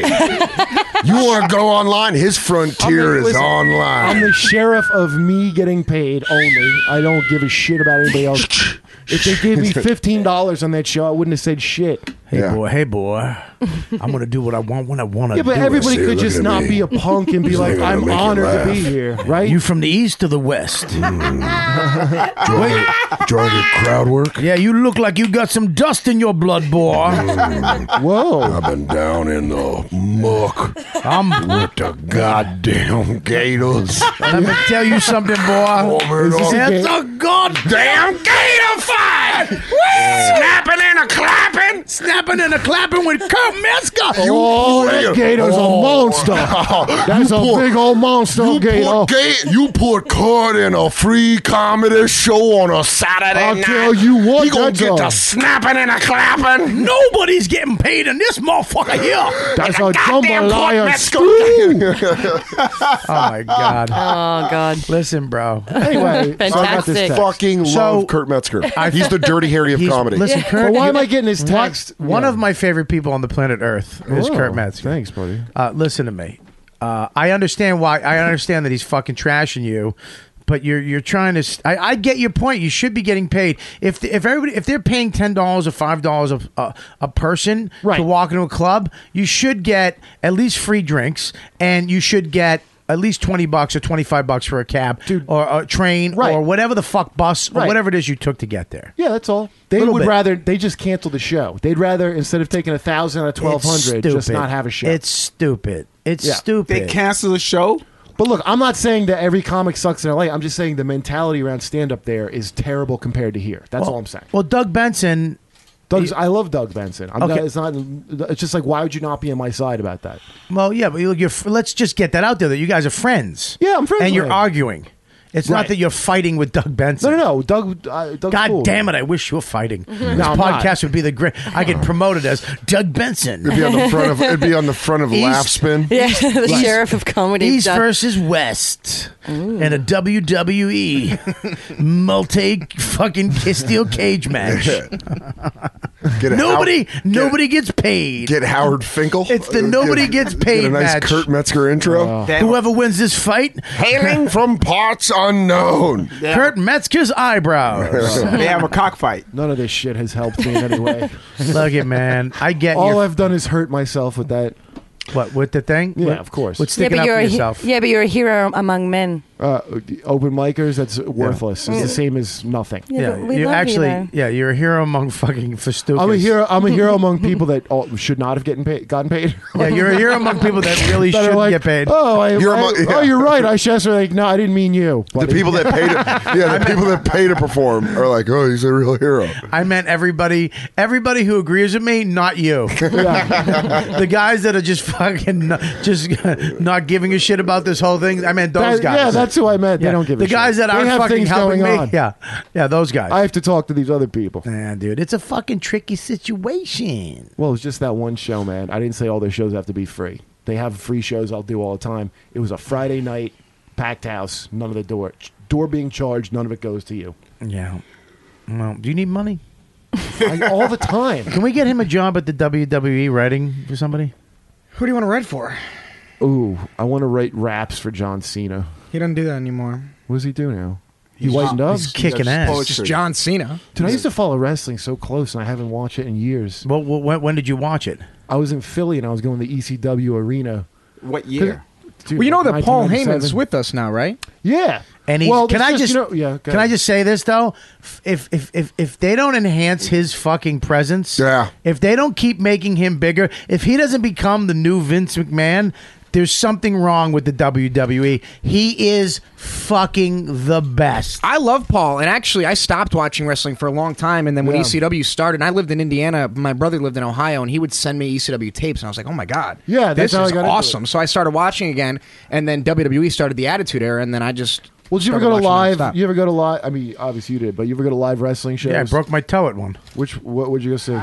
S11: You want to go online? His frontier is
S6: Listen,
S11: online.
S6: I'm the sheriff of me getting paid only. I don't give a shit about anybody else. If they gave me fifteen dollars on that show, I wouldn't have said shit.
S1: Hey boy, hey boy. I'm gonna do what I want when I want to.
S6: Yeah, but everybody could just not be a punk and be like, "I'm honored to be here." right?
S1: You from the east to the west.
S11: Trying to crowd work.
S1: Yeah, you look like you got some dust in your blood, boy.
S6: Whoa!
S11: I've been down in the muck.
S1: I'm
S11: with the goddamn gators.
S1: Let me tell you something, boy.
S11: Over
S1: Is this a
S11: it's
S1: ga-
S11: a goddamn gator fight! Woo! Snapping and a clapping!
S1: Snapping and a clapping with Kurt Metzger!
S11: You
S6: Oh,
S11: poor-
S6: that gator's
S11: Oh.
S6: a monster. That's
S11: You
S6: a
S11: poor-
S6: big old monster gator.
S11: Put gay- you put Cud in a free comedy show on a Saturday
S6: I'll
S11: night.
S6: tell you what,
S11: he gonna
S6: that's
S11: get
S6: a-
S11: the snapping and a clapping.
S1: Nobody's getting paid in this motherfucker here.
S6: That's a
S11: Goddamn Cud
S6: jambalaya
S11: Metzger.
S1: Oh my god. Oh god. Listen, bro.
S6: Anyway, so I got this Fantastic. text.
S11: fucking
S1: So-
S11: love Kurt Metzger.
S1: I-
S11: He's the Dirty Harry of
S1: He's-
S11: comedy.
S1: Listen, Kurt.
S6: But why
S1: you-
S6: am I getting his
S1: one-
S6: text?
S1: One, of my favorite people on the planet Earth is
S6: Oh,
S1: Kurt Metzger.
S6: Thanks, buddy.
S1: Uh, listen to me. Uh, I understand why. I understand that he's fucking trashing you, but you're you're trying to. s- I, I get your point. You should be getting paid. If the, if everybody if they're paying ten dollars or five dollars a a- a person to walk into a club, you should get at least free drinks, and you should get. At least twenty bucks or twenty five bucks for a cab or a train or whatever the fuck bus or
S6: Right.
S1: whatever it is you took to get there.
S6: Yeah, that's all. They
S1: Little
S6: would
S1: bit.
S6: rather they just cancel the show. They'd rather instead of taking a thousand out of twelve hundred,
S1: It's
S6: just
S1: stupid.
S6: not have a show.
S1: It's stupid. It's
S6: Yeah.
S1: stupid.
S6: cancel the show. But look, I'm not saying that every comic sucks in LA. I'm just saying the mentality around stand up there is terrible compared to here. That's
S1: Well-
S6: all I'm saying.
S1: Well, Doug Benson.
S6: Doug's, I love Doug Benson. I'm
S1: Okay.
S6: not, it's not. It's just like why would you not be on my side about that?
S1: Well, yeah, but you're, you're, let's just get that out there that you guys are friends.
S6: Yeah, I'm friends
S1: And
S6: with
S1: you're
S6: him.
S1: arguing. It's not
S6: Right.
S1: that you're fighting with Doug Benson.
S6: No, no, no. Doug. Uh, Doug's
S1: God
S6: cool.
S1: damn it! I wish you were fighting. this
S6: I'm
S1: podcast
S6: not.
S1: would be the great. I could promote it as Doug Benson.
S11: It'd be on the front of it'd be on the front of
S1: East-
S11: Laughspin.
S20: Yeah, the sheriff of comedy.
S1: East
S20: Doug-
S1: versus West, and a WWE multi fucking steel cage match.
S11: Get a
S1: nobody,
S11: Howard-
S1: nobody gets paid.
S11: Get Howard Finkel.
S1: It's the nobody gets paid
S11: Get a nice
S1: match.
S11: Kurt Metzger intro.
S1: Whoever wins this fight,
S11: hailing from parts unknown.
S1: Kurt Metzger's eyebrows.
S8: They have a cockfight.
S6: None of this shit has helped me in any way.
S1: Look it, man. I get
S6: all
S1: your,
S6: I've done is hurt myself with that.
S1: what with the thing.
S6: Yeah,
S1: What-
S6: of course.
S1: What's sticking
S20: yeah,
S1: up
S20: but
S1: for
S20: you're a, he-
S1: yourself?
S20: Yeah, but you're a hero among men.
S6: Uh, open micers, that's worthless. It's
S20: Yeah.
S6: the same as nothing.
S20: Yeah, but we love
S1: you're
S20: you,
S1: actually,
S20: though.
S1: yeah, you're a hero among fucking festucas.
S6: I'm a hero. I'm a hero among people that all, should not have gotten paid. Gotten paid.
S1: Yeah, you're a hero among people that really
S6: That are
S1: shouldn't
S6: like,
S1: get paid.
S6: Oh, I,
S11: You're
S6: I-
S11: among- yeah.
S6: oh, you're right. I should have like, no, I didn't mean you.
S11: The
S6: buddy."
S11: people that pay to yeah, the people that pay to perform are like, oh, he's a real hero.
S1: I meant everybody, everybody who agrees with me, not you. the guys that are just fucking, not, just not giving a shit about this whole thing. I meant those
S6: That-
S1: guys.
S6: Yeah, that's who I meant.
S1: Yeah.
S6: They don't give
S1: the
S6: a shit.
S1: guys that
S6: They
S1: aren't
S6: have
S1: fucking
S6: things
S1: helping
S6: going
S1: me.
S6: on.
S1: Yeah, yeah, those guys.
S6: I have to talk to these other people.
S1: Man, dude, it's a fucking tricky situation.
S6: Well, it's just that one show, man. I didn't say all their shows have to be free. They have free shows I'll do all the time. It was a Friday night, packed house, none of the door door being charged, none of it goes to you.
S1: Yeah. Well, do you need money?
S6: I, all the time.
S1: Can we get him a job at the WWE writing for somebody?
S12: Who do you want to write for?
S6: Ooh, I want to write raps for John Cena.
S12: He doesn't do that anymore.
S6: What does he do now? He whitened up.
S1: He's kicking ass.
S12: It's just John Cena.
S6: Dude, I used to follow wrestling so close, and I haven't watched it in years.
S1: Well, well, when, when did you watch it?
S6: I was in Philly, and I was going to the ECW arena.
S8: What year?
S6: Dude,
S12: well, you know that Paul
S6: 1997.
S12: Heyman's with us now, right?
S6: Yeah,
S1: And he's,
S6: Well,
S1: can
S6: it's
S1: I just,
S6: you know- yeah? go
S1: can I
S6: ahead.
S1: just say this though? F- If if if if they don't enhance his fucking presence, yeah. If they don't keep making him bigger, if he doesn't become the new Vince McMahon, there's something wrong with the WWE. He is fucking the best.
S12: I love Paul, and actually, I stopped watching wrestling for a long time. And then when
S1: Yeah.
S12: ECW started, and I lived in Indiana, my brother lived in Ohio, and he would send me ECW tapes, and I was like, "Oh my god,
S6: Yeah, that's
S12: this
S6: how I
S12: is
S6: got into
S12: E awesome!" So I started watching again, and then WWE started the Attitude Era, and then I just
S11: Well, did you ever
S1: Started
S11: go to
S1: watching
S11: live?
S1: nonstop.
S11: You ever go to live? I mean, obviously you did, but you ever go to live wrestling shows?
S1: Yeah, I broke my toe at one.
S11: Which what would you go see?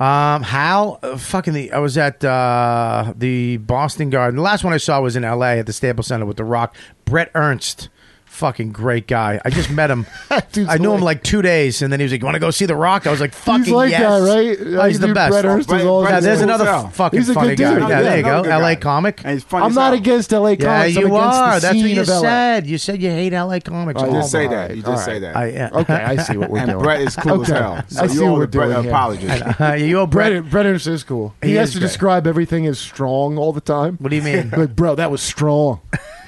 S1: Um, how uh, fucking the I was at uh, the Boston Garden. The last one I saw was in L.A. at the Staples Center with The Rock. Brett Ernst, fucking great guy. I just met him. I knew him like two days, and then he was like, "You want to go see The Rock?" I was like, "fucking
S11: like
S1: yes,
S11: that, right?
S1: Oh,
S11: Like,
S1: he's the
S11: dude,
S1: best.
S11: Brett Ernst is all-
S1: Yeah, there's another
S11: Brett Ernst is
S1: fucking
S11: a good
S1: funny guy.
S11: dude.
S1: Yeah,
S11: Yeah,
S1: there you go.
S11: another good
S1: L.A.
S11: guy.
S1: comic.
S11: I'm not against LA comics.
S1: Yeah,
S11: I'm
S1: you
S11: against
S1: are.
S11: The
S1: That's what
S11: scene
S1: you
S11: of LA.
S1: said. You said you hate LA comics.
S11: I
S1: Oh,
S11: did say
S1: my.
S11: that. You did
S1: All
S11: say that.
S1: I, yeah.
S11: Okay, I see what we're
S1: And
S11: doing.
S1: Brett is cool as
S11: Okay.
S1: hell. So
S11: I
S1: you
S11: see
S1: owe
S11: what we're
S1: Brett
S11: doing.
S1: an
S11: here.
S1: apology. Uh, you owe Brett-
S11: Brett, Brett Ernst is cool. He,
S1: He
S11: has
S1: is
S11: to
S1: great.
S11: describe everything as strong all the time. What
S1: do you mean?
S11: like, bro, that was strong.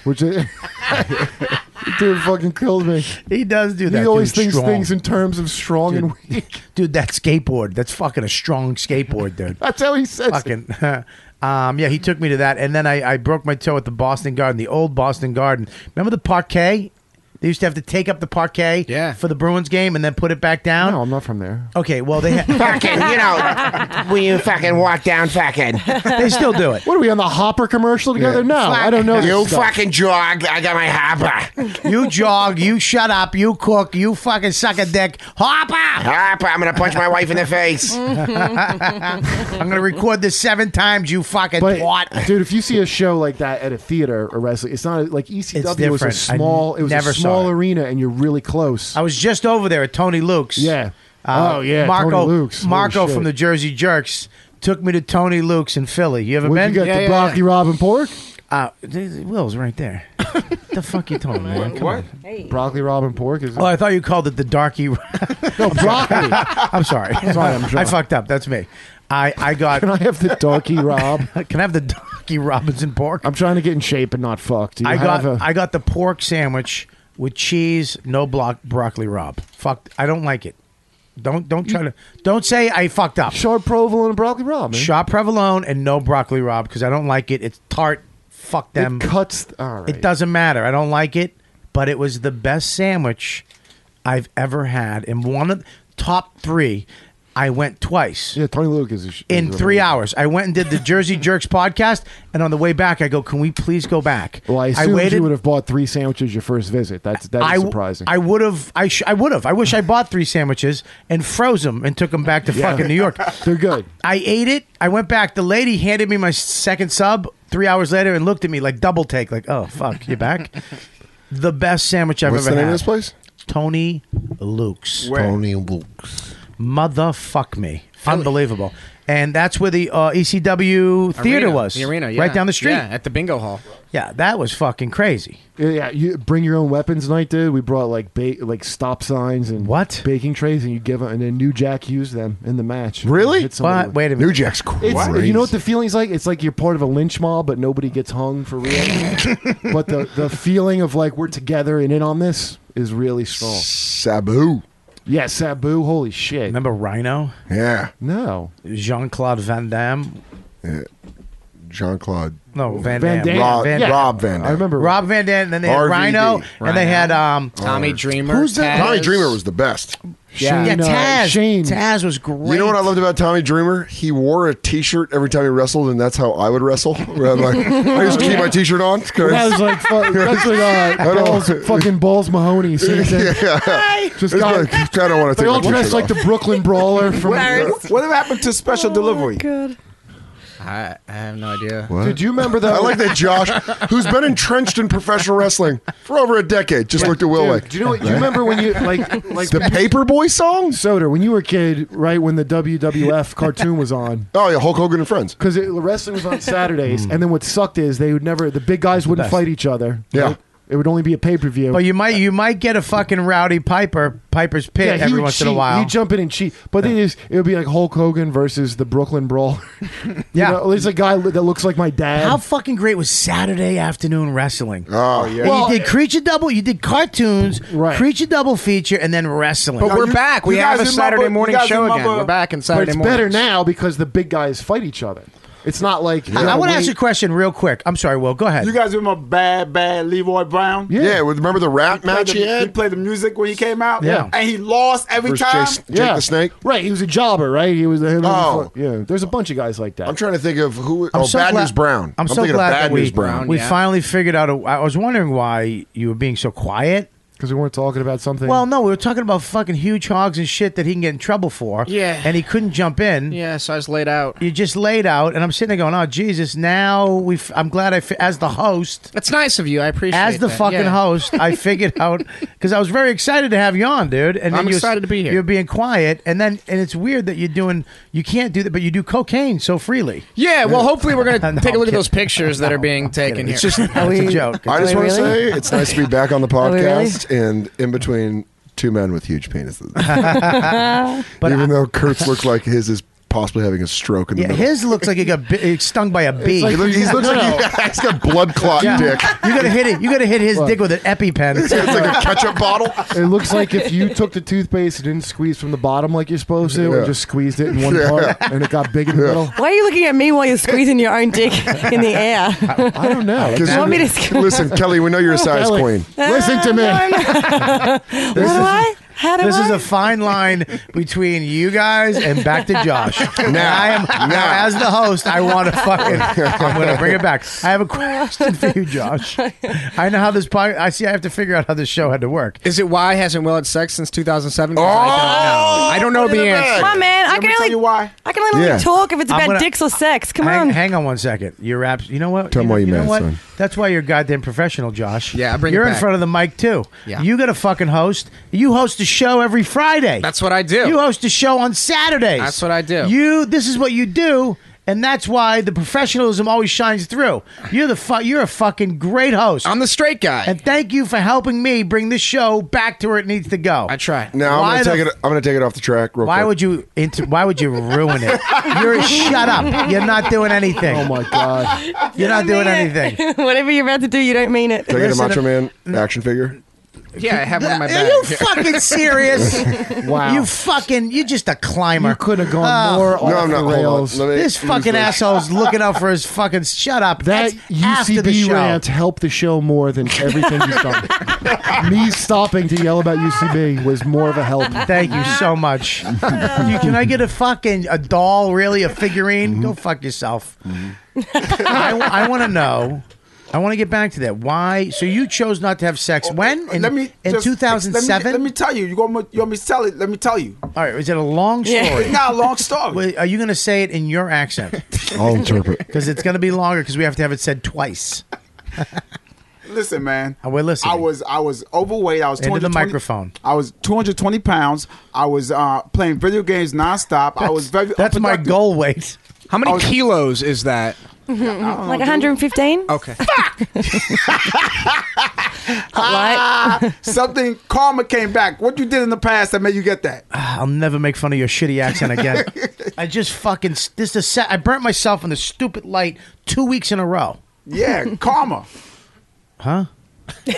S11: Which is, dude fucking kills me.
S1: He does do that.
S11: He always
S1: dude.
S11: thinks
S1: Strong.
S11: things in terms of strong
S1: dude,
S11: and weak.
S1: Dude, that skateboard. That's fucking a strong skateboard, dude.
S11: That's how he says.
S1: fucking. um, yeah, he took me to that, and then I, I broke my toe at the Boston Garden, the old Boston Garden. Remember the parquet? They used to have to take up the parquet yeah. for the Bruins game and then put it back down. No,
S11: I'm not from there.
S1: Okay, well they had,
S12: fucking, you know, will you fucking walk down fucking?
S1: they still do it.
S11: What are we on the Hopper commercial together?
S1: Yeah.
S11: No,
S1: Fuck.
S11: I don't know. this
S12: You
S11: stuff.
S12: fucking jog. I got my hopper.
S1: You jog, you shut up, you cook, you fucking suck a dick. Hopper!
S12: Hopper, I'm gonna punch my wife in the face.
S1: I'm gonna record this seven times, you fucking
S11: But
S1: twat.
S11: dude, if you see a show like that at a theater or wrestling, it's not like ECW was a
S1: different. I
S11: small. It was
S1: never
S11: a
S1: saw
S11: small arena, and you're really close.
S1: I was just over there at Tony Luke's. Yeah.
S11: Oh, yeah,
S1: Uh, Marco
S11: Tony Luke's. Holy
S1: Marco
S11: shit.
S1: from the Jersey Jerks took me to Tony Luke's in Philly. You ever
S11: Would
S1: been?
S11: you get the Brocky Robin pork?
S1: Uh, th- th- Will's right there. the fuck you talking, man? Come
S11: What?
S1: on.
S11: Broccoli Robin pork is.
S1: Oh, I thought you called it the darky. no,
S11: broccoli.
S1: I'm sorry.
S11: Sorry, I'm drunk.
S1: I fucked up. That's me. I, I got.
S11: Can I have the darky Rob?
S1: Can I have the darky Robinson pork?
S11: I'm trying to get in shape and not fuck. Do you
S1: I got
S11: have a?
S1: I got the pork sandwich with cheese, no block broccoli rob. Fuck, I don't like it. Don't don't try to don't say I fucked up.
S11: Sharp provolone and broccoli rob. Man.
S1: Sharp provolone and no broccoli rob because I don't like it. It's tart. Fuck them.
S11: It cuts. All right.
S1: It doesn't matter. I don't like it, but it was the best sandwich I've ever had. And one of the top three, I went twice.
S11: Yeah, Tony Luke is a sh-
S1: in
S11: is
S1: three
S11: amazing.
S1: hours. I went and did the Jersey Jerks podcast, and on the way back, I go, "Can we please go back?"
S11: Well, I
S1: I
S11: assumed
S1: waited.
S11: you would have bought three sandwiches your first visit. That's that
S1: I
S11: is
S1: w-
S11: surprising.
S1: I would have. I sh- I would have. I wish I bought three sandwiches and froze them and took them back to
S11: Yeah.
S1: fucking New York.
S11: They're good.
S1: I ate it. I went back. The lady handed me my second sub three hours later and looked at me like double take, like, "Oh fuck, you back." the best sandwich I've
S6: What's
S1: ever
S6: the name
S1: had.
S6: of this place?
S1: Tony Luke's.
S6: Tony Wilkes.
S1: Motherfuck me, unbelievable. And that's where the uh, ECW theater
S21: Arena,
S1: was.
S21: the arena, yeah.
S1: right down the street.
S21: Yeah, at the bingo hall.
S1: yeah, that was fucking crazy.
S11: Yeah, yeah, you bring your own weapons night, dude. We brought like ba- like stop signs and
S1: what
S11: baking trays, and you give them, and then New Jack used them in the match.
S6: Really?
S11: Hit somebody
S1: But-
S11: with-
S1: wait a minute. New Jack's
S11: It's,
S1: crazy.
S11: you know what the feeling's like? It's like you're part of a lynch mob, but nobody gets hung for real. but the the feeling of like we're together and in on this is really strong.
S6: Sabu.
S11: Yeah, Sabu. Holy shit!
S1: Remember Rhino?
S6: Yeah.
S11: No.
S1: Jean Claude Van Damme.
S6: Jean Claude.
S1: No, Van,
S6: Van
S1: Damme.
S6: Damme. Rob-
S1: Damme.
S6: Rob Van Damme. I remember-
S1: Rob Van Dam. Then they had
S6: RVD.
S1: Rhino, and they had um,
S21: Tommy Dreamer.
S6: Who's that?
S21: Taz.
S6: Tommy Dreamer was the best.
S1: Yeah, yeah Taz. Taz was great.
S6: You know what I loved about Tommy Dreamer? He wore a T-shirt every time he wrestled, and that's how I would wrestle. Where I'm like, I just keep my T-shirt on. 'cause-
S11: That was like fu- that's like
S6: I
S11: uh,
S6: don't-
S11: balls, fucking balls Mahoney. See,
S6: yeah.
S11: Just
S6: It's
S11: got-
S6: like, I don't want to
S11: they
S6: take
S11: all
S6: my
S11: dressed
S6: T-shirt
S11: like
S6: off.
S11: the Brooklyn Brawler from.
S8: Whatever happened to
S1: Oh
S8: special delivery?
S21: I, I have no idea.
S11: Did you remember that?
S6: I like that Josh, who's been entrenched in professional wrestling for over a decade, just looked at Will
S11: Dude,
S6: like.
S11: do you know what? Do you remember when you like like
S6: the Paperboy song?
S11: Soder, when you were a kid, right when the WWF cartoon was on?
S6: Oh yeah, Hulk Hogan and Friends. Hmm.
S11: Because wrestling was on Saturdays, and then what sucked is they would never the big guys wouldn't
S1: best.
S11: fight each other.
S6: Yeah.
S11: It, it would only be a pay per view.
S1: But you might you might get a fucking rowdy Piper Piper's pit
S11: he
S1: every
S11: would
S1: once in a
S11: cheat.
S1: while.
S11: He'd jump in and cheat. But then it's- it would be like Hulk Hogan versus the Brooklyn Brawl. yeah. there's a guy that looks like my dad.
S1: How fucking great was Saturday afternoon wrestling?
S6: Oh
S1: And
S11: Well,
S1: you did creature double. You did cartoons,
S11: Right.
S1: creature double feature, and then wrestling.
S21: But we're back. We
S8: you
S21: have a
S8: guys
S21: Saturday
S8: remember-
S21: morning
S8: you guys
S21: show again.
S8: remember-
S21: We're back in
S11: but
S21: Saturday
S11: it's
S21: morning.
S11: better now because the big guys fight each other.
S6: It's not like
S1: I, want to ask you a question real quick. I'm sorry, Will. Go ahead.
S8: You guys remember Bad Bad Leroy Brown?
S11: Yeah. Yeah, remember the rap
S8: played
S11: match
S8: the,
S11: he had?
S8: played the music when he came out.
S6: Yeah.
S8: and he lost every time.
S11: Snake.
S6: Right, he was a jobber. Right, he was. A,
S11: Oh.
S6: yeah. There's a bunch of guys like that.
S11: I'm trying to think of who.
S6: I'm
S11: oh,
S6: so
S11: Bad
S6: glad-
S11: News Brown.
S6: I'm so
S11: thinking
S6: glad
S11: of Bad
S6: that we-
S11: News Brown.
S1: we finally figured out. A, I was wondering why you were being so quiet.
S6: Because we weren't talking about something.
S1: Well, no, we were talking about fucking huge hogs and shit that he can get in trouble for.
S12: Yeah.
S1: And he couldn't jump in.
S12: Yeah, so I was laid out.
S1: You just laid out, and I'm sitting there going, "Oh Jesus!" Now we, f- I'm glad I, fi- as the host,
S12: That's nice of you. I appreciate
S1: as the
S12: that,
S1: fucking
S12: yeah.
S1: host, I figured out because I was very excited to have you on, dude. And then
S12: I'm
S1: you-
S12: excited to be here.
S1: You're being quiet, and then and it's weird that you're doing. You can't do that, but you do cocaine so freely.
S12: Yeah, well, hopefully we're gonna
S1: No,
S12: take a look at
S1: I'm kidding.
S12: those pictures that are being taken.
S1: kidding. It's
S12: here.
S1: just- Are
S11: we- I just want to
S12: Really?
S11: say it's nice to be back on the
S12: Are we really?
S11: podcast and in between two men with huge penises.
S1: But
S11: Even though Kurtz looks like his is possibly having a stroke in the
S1: Yeah,
S11: middle.
S1: his looks like he got bi- he stung by a bee.
S11: he looks, he looks like he, has got blood clot
S1: Yeah.
S11: dick.
S1: You gotta hit it. You gotta hit his dick with an EpiPen.
S11: It's like a ketchup bottle.
S6: It looks like if you took the toothpaste and didn't squeeze from the bottom like you're supposed to,
S11: Yeah.
S6: and just squeezed it in one
S11: Yeah.
S6: part, and it got big in the middle.
S18: Why are you looking at me while you're squeezing your own dick in the air?
S6: I don't know.
S11: 'Cause
S18: You want me to-
S11: listen, Kelly, we know you're a size
S6: Kelly.
S11: queen.
S6: Listen to me.
S18: What do I? How do
S1: this
S18: I?
S1: is a fine line between you guys and back to Josh. And I am
S11: now.
S1: as the host. I want to fucking. I'm going to bring it back. I have a question for you, Josh. I know how this. pod- I see. I have to figure out how this show had to work.
S12: Is it why hasn't Will had sex since 2007? Oh,
S11: Oh,
S12: I don't know. I don't know
S11: put it
S12: the
S11: in the
S12: answer.
S11: bag.
S18: Come on, man. I
S8: Let me
S18: can
S8: tell
S18: only
S8: you why.
S18: I can only
S11: Yeah.
S18: talk if it's
S1: I'm
S18: about
S1: gonna-
S18: dicks or sex. Come
S1: Hang,
S18: on.
S1: hang on one second. Your abs. You know what?
S11: Tell
S1: you
S11: me
S1: know,
S11: why you
S1: you know
S11: mad,
S1: what?
S11: son.
S1: That's why you're goddamn professional, Josh. Yeah, I
S12: bring it
S1: You're in
S12: back.
S1: front of the mic too.
S12: Yeah.
S1: You got a fucking host. You host a show every Friday.
S12: That's what I do.
S1: You host a show on Saturdays.
S12: That's what I do.
S1: You. This is what you do, and that's why the professionalism always shines through. You're the fu- You're a fucking great host.
S12: I'm the straight guy.
S1: and thank you for helping me bring this show back to where it needs to go.
S12: I try.
S11: Now
S1: Why
S11: I'm
S1: the
S11: gonna take it. I'm gonna take it off the track. Real
S1: Why
S11: quick.
S1: would you? Inter- why would you ruin it? You're shut up. You're not doing anything.
S6: Oh my god!
S1: You're not doing
S18: mean it.
S1: anything.
S18: Whatever you're about to do, you don't mean it.
S11: Can I get a
S1: Listen uh,
S11: Macho Man action figure?
S12: Yeah, I have one in my
S1: Are
S12: bag.
S1: you
S12: here.
S1: fucking serious?
S6: Wow.
S1: You fucking, you're just a climber.
S6: you could have gone
S1: Oh.
S6: more
S11: No, no,
S6: off the
S11: hold on.
S6: rails.
S11: Let me-
S1: this fucking asshole's looking out for his fucking. Shut up.
S6: That
S1: That's after the
S6: UCB
S1: show.
S6: rant helped the show more than everything you've done. Me stopping to yell about UCB was more of a help.
S1: Thank you so much. You- can I get a fucking a doll? Really, a figurine?
S8: Mm-hmm.
S1: Go fuck yourself. I, want to know. I want to get back to that. Why? So you chose not to have sex when? In,
S8: Let me
S1: in
S8: just-
S1: two thousand
S8: Let me, let
S1: seven.
S8: me tell you. You want me, you want me to tell it? Let me tell you.
S1: All right. Is it a long story?
S8: It's not a long story.
S1: Wait, Are you going to say it in your accent?
S11: I'll interpret.
S1: Because it's going to be longer. Because we have to have it said twice.
S8: Listen, man.
S1: Oh, we're listening.
S8: I was I was overweight. I was
S1: Into the
S8: 220
S1: microphone.
S8: I was 220 pounds. I was uh, playing video games nonstop. I was very.
S1: That's my
S8: unproductive.
S1: goal weight.
S12: How many kilos is that?
S8: Oh,
S18: Like 115?
S12: Okay.
S8: Ah, something karma came back. What you did in the past that made you get that?
S1: I'll never make fun of your shitty accent again. I just fucking this is set. I burnt myself in the stupid light two weeks in a row.
S8: Yeah, karma.
S1: Huh?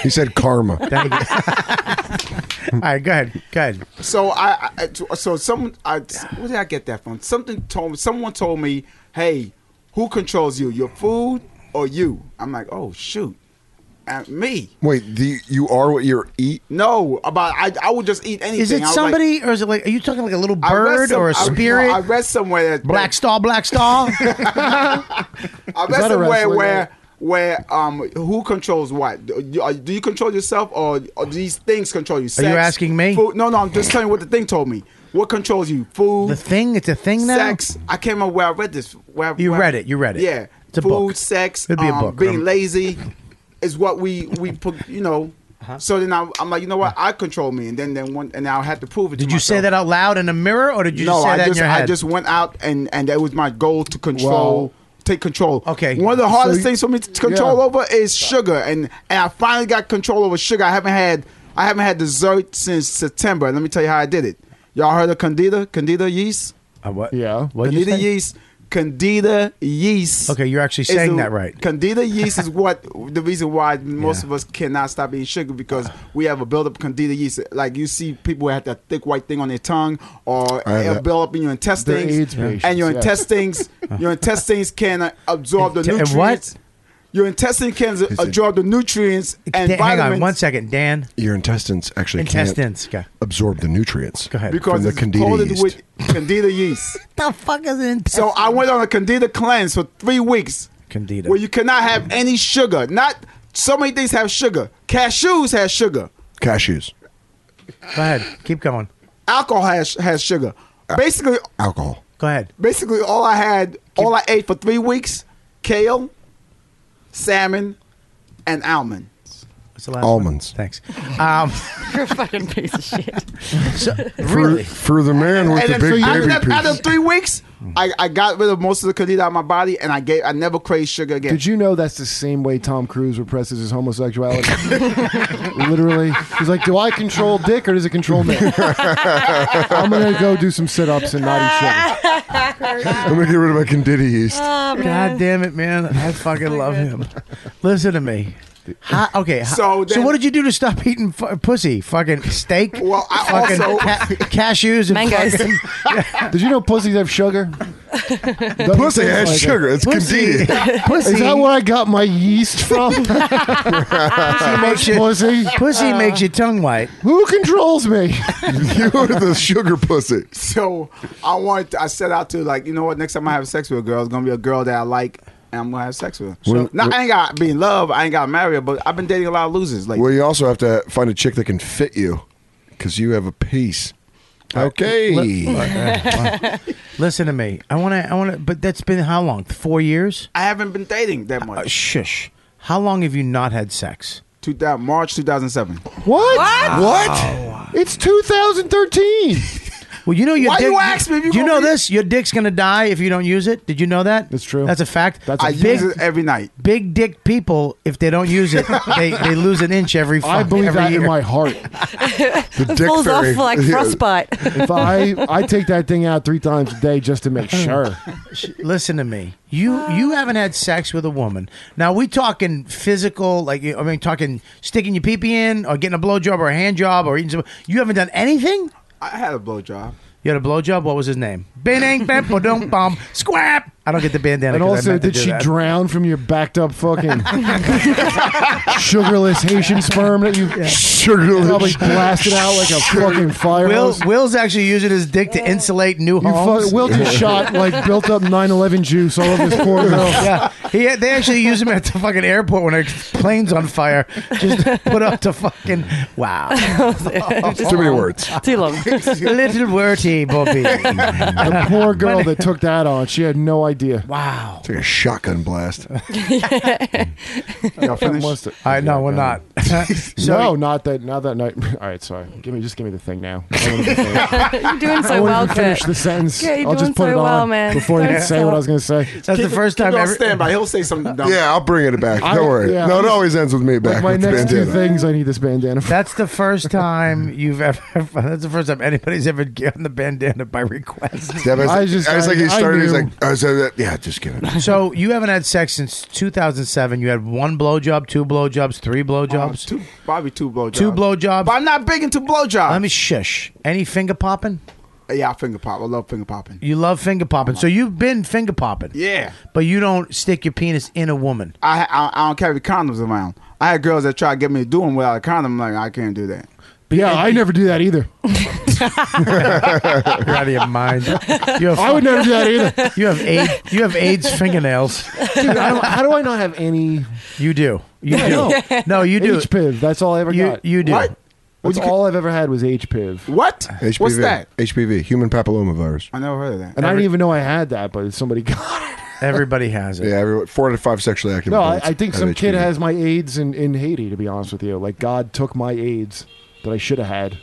S11: He said karma.
S1: Thank you. All right, go ahead. Go ahead.
S8: So I, I I- so some I where did I get that from? Something told me. Someone told me, "Hey, who controls you? Your food or you?" I'm like, "Oh shoot, Uh, me."
S11: Wait, the, you are what you eat.
S8: No, about I I would just eat anything.
S1: Is it
S8: I was like-
S1: somebody or is it like? Are you talking like a little
S8: I read
S1: bird
S8: some-
S1: or
S8: I-
S1: a spirit?
S8: no, I, read somewhere that
S1: black star, black star.
S8: I
S6: that
S8: read
S6: a
S8: somewhere
S6: wrestling
S8: where where um who controls what? Do you, are- do you control yourself or, or do these things control you? Sex,
S1: asking me?
S8: Food? No, no, I'm just telling you what the thing told me. What controls you?
S1: the
S8: Food,
S1: thing. It's a thing now.
S8: sex. I can't remember where I read this. Where I-
S1: You
S8: where I-
S1: read it, you read it.
S8: Yeah,
S1: It's a
S8: food,
S1: book.
S8: sex,
S1: It'd be a
S8: um,
S1: book.
S8: being
S1: Um,
S8: lazy is what we we put. You know.
S1: Uh-huh.
S8: So then I, I'm like, you know what? I control me, and then then one, and I had to prove it.
S1: Did
S8: to
S1: you say
S8: myself.
S1: that out loud in a mirror, or did you
S8: no,
S1: just say
S8: I
S1: that
S8: just
S1: in your head?
S8: I just went out and and that was my goal to control.
S6: Wow.
S8: Take control.
S1: Okay.
S8: One of the hardest
S6: you-
S8: things for me to control
S6: yeah.
S8: over is sugar, and and I finally got control over sugar. I haven't had I haven't had dessert since September. Let me tell you how I did it. Y'all heard of Candida? Candida yeast?
S1: Uh, what?
S6: Yeah.
S1: What'd you
S8: Candida
S1: say?
S8: yeast. Candida yeast.
S1: Okay, you're actually
S8: is
S1: saying
S8: the-
S1: that right.
S8: Candida yeast is what the reason why most of us cannot stop eating sugar because we have a buildup of candida yeast. Like you see people who have that thick white thing on their tongue or
S11: I have
S8: it'll
S11: that.
S8: build up in your intestines.
S11: AIDS
S8: and
S11: patients,
S8: your
S11: yeah.
S8: intestines your intestines can absorb the
S1: Inte- and
S8: nutrients.
S1: what?
S8: Your intestine can
S1: it-
S8: absorb the nutrients
S1: Dan-
S8: and
S1: hang
S8: vitamins.
S1: on one second, Dan.
S3: Your intestines actually
S1: Intestines,
S3: can't absorb the nutrients Go ahead.
S8: because
S3: from the
S8: it's coated
S3: candida yeast.
S8: with candida yeast.
S22: the fuck is it?
S8: So I went on a candida cleanse for three weeks.
S1: Candida.
S8: Where you cannot have any sugar. Not so many things have sugar. Cashews has sugar.
S3: Cashews.
S1: Go ahead. Keep going.
S8: Alcohol has has sugar. Basically,
S3: alcohol.
S1: Go ahead.
S8: Basically, all I had, all I ate for three weeks, kale, salmon, and almond.
S1: What's the last
S3: Almonds.
S1: Thanks. Um,
S6: You're a fucking piece of shit.
S3: For, for the man with
S8: And
S3: the
S8: then three-
S3: big
S8: after,
S3: baby
S8: that- after
S3: piece.
S8: three weeks, I, I got rid of most of the candida out of my body, and I gave I never craved sugar again.
S11: Did you know that's the same way Tom Cruise represses his homosexuality? Literally, he's like, "Do I control dick or does it control me?" I'm gonna go do some sit-ups and not eat sugar.
S3: I'm gonna get rid of my candida yeast.
S1: God damn it, man! I fucking love him. Listen to me. How, okay, how-
S8: So
S1: so,
S8: then-
S1: what did you do to stop eating fu- pussy? Fucking steak,
S8: Well, I
S1: fucking
S8: also-
S1: ca- cashews, and
S11: Mangoes.
S1: fucking-
S11: Did you know pussies have sugar? Doesn't
S3: Pussy
S11: taste
S3: has
S11: like it.
S3: sugar. It's
S11: Pussy-
S3: candida.
S11: Is that where I got my yeast from?
S3: Oh,
S1: pussy makes you,
S11: pussy.
S1: pussy makes your tongue white.
S11: Who controls me?
S3: you are the sugar pussy.
S8: So I want. I set out to like, you know what? Next time I have sex with a girl, it's gonna be a girl that I like, and I'm gonna have sex with. Her. So
S3: Well,
S8: now
S3: well-
S8: I ain't got to be in love. I ain't got to marry her, but I've been dating a lot of losers. Like,
S3: Well, you also have to find a chick that can fit you because you have a piece. Okay.
S1: Listen to me. I want to. I want to. But that's been how long? Four years.
S8: I haven't been dating that much.
S1: Uh, Shush. How long have you not had sex?
S8: Two thousand March two thousand seven.
S11: What?
S1: What?
S11: It's 2013.
S1: Well, you know your
S8: Why
S1: dick.
S8: you ask me if you
S1: do you
S8: gonna
S1: know
S8: be-
S1: this? Your dick's gonna die if you don't use it. Did you know that? That's true. That's a fact. That's
S8: I use it every night.
S1: Big dick people, if they don't use it, they, they lose an inch every.
S11: I
S1: fu-
S11: believe
S1: every
S11: that
S1: year.
S11: in my heart.
S3: the
S6: dick falls off fairy. like Yeah. frostbite.
S11: if I I take that thing out three times a day just to make sure.
S1: Sh- Listen to me. You you haven't had sex with a woman. Now we talking physical, like I mean, talking sticking your peepee in, or getting a blowjob, or a hand job, or eating. Some, you haven't done anything.
S8: I had a blowjob.
S1: You had a blowjob. What was his name? Bining, bam, dum, bum, squap. I don't get the bandana.
S11: And
S1: 'cause I
S11: also,
S1: meant to
S11: did
S1: do
S11: she
S1: that.
S11: drown from your backed up fucking sugarless Haitian sperm that you
S3: sugarless
S11: probably blasted out like a fucking fire
S1: Will,
S11: hose?
S1: Will's actually using his dick to insulate new
S11: You
S1: homes.
S11: fuck, Will just shot like built up 9/11 juice all over his poor mouth.
S1: yeah, he had, they actually use him at the fucking airport when their plane's on fire. Just to put up to fucking wow.
S3: Too many words.
S6: Too long.
S1: Little wordy, Bobby.
S11: The poor girl that took that on, she had no idea.
S1: Wow.
S3: It's like a shotgun blast.
S8: Y'all finished?
S11: Must've-
S1: All right, no, we're not. so,
S11: no, not that. Not that night. All right, sorry. Give me, just give me the thing now. I wanna finish-
S6: You're doing
S11: I
S6: so
S11: wanna
S6: well,
S11: finish
S6: Kurt.
S11: the sentence.
S6: Yeah, you're
S11: I'll
S6: doing
S11: just put
S6: so
S11: it on
S6: well, man.
S11: before you
S6: Don't
S11: say what I was going to say.
S1: That's the
S8: Keep-
S1: first
S8: keep
S1: time
S8: on
S1: ever.
S8: standby. He'll say something dumb.
S3: Yeah, I'll bring it back.
S11: I-
S3: Don't worry.
S11: yeah.
S3: no, it always ends with me back.
S11: Like my
S3: with the
S11: next two
S3: bandana.
S11: things, I need this bandana. For.
S1: That's the first time you've ever. That's the first time anybody's ever gotten the bandana by request.
S3: That was,
S11: I
S3: I
S11: just-
S3: just, I was like,
S11: I-
S3: he
S11: I
S3: started. He's
S11: knew.
S3: like, I said that. Yeah, just give it.
S1: So you haven't had sex since 2007. You had one blowjob, two blowjobs, three
S8: Uh,
S1: blowjobs,
S8: two, probably two blowjobs.
S1: two blowjobs.
S8: But I'm not big into blowjobs.
S1: Let me shush. Any finger popping?
S8: yeah, I finger pop. I love finger popping.
S1: You love finger popping. So you've been finger popping.
S8: Yeah.
S1: But you don't stick your penis in a woman.
S8: I, I I don't carry condoms around. I had girls that try to get me to do them without a condom. I'm like, I can't do that.
S11: yeah, I never do that either.
S1: You're out of your mind. You have,
S11: I would never do that either.
S1: you have AIDS. You have AIDS fingernails.
S11: Dude, I don't, how do I not have any?
S1: You do. You
S11: Yeah, I
S1: do.
S11: know.
S1: No, you do.
S11: HPIV. That's all I ever
S1: You
S11: got.
S1: you do.
S8: What?
S11: That's all I've ever had was HPIV,
S8: What?
S3: HPV.
S8: What's that?
S3: HPV, human papillomavirus.
S8: I never heard of that.
S11: and I didn't even know I had that, but somebody got it.
S1: Everybody has it.
S3: Yeah, everyone, four out of five sexually active.
S11: No, I,
S3: adults
S11: I think
S3: have
S11: some kid
S3: HPV.
S11: has my AIDS in, in Haiti. To be honest with you, like God took my AIDS that I should have had.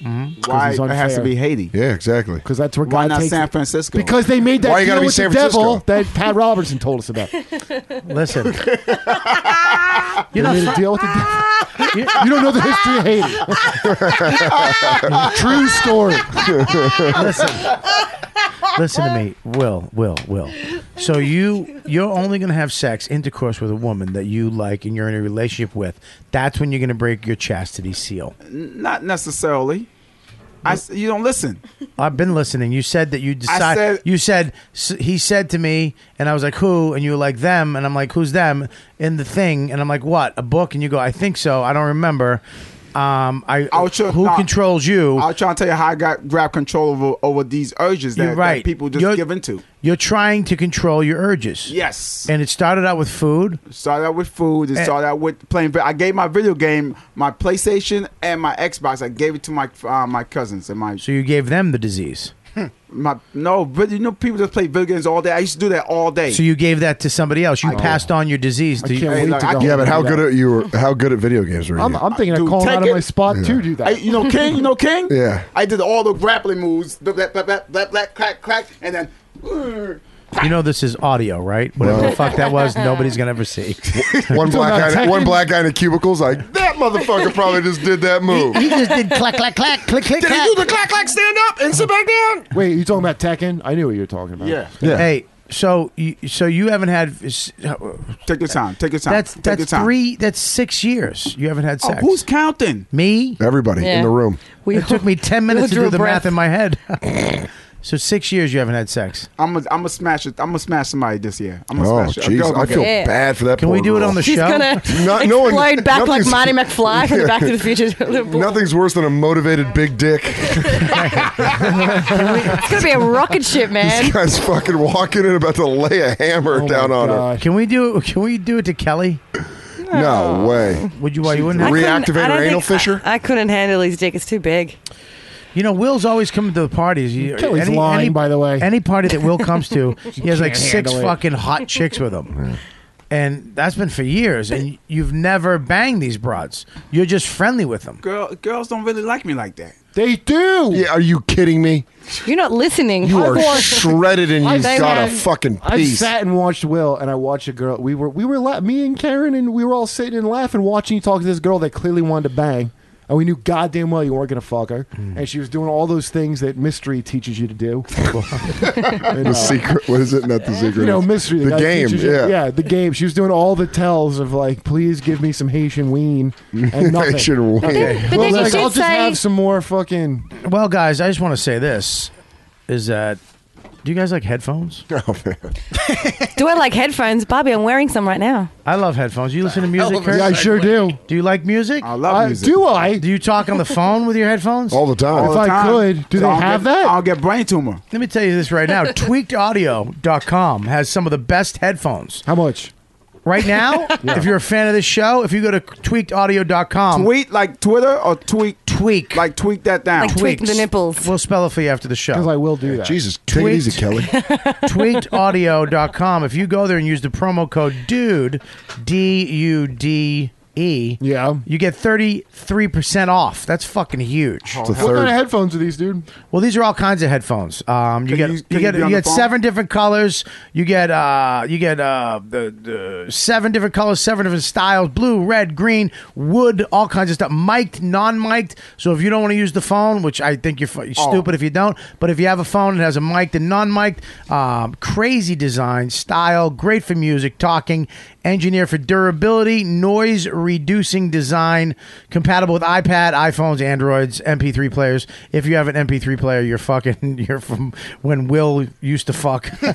S8: Why it has to be Haiti?
S3: Yeah, exactly.
S11: Because that's where
S8: Why
S11: God
S8: not
S11: takes
S8: San Francisco?
S11: Because they made that
S3: Why you
S11: deal
S3: gotta be
S11: with
S3: San
S11: the devil
S3: Francisco?
S11: that Pat Robertson told us about.
S1: Listen.
S11: You
S1: know,
S11: made a
S1: fr-
S11: deal with the devil. You- You don't know the history of Haiti. True story.
S1: Listen to me, Will, Will, Will. So you you're only going to have sex intercourse with a woman that you like and you're in a relationship with. That's when you're going to break your chastity seal.
S8: Not necessarily. I s you don't listen.
S1: I've been listening. You said that you decide.
S8: said-
S1: you said s- he said to me, and I was like, "Who?" And you were like, "Them." And I'm like, "Who's them?" In the thing, and I'm like, "What?" A book, and you go, "I think so. I don't remember." Um, I who
S8: nah.
S1: controls you?
S8: I'll try to tell you how I got grab control over over these urges that,
S1: You're
S8: that
S1: right.
S8: people just give into.
S1: You're trying to control your urges.
S8: Yes.
S1: And it started out with food.
S8: Started out with food. It
S1: Eh.
S8: started out with playing. vi- I gave my video game, my PlayStation, and my Xbox. I gave it to my uh, my cousins and my
S1: So you gave them the disease.
S8: my no. But you know, people just play video games all day. I used to do that all day.
S1: So you gave that to somebody else. You passed on your disease. To,
S8: can't wait to go
S11: yeah, but how
S8: that.
S11: good at you? Were, how good at video games were you?
S6: I'm, I'm thinking of
S8: Dude,
S6: calling
S8: take
S6: out of
S8: it.
S6: my spot
S11: Yeah.
S6: to do
S8: I,
S6: that.
S8: you know, King. You know, King.
S11: Yeah.
S8: I did all the grappling moves. Blah blah blah blah blah, blah crack crack, and then. "Urgh."
S1: You know this is audio, right? Whatever the fuck that was, nobody's gonna ever see.
S11: one black guy, one black guy in the cubicles. Like that motherfucker probably just did that move.
S10: He just did clack, clack, clack, click, click,
S19: Did he
S10: clack.
S19: do the clack clack stand up and sit back down?
S6: Wait, you talking about Tekken? I knew what you were talking about.
S19: Yeah.
S1: Hey, so you, so you haven't had. Take
S8: your time. Take your time.
S1: That's
S8: Take
S1: that's
S8: your time.
S1: three. That's six years. You haven't had
S8: Oh,
S1: sex.
S8: who's counting?
S1: Me.
S11: Everybody in the room.
S1: We, it took me ten minutes to
S8: drew
S1: do
S8: a
S1: the math
S8: breath.
S1: in my head. so six years you haven't had sex.
S8: I'm gonna I'm gonna smash it. I'm gonna smash somebody this year. I'm gonna
S11: Oh,
S8: smash a girl
S11: jeez, I
S8: gonna
S11: feel
S8: get it.
S11: bad for that.
S1: Can we
S11: poor
S1: do it
S11: girl.
S1: on the
S18: She's gonna
S11: Not- no one-
S18: explode back like
S11: nothing's-
S18: Marty McFly from the Back to the Future.
S11: Nothing's worse than a motivated big dick.
S18: it's gonna be a rocket ship, man.
S11: This guy's fucking walking in about to lay a hammer down on her.
S1: Can we do? Can we do it to Kelly?
S11: No way.
S1: Would you? Why you wouldn't?
S18: Oh. I
S1: have-
S18: couldn't- I don't think- I, I couldn't handle his dick. It's too big.
S1: You know, Will's always coming to the parties. You-
S6: Kelly's lying, by the way.
S1: Any party that Will comes to, he has like
S6: Can't
S1: six
S6: handle it.
S1: fucking hot chicks with him. And that's been for years. And you've never banged these broads. You're just friendly with them.
S8: Girl, girls don't really like me like that.
S6: They do.
S11: Yeah, are you kidding me?
S18: You're not listening.
S11: You
S18: I
S11: are
S18: was.
S11: shredded and
S6: I've
S11: you've got a
S6: sat-
S11: fucking
S6: I've
S11: piece.
S6: sat and watched Will, and I watched a girl. We were we were la- me and Karen, and we were all sitting and laughing, watching you talk to this girl that clearly wanted to bang, and we knew goddamn well you weren't gonna fuck her,
S11: Hmm.
S6: and she was doing all those things that mystery teaches you to do.
S11: the secret. What is it? Not the secret.
S6: you know, mystery.
S11: The
S6: guy
S11: game.
S6: teaches you-
S11: Yeah.
S6: yeah, the game. She was doing all the tells of like, please give me some Haitian ween and nothing.
S11: Haitian ween. But then-
S6: Nothing.
S11: but
S6: Well,
S11: then you
S6: like,
S11: did
S6: I'll just
S11: say-
S6: have some more fucking.
S1: Well, guys, I just want to say this is that do you guys like headphones?
S11: Oh, man.
S18: Do I like headphones, Bobby? I'm wearing some right now.
S1: I love headphones. You listen to music, Kurt?
S6: Yeah, I sure do.
S1: Do you like music? I
S8: love music.
S6: Do I?
S1: Do you talk on the phone with your headphones?
S11: All the time.
S6: If I could, do they
S8: I'll
S6: have
S8: get,
S6: that?
S8: I'll get brain tumor.
S1: Let me tell you this right now. TweakedAudio.com has some of the best headphones.
S6: How much?
S1: Right now, if you're a fan of this show, if you go to tweakedaudio.com,
S6: Um,
S8: Tweet like Twitter or tweak
S1: tweak
S8: like tweak that down.
S18: Like tweak the nipples.
S1: we'll spell it for you after the show.
S6: Because I will do that.
S11: Jesus, take
S1: Tweet.
S11: it easy, Kelly.
S1: tweakedaudio.com. If you go there and use the promo code DUDE, D U D E,
S6: Yeah.
S1: you get 33% off. That's fucking huge.
S11: It's a
S6: What kind of
S11: third.
S6: headphones are these, dude?
S1: Well, these are all kinds of headphones. Um, you get
S8: Can you-
S1: you,
S8: can you
S1: get
S8: be
S1: you
S8: on the
S1: get
S8: phone?
S1: seven different colors. You get uh, you get uh, the, the seven different colors, seven different styles: blue, red, green, wood, all kinds of stuff. Mic'd, non-mic'd. So if you don't want to use the phone, which I think you're, fu- you're
S8: Oh.
S1: stupid if you don't, but if you have a phone that has a mic'd and non-mic'd, um, crazy design, style, great for music, talking, engineered for durability, noise reducing design, compatible with iPad, iPhones, Androids, MP3 players. If you have an MP3 player, you're fucking you're from when Will used to fuck. so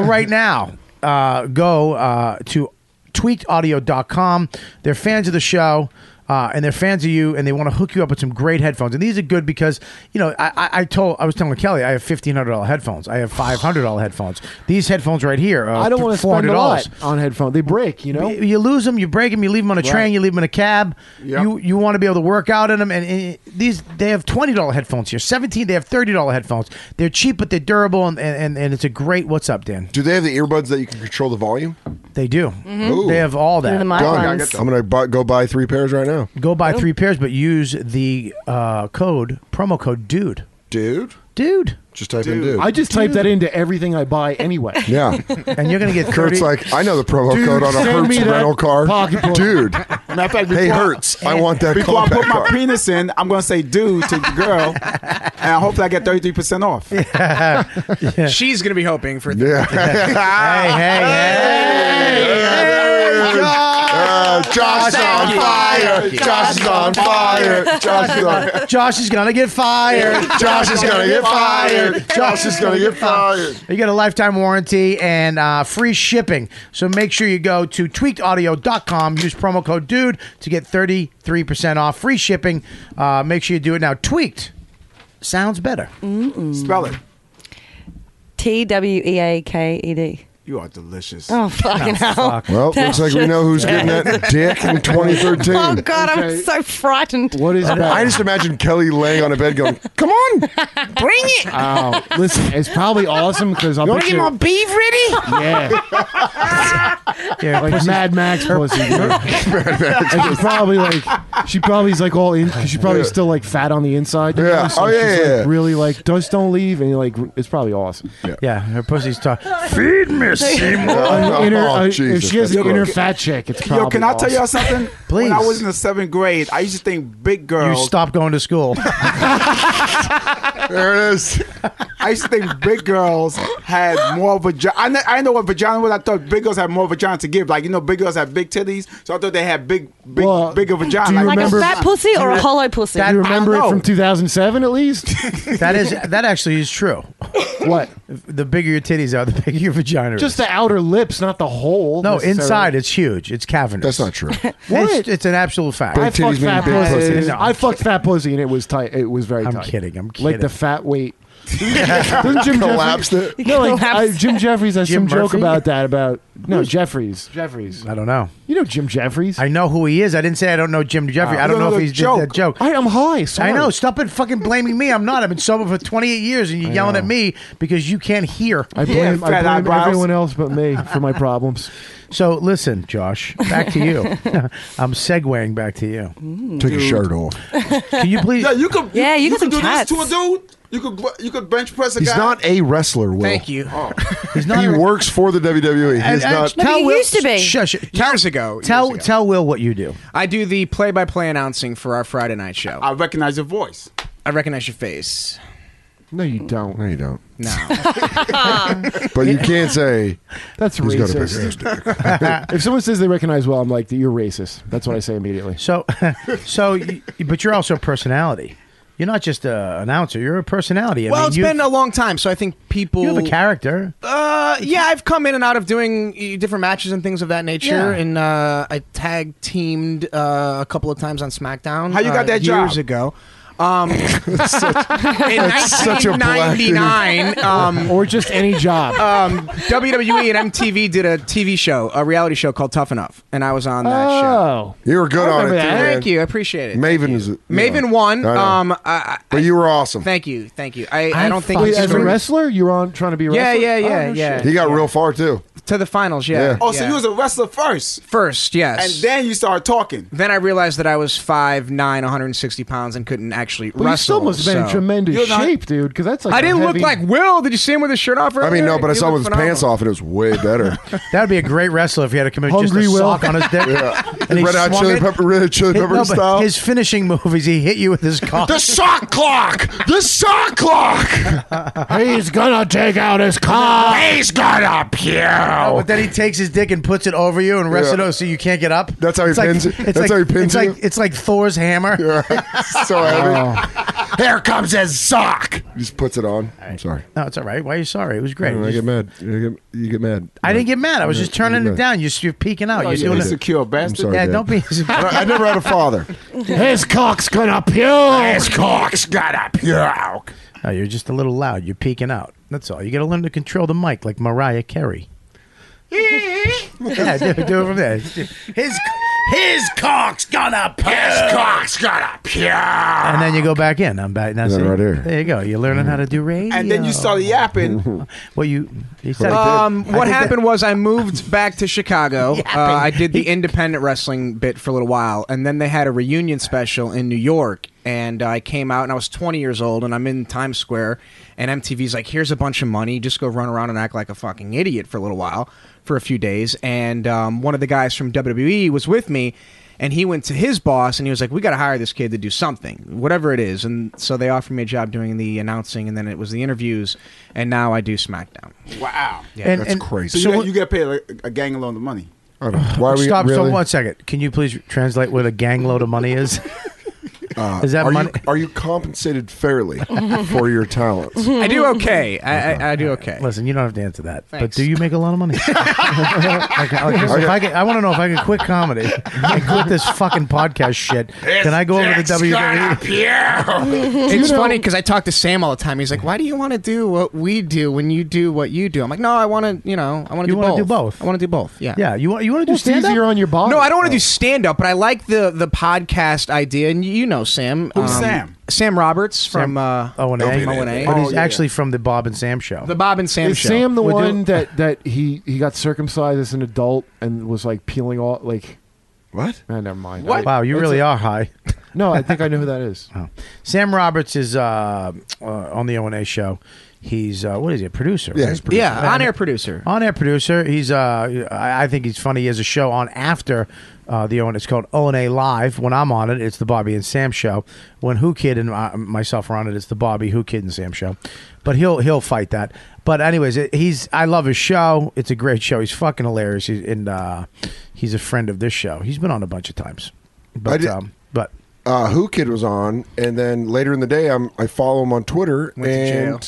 S1: right now, uh, go uh, to tweakedaudio.com. They're fans of the show. Uh, and they're fans of you, and they want to hook you up with some great headphones. And these are good because you know I, I, I told I was telling Kelly I have fifteen hundred dollar headphones. I have five hundred dollar headphones. These headphones right here. uh, Are
S6: I don't want to spend a
S1: $400.
S6: lot on headphones. They break, you know.
S1: You- You lose them, you break them, you leave them on a train, you leave them in a cab. You you want to be able to work out in them, and, and these they have twenty dollar headphones here, seventeen they have thirty dollar headphones. They're cheap but they're durable, and, and and it's a great. What's up, Dan?
S11: Do they have the earbuds that you can control the volume?
S1: They do.
S11: Ooh.
S1: They have all
S18: Mm-hmm. They're
S1: that.
S18: the Oh. mic
S11: Done.
S18: ones.
S11: I'm gonna bu- go buy three pairs right now,
S1: Go buy three pairs, but use the uh, code promo code dude
S11: dude.
S1: dude,
S11: Just type in dude.
S6: I just type that into everything I buy anyway.
S11: yeah.
S1: and you're gonna get
S11: Kurt's
S1: thirty.
S11: like, I know the promo
S6: Dude,
S11: code on a
S6: send
S11: Hertz
S6: me that
S11: rental car.
S6: pocketbook.
S11: Dude,
S8: Matter of fact,
S11: Hey,
S8: before-
S11: Hertz, I want that
S8: Before I
S11: callback
S8: put my
S11: card.
S8: penis in, I'm gonna say dude to the girl, and I hope I get 33 percent off.
S12: She's gonna be hoping for.
S11: "Ah, Uh, Josh is on fire. Josh is on fire. Josh is on
S1: Josh is gonna get fired.
S11: Josh is gonna get fired. Josh is gonna get fired.
S1: You get a lifetime warranty and uh, free shipping. So make sure you go to tweakedaudio.com. Use promo code DUDE to get 33% off free shipping. Uh, make sure you do it now. Tweaked sounds better.
S8: Spell it.
S18: T W E A K E D.
S8: You are delicious.
S18: Oh, fucking hell.
S11: Well, looks like we know who's getting that dick in 2013.
S18: Oh, God, I'm so frightened.
S6: What is that?
S11: I just imagine Kelly laying on a bed going, Come on, bring
S19: it.
S6: Wow. Oh, Listen, it's probably awesome because I'm
S19: You want to get more beef ready?
S6: Yeah. yeah, like Mad Max pussy. dude. And she's probably like she probably's like all in. Cause she's probably
S11: Yeah.
S6: still like fat on the inside. you
S11: Yeah.
S6: know, so
S11: Oh, yeah,
S6: she's,
S11: yeah,
S6: like,
S11: yeah.
S6: Really like just don't leave, and you're like it's probably awesome.
S11: Yeah.
S1: her pussy's tough. Feed me, Seymour.
S6: An inner-
S11: Oh,
S6: uh,
S11: Jesus,
S6: if she has
S11: that's
S6: an inner
S11: gross.
S6: fat chick, it's probably
S8: Yo, can I tell y'all
S6: awesome.
S8: something?
S1: Please.
S8: When I was in the seventh grade, I used to think big
S1: You
S8: girls.
S6: Oh.
S1: stop going to school.
S11: There it is.
S8: I used to think big girls had more vagina. I, kn- I didn't know what vagina was. I thought big girls had more vagina to give. Like you know, big girls have big titties, so I thought they had big, big, bigger vagina.
S6: do you
S18: Like
S6: remember-
S18: a fat pussy or a hollow pussy?
S6: Do you remember it from 2007 at least?
S1: that is that actually is true.
S6: What?
S1: The bigger your titties are, the bigger your vagina is.
S6: Just the outer lips, not the whole.
S1: no,
S6: necessarily.
S1: inside it's huge. It's cavernous. That's
S11: not true.
S1: It's, it's an absolute fact.
S6: I fucked fat
S1: Uh,
S6: pussy.
S1: no,
S6: I fucked fat pussy and it was tight. It was very
S1: I'm
S6: tight.
S1: kidding, I'm
S6: Like the
S1: kidding.
S6: fat weight. Doesn't Jim
S11: Collapsed
S6: Jeffries-
S11: it?
S6: No, like I,
S11: Collapsed.
S6: Jim Jeffries has
S1: Jim
S6: some joke
S1: Murphy?
S6: about that. About no Jeffries. Jeffries.
S1: I don't know.
S6: You know Jim Jeffries.
S1: I know who he is. I didn't say I don't know Jim Jeffrey.
S6: Oh.
S1: I don't
S6: You don't
S1: know
S6: know
S1: if
S6: the
S1: he's
S6: joke.
S1: did that joke.
S6: I am high. Sorry.
S1: I know. Stop it fucking blaming me. I'm not. I've been sober for 28 years and you're yelling at me because you can't hear.
S6: I blame, I blame everyone else but me for my problems.
S1: So listen, Josh, back to you. I'm segueing back to you.
S12: Mm.
S11: Take your shirt off.
S1: Can you please?
S8: Yeah, you could.
S18: Yeah, you
S8: you
S18: got
S8: could
S18: some
S8: do
S18: cats.
S8: this to a dude. You could gr- you could bench press a
S11: He's
S8: guy. Oh,
S11: not a wrestler, Will.
S12: Thank you.
S1: He's not
S11: he works for the WWE. He's
S12: And- and
S11: not.
S12: tell
S18: he
S12: Will-
S18: used to be.
S1: Shush.
S12: Years ago.
S1: Tell
S12: years ago.
S1: tell Will what you do.
S12: I do the play-by-play announcing for our Friday night show.
S8: I recognize your voice.
S12: I recognize your face.
S6: No, you don't.
S11: No, you don't.
S12: No.
S11: But you can't say
S6: That's
S11: he's got a big
S6: racist.
S11: ass dick.
S6: if someone says they recognize well, I'm like, you're racist. That's what I say immediately.
S1: So, so, y- but you're also a personality. You're not just a announcer. You're a personality. I
S12: well,
S1: mean,
S12: it's
S1: you,
S12: been a long time, so I think people.
S1: you have a character.
S12: Uh, yeah, I've come in and out of doing uh, different matches and things of that nature,
S1: Yeah.
S12: and uh, I tag teamed uh, a couple of times on SmackDown.
S8: How you got
S12: uh,
S8: that job?
S12: years ago? Um, in
S11: such a black dude.
S12: 1999, um,
S6: or just any job.
S12: um, WWE and MTV did a TV show, a reality show called Tough Enough, and I was on that
S11: Ah,
S12: show.
S6: Oh,
S11: You were good
S6: I
S11: on it,
S6: remember
S11: too,
S6: that.
S11: man.
S12: Thank you, I appreciate it.
S11: Maven is it?
S12: Maven won. Um, I, I,
S11: but you were awesome.
S12: thank you, thank you. I, I, don't think
S6: Wait,
S12: it's
S6: as a
S12: true.
S6: wrestler, you're on trying to be a
S12: Yeah,
S6: wrestler.
S12: yeah, yeah,
S6: Oh, no
S12: yeah.
S6: shit.
S11: He got real far too.
S12: to the finals. Yeah.
S11: Yeah.
S8: Oh, so
S12: Yeah.
S8: you was a wrestler first,
S12: first, yes,
S8: and then you started talking.
S12: Then I realized that I was 5'9", 160 pounds, and couldn't actually
S6: But you
S12: wrestle.
S6: still must have been in
S12: so-
S6: tremendous shape, dude. Because that's like
S12: I
S6: a
S12: didn't
S6: heavy-
S12: look like Will. Did you see him with his shirt off?
S11: I mean, no,
S12: earlier?
S11: but I
S12: He
S11: saw him with
S12: looked
S11: his pants
S12: phenomenal.
S11: off, and it was way better.
S1: That would be a great wrestler if he had to come in with just a
S6: Hungry Will.
S1: sock on his dick. And he
S11: Red Hot
S1: swung
S11: Chili
S1: it.
S11: Pepper, Red Hot Chili
S1: Hit-
S11: Pepper
S1: no, but
S11: style.
S1: His finishing move is he hit you with his cock.
S11: the sock clock. The sock clock.
S6: He's gonna take out his car.
S11: He's gonna
S1: No,
S11: pew.
S1: but then he takes his dick and puts it over you and rests
S11: Oh. Yeah.
S1: it over so you can't get up.
S11: That's how he
S1: it's like,
S11: pins it.
S1: it's
S11: That's
S1: like-
S11: how he pins
S1: it's
S11: you.
S1: Like, it's like Thor's hammer.
S11: so heavy. Oh. Here comes his sock. He just puts it on. I'm sorry.
S1: No, it's all right. Why are you sorry? It was great.
S11: I
S1: You
S11: get
S1: just-
S11: mad. You get, you get mad.
S1: I didn't get mad. I was
S11: Yeah,
S1: just turning
S11: you
S1: it
S11: did.
S1: down. You're, you're peeking out. you're
S8: you
S1: doing it.
S8: insecure
S11: I'm
S8: bastard.
S11: sorry.
S1: Yeah,
S11: Dad.
S1: don't be.
S11: I don't- I never had a father.
S6: His cock's gonna puke.
S11: His cock's gonna puke.
S1: No, you're just a little loud. You're peeking out. That's all. You got to learn to control the mic like Mariah Carey. yeah, do, do it from there. His his cock's gonna
S11: His
S1: piss.
S11: cock's gonna puke.
S1: And then you go back in. I'm back now.
S11: And then
S1: See,
S11: right here.
S1: There you go. You're learning how to do radio.
S8: And then you started yapping.
S1: Well, you you said
S12: Um,
S1: I
S12: what
S1: did that-
S12: happened was I moved back to Chicago. Uh, I did the independent wrestling bit for a little while, and then they had a reunion special in New York. And I came out, and I was 20 years old, and I'm in Times Square, and MTV's like, "Here's a bunch of money, just go run around and act like a fucking idiot for a little while, for a few days." And um, one of the guys from WWE E was with me, And he went to his boss and he was like, "We got to hire this kid to do something, whatever it is." And so they offered me a job doing the announcing, and then it was the interviews, and now I do SmackDown.
S8: Wow.
S12: Yeah. And- That's and-
S8: So,
S12: crazy.
S8: you,
S12: so
S8: got,
S12: what-
S8: you got paid like a gang load of money.
S1: Stop. So one second. Can you please translate what a gang load of money is?
S11: Uh,
S1: Is that
S11: are
S1: money-
S11: You, are you compensated fairly for your talents?
S12: I do okay. I, I, I do okay.
S1: Listen, you don't have to answer that.
S12: Thanks.
S1: But do you make a lot of money? Like, like, listen, if I, can- I want to know if I can quit comedy and quit this fucking podcast shit. Can I go over to E? WWE?
S12: it's funny because I talk to Sam all the time. He's like, "Why do you want to do what we do when you do what you do?" I'm like, "No, I want to. You know, I want to do,
S1: You wanna
S12: both.
S1: do both.
S12: I want to do both. Yeah,
S1: Yeah, you want you want to do
S12: it's
S1: stand up?
S12: easier
S1: on your body.
S12: No, I don't want to do stand up, but I like the the podcast idea. And you know, Sam. Um,
S1: Who's Sam?
S12: Sam Roberts from uh,
S1: O and A.
S12: O and A. Oh,
S1: But he's actually from the Bob and Sam show.
S12: the Bob and Sam
S6: Is
S12: show.
S6: Sam the
S12: We're
S6: one
S12: doing-
S6: that that he he got circumcised as an adult and was like peeling off like Ah,
S11: what?
S6: never mind. I-
S1: Wow, you
S6: it's
S1: really
S6: a-
S1: are high.
S6: No, I think I know who that is.
S12: Ah.
S1: Oh. Sam Roberts is uh, uh, on the O and A show. He's uh, what is he? A producer?
S12: Yeah,
S1: right?
S12: he's a producer. Yeah, on-air producer.
S1: On air producer. He's uh, I I think he's funny. He has a show on after uh, the O and It's called O and A Live. When I'm on it, it's the Bobby and Sam show. When Who Kid and I, myself are on it, it's the Bobby Who Kid and Sam show. But he'll he'll fight that. But anyways, it, he's I love his show. It's a great show. He's fucking hilarious. He's and uh, he's a friend of this show. He's been on a bunch of times. But
S11: did-
S1: um, but
S11: Uh, Who Kid was on, and then later in the day, I'm, I follow him on Twitter,
S1: Went to jail.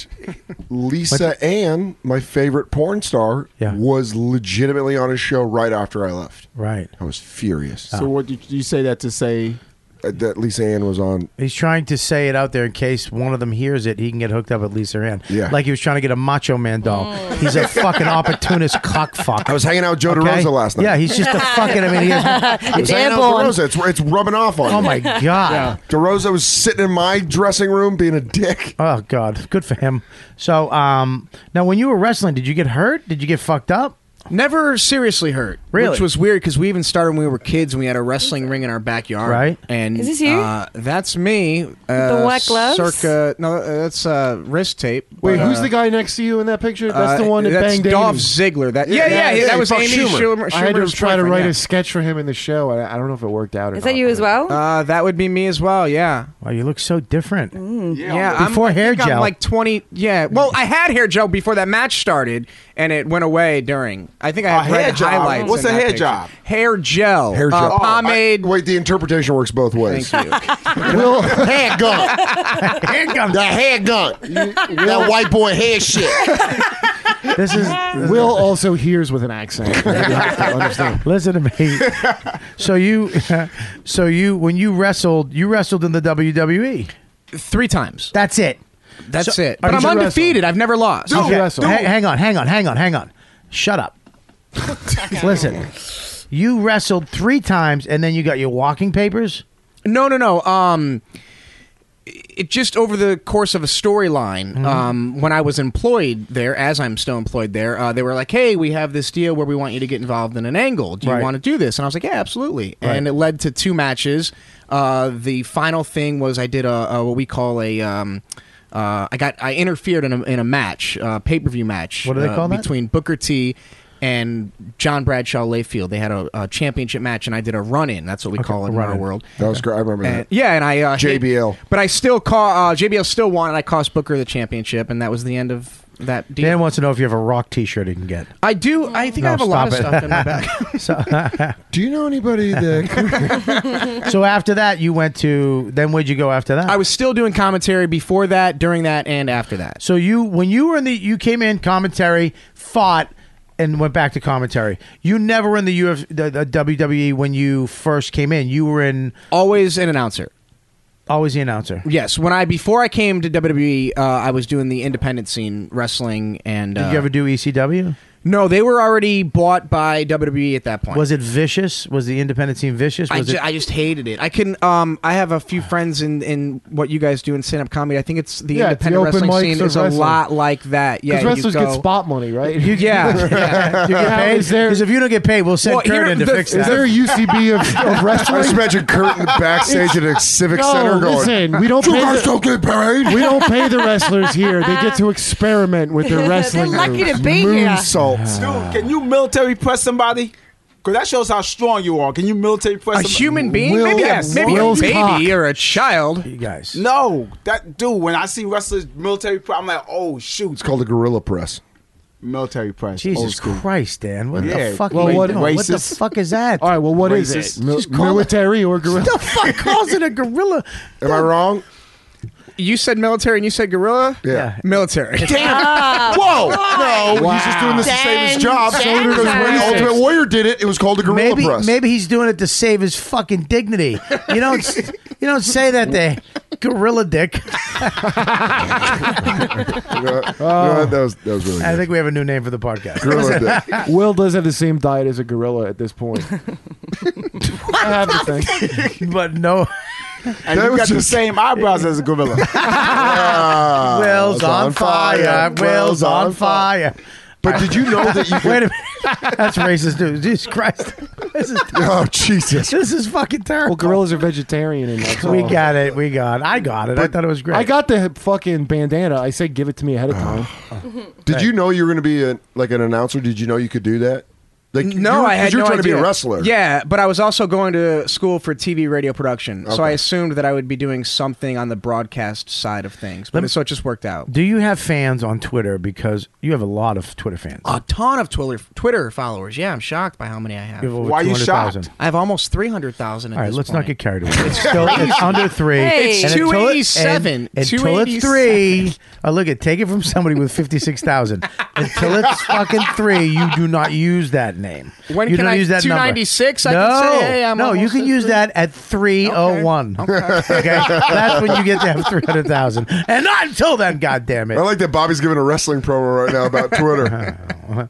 S11: and Lisa Ann, my favorite porn star, was legitimately on his show right after I left.
S1: Right,
S11: I was furious.
S8: So what did you say that to say?
S11: that Lisa Ann was on.
S1: He's trying to say it out there in case one of them hears it, he can get hooked up at Lisa Ann.
S11: Yeah.
S1: Like he was trying to get a Macho Man doll. He's a fucking opportunist cockfuck.
S11: I was hanging out with Oh, Joe DeRosa last night.
S1: Yeah, he's just a fucking. I mean, he has.
S11: I was hanging out with DeRosa. It's, it's rubbing off on
S1: Oh
S11: me.
S1: my God. Yeah.
S11: DeRosa was sitting in my dressing room being a dick.
S1: Oh God, good for him. So, um, now when you were wrestling, did you get hurt? Did you get fucked up?
S12: Never seriously hurt.
S1: Really?
S12: Which was weird because we even started when we were kids and we had a wrestling ring in our backyard.
S1: Right.
S12: And
S18: Is this you?
S12: Uh, that's me. Uh,
S18: The white gloves?
S12: Circa. No, uh, that's uh, wrist tape.
S6: Wait,
S12: but,
S6: who's
S12: uh,
S6: the guy next to you in that picture? That's
S12: uh,
S6: the one that
S12: that's
S6: banged
S12: Dolph
S6: Amy.
S12: Ziggler. That yeah, yeah, yeah, that was Amy Schumer.
S6: I had to
S12: Schumer's
S6: try to
S12: boyfriend,
S6: write
S12: yeah.
S6: a sketch for him in the show. I, I don't know if it worked out or
S18: Is
S6: not.
S18: that you as well?
S12: Uh, that would be me as well. Yeah.
S1: Wow, you look so different.
S12: Yeah,
S8: Oh,
S1: I'm- Before
S12: i
S1: hair
S12: think I'm
S1: gel.
S12: like 20. Yeah, well, I had hair gel before that match started, and it went away during. I think I had
S8: Oh, hair
S12: red
S8: job.
S12: highlights.
S8: What's
S12: in
S8: a
S12: that
S8: hair
S12: picture.
S8: job?
S12: Hair gel.
S11: Hair
S12: Uh,
S11: gel.
S12: pomade.
S11: I- wait, the interpretation works both ways.
S12: Thank you.
S11: Will, hair gun.
S1: hair gun.
S11: The hair gun. that white boy hair shit.
S1: This is
S6: Will also hears with an accent. You have to understand.
S1: Listen to me. so you, so you, when you wrestled, you wrestled in the WWE.
S12: Three times.
S1: That's it.
S12: That's
S1: So-
S12: it. But I'm undefeated. I've never lost.
S1: Okay. Ha- hang on, hang on, hang on, hang on. Shut up. Listen, you wrestled three times and then you got your walking papers.
S12: No, no, no. Um, it just over the course of a storyline.
S1: Mm-hmm.
S12: Um, when I was employed there, as I'm still employed there, uh, they were like, "Hey, we have this deal where we want you to get involved in an angle. Do you
S1: Right.
S12: want to do this?" And I was like, "Yeah, absolutely." And
S1: Right.
S12: it led to two matches. Uh, the final thing was I did a, a what we call a. Um, uh, I got I interfered in a, in a match, uh, pay per view match.
S1: What do they
S12: uh,
S1: call that?
S12: between Booker T and John Bradshaw Layfield. They had a, a championship match, and I did a run in. That's what we call it in our
S11: run-in.
S12: world.
S11: That was great. I remember
S12: And-
S11: that.
S12: yeah, and I uh, hit-
S11: JBL.
S12: but I still caught uh, JBL still won, and I cost Booker the championship, and that was the end of that deal.
S1: Dan wants to know if you have a rock T-shirt he can get.
S12: I do. I think
S1: No,
S12: I have a lot of
S1: stop it.
S12: stuff in my back.
S11: Do you know anybody that?
S1: So after that, you went to. Then where'd you go after that?
S12: I was still doing commentary before that, during that, and after that.
S1: so you, when you were in the, you came in commentary, fought, and went back to commentary. You never were in the Uf, the, the WWE when you first came in. You were in oh,
S12: Always an announcer.
S1: always the announcer.
S12: Yes, when I before I came to WWE, uh, I was doing the independent scene, wrestling, and
S1: Did
S12: uh,
S1: you ever do E ECW?
S12: No, they were already bought by WWE at that point.
S1: Was it vicious? Was the independent scene vicious?
S12: I,
S1: Was
S12: ju-
S1: it?
S12: I just hated it. I couldn't. Um, I have a few friends in in what you guys do in stand up comedy. I think it's the
S6: Yeah, it's the
S12: independent wrestling
S6: open mics
S12: scene
S6: of
S12: is a
S6: wrestling.
S12: lot like that. Yeah,
S6: Because
S12: you
S6: wrestlers
S12: go-
S6: get spot money, right?
S1: You-
S12: Yeah.
S1: Do you get
S6: Now,
S1: paid?
S6: is there-
S1: Because if you don't get paid, we'll send
S12: Well,
S1: Kurt
S12: here-
S1: in to
S12: the-
S1: fix that.
S6: Is there a UCB of, of
S11: I just
S6: wrestling?
S11: imagine Kurt in the backstage at a civic
S6: No,
S11: center going.
S6: listen, we don't
S11: You
S6: pay
S11: guys
S6: the-
S11: don't get paid.
S6: We don't pay the wrestlers here. They get to experiment with their
S18: They're
S6: wrestling.
S18: lucky
S6: moves.
S18: to be here.
S11: Moonsaults.
S8: Dude, can you military press somebody? Because that shows how strong you are. Can you militate press
S12: A
S8: somebody?
S12: human being? maybe a,
S8: Yes.
S12: maybe a baby or a child.
S1: You guys.
S8: No, that dude. When I see wrestlers military press, I'm like, oh shoot. It's
S11: called a gorilla press.
S8: Military press. old
S1: Jesus
S8: school.
S1: Christ, Dan! What
S8: Yeah.
S1: the fuck?
S8: Well,
S1: are you
S8: what-
S1: doing? What the
S8: racist.
S1: fuck is that?
S6: All right. Well, what is
S1: Racist.
S6: it? Mil-
S1: Just call it-
S6: military or gorilla?
S1: the fuck calls it a gorilla?
S11: Am I wrong?
S12: You said military and you said gorilla?
S11: Yeah.
S12: Military.
S11: Damn. Whoa! No, he's just doing this to save his
S1: Dan-
S11: job. So
S1: Dan
S11: did it.
S1: was
S11: when the
S1: racist.
S11: Ultimate Warrior did it, it was called a gorilla
S1: maybe
S11: press.
S1: maybe he's doing it to save his fucking dignity. You don't s- you don't say that to gorilla dick.
S11: You know, you know what? that was that was really.
S1: I
S11: Good.
S1: think we have a new name for the podcast.
S11: Gorilla dick.
S6: Will does have the same diet as a gorilla at this point. I have to think.
S1: but no.
S8: And you got the same eyebrows as a gorilla. Uh,
S11: Ah,
S1: Will's
S11: it's
S1: on fire. Will's on fire.
S11: But did you know that you could-
S1: Wait a minute. That's racist, dude. Jesus Christ. This is
S11: Oh Jesus!
S1: This is fucking terrible.
S6: Well, gorillas are vegetarian, and that's
S1: we
S6: all.
S1: got it. We got it. I got it. I thought it was great.
S6: I got the fucking bandana. I said, give it to me ahead of time.
S11: Did you know you were going to be a, like an announcer? Did you know you could do that? Like
S12: No,
S11: you,
S12: I had
S11: You're
S12: no
S11: trying to be a
S12: idea.
S11: wrestler.
S12: Yeah, but I was also going to school for TV radio production, so
S11: Okay.
S12: I assumed that I would be doing something on the broadcast side of things. But
S1: Let me-
S12: so it just worked out.
S1: Do you have fans on Twitter? Because you have a lot of Twitter fans.
S12: A ton of Twitter Twitter followers. Yeah, I'm shocked by how many I have.
S1: You have over Why are you 200,000. shocked?
S12: I have almost three hundred thousand.
S1: All right, let's not get carried away. It's still it's under three.
S12: Hey.
S1: And until it-
S12: 287.
S1: and- Until it's three. Oh, look at take it from somebody with fifty six thousand. Until it's fucking three, you do not use that name.
S12: When
S1: you
S12: can
S1: don't
S12: I-
S1: use that number.
S12: 296, I
S1: no,
S12: can say, hey, I'm
S1: no, you
S12: almost
S1: can
S12: at
S1: use
S12: three.
S1: that at three oh one. Okay, that's when you get to have three hundred thousand, and not until then. God damn it!
S11: I like that Bobby's giving a wrestling promo right now about Twitter.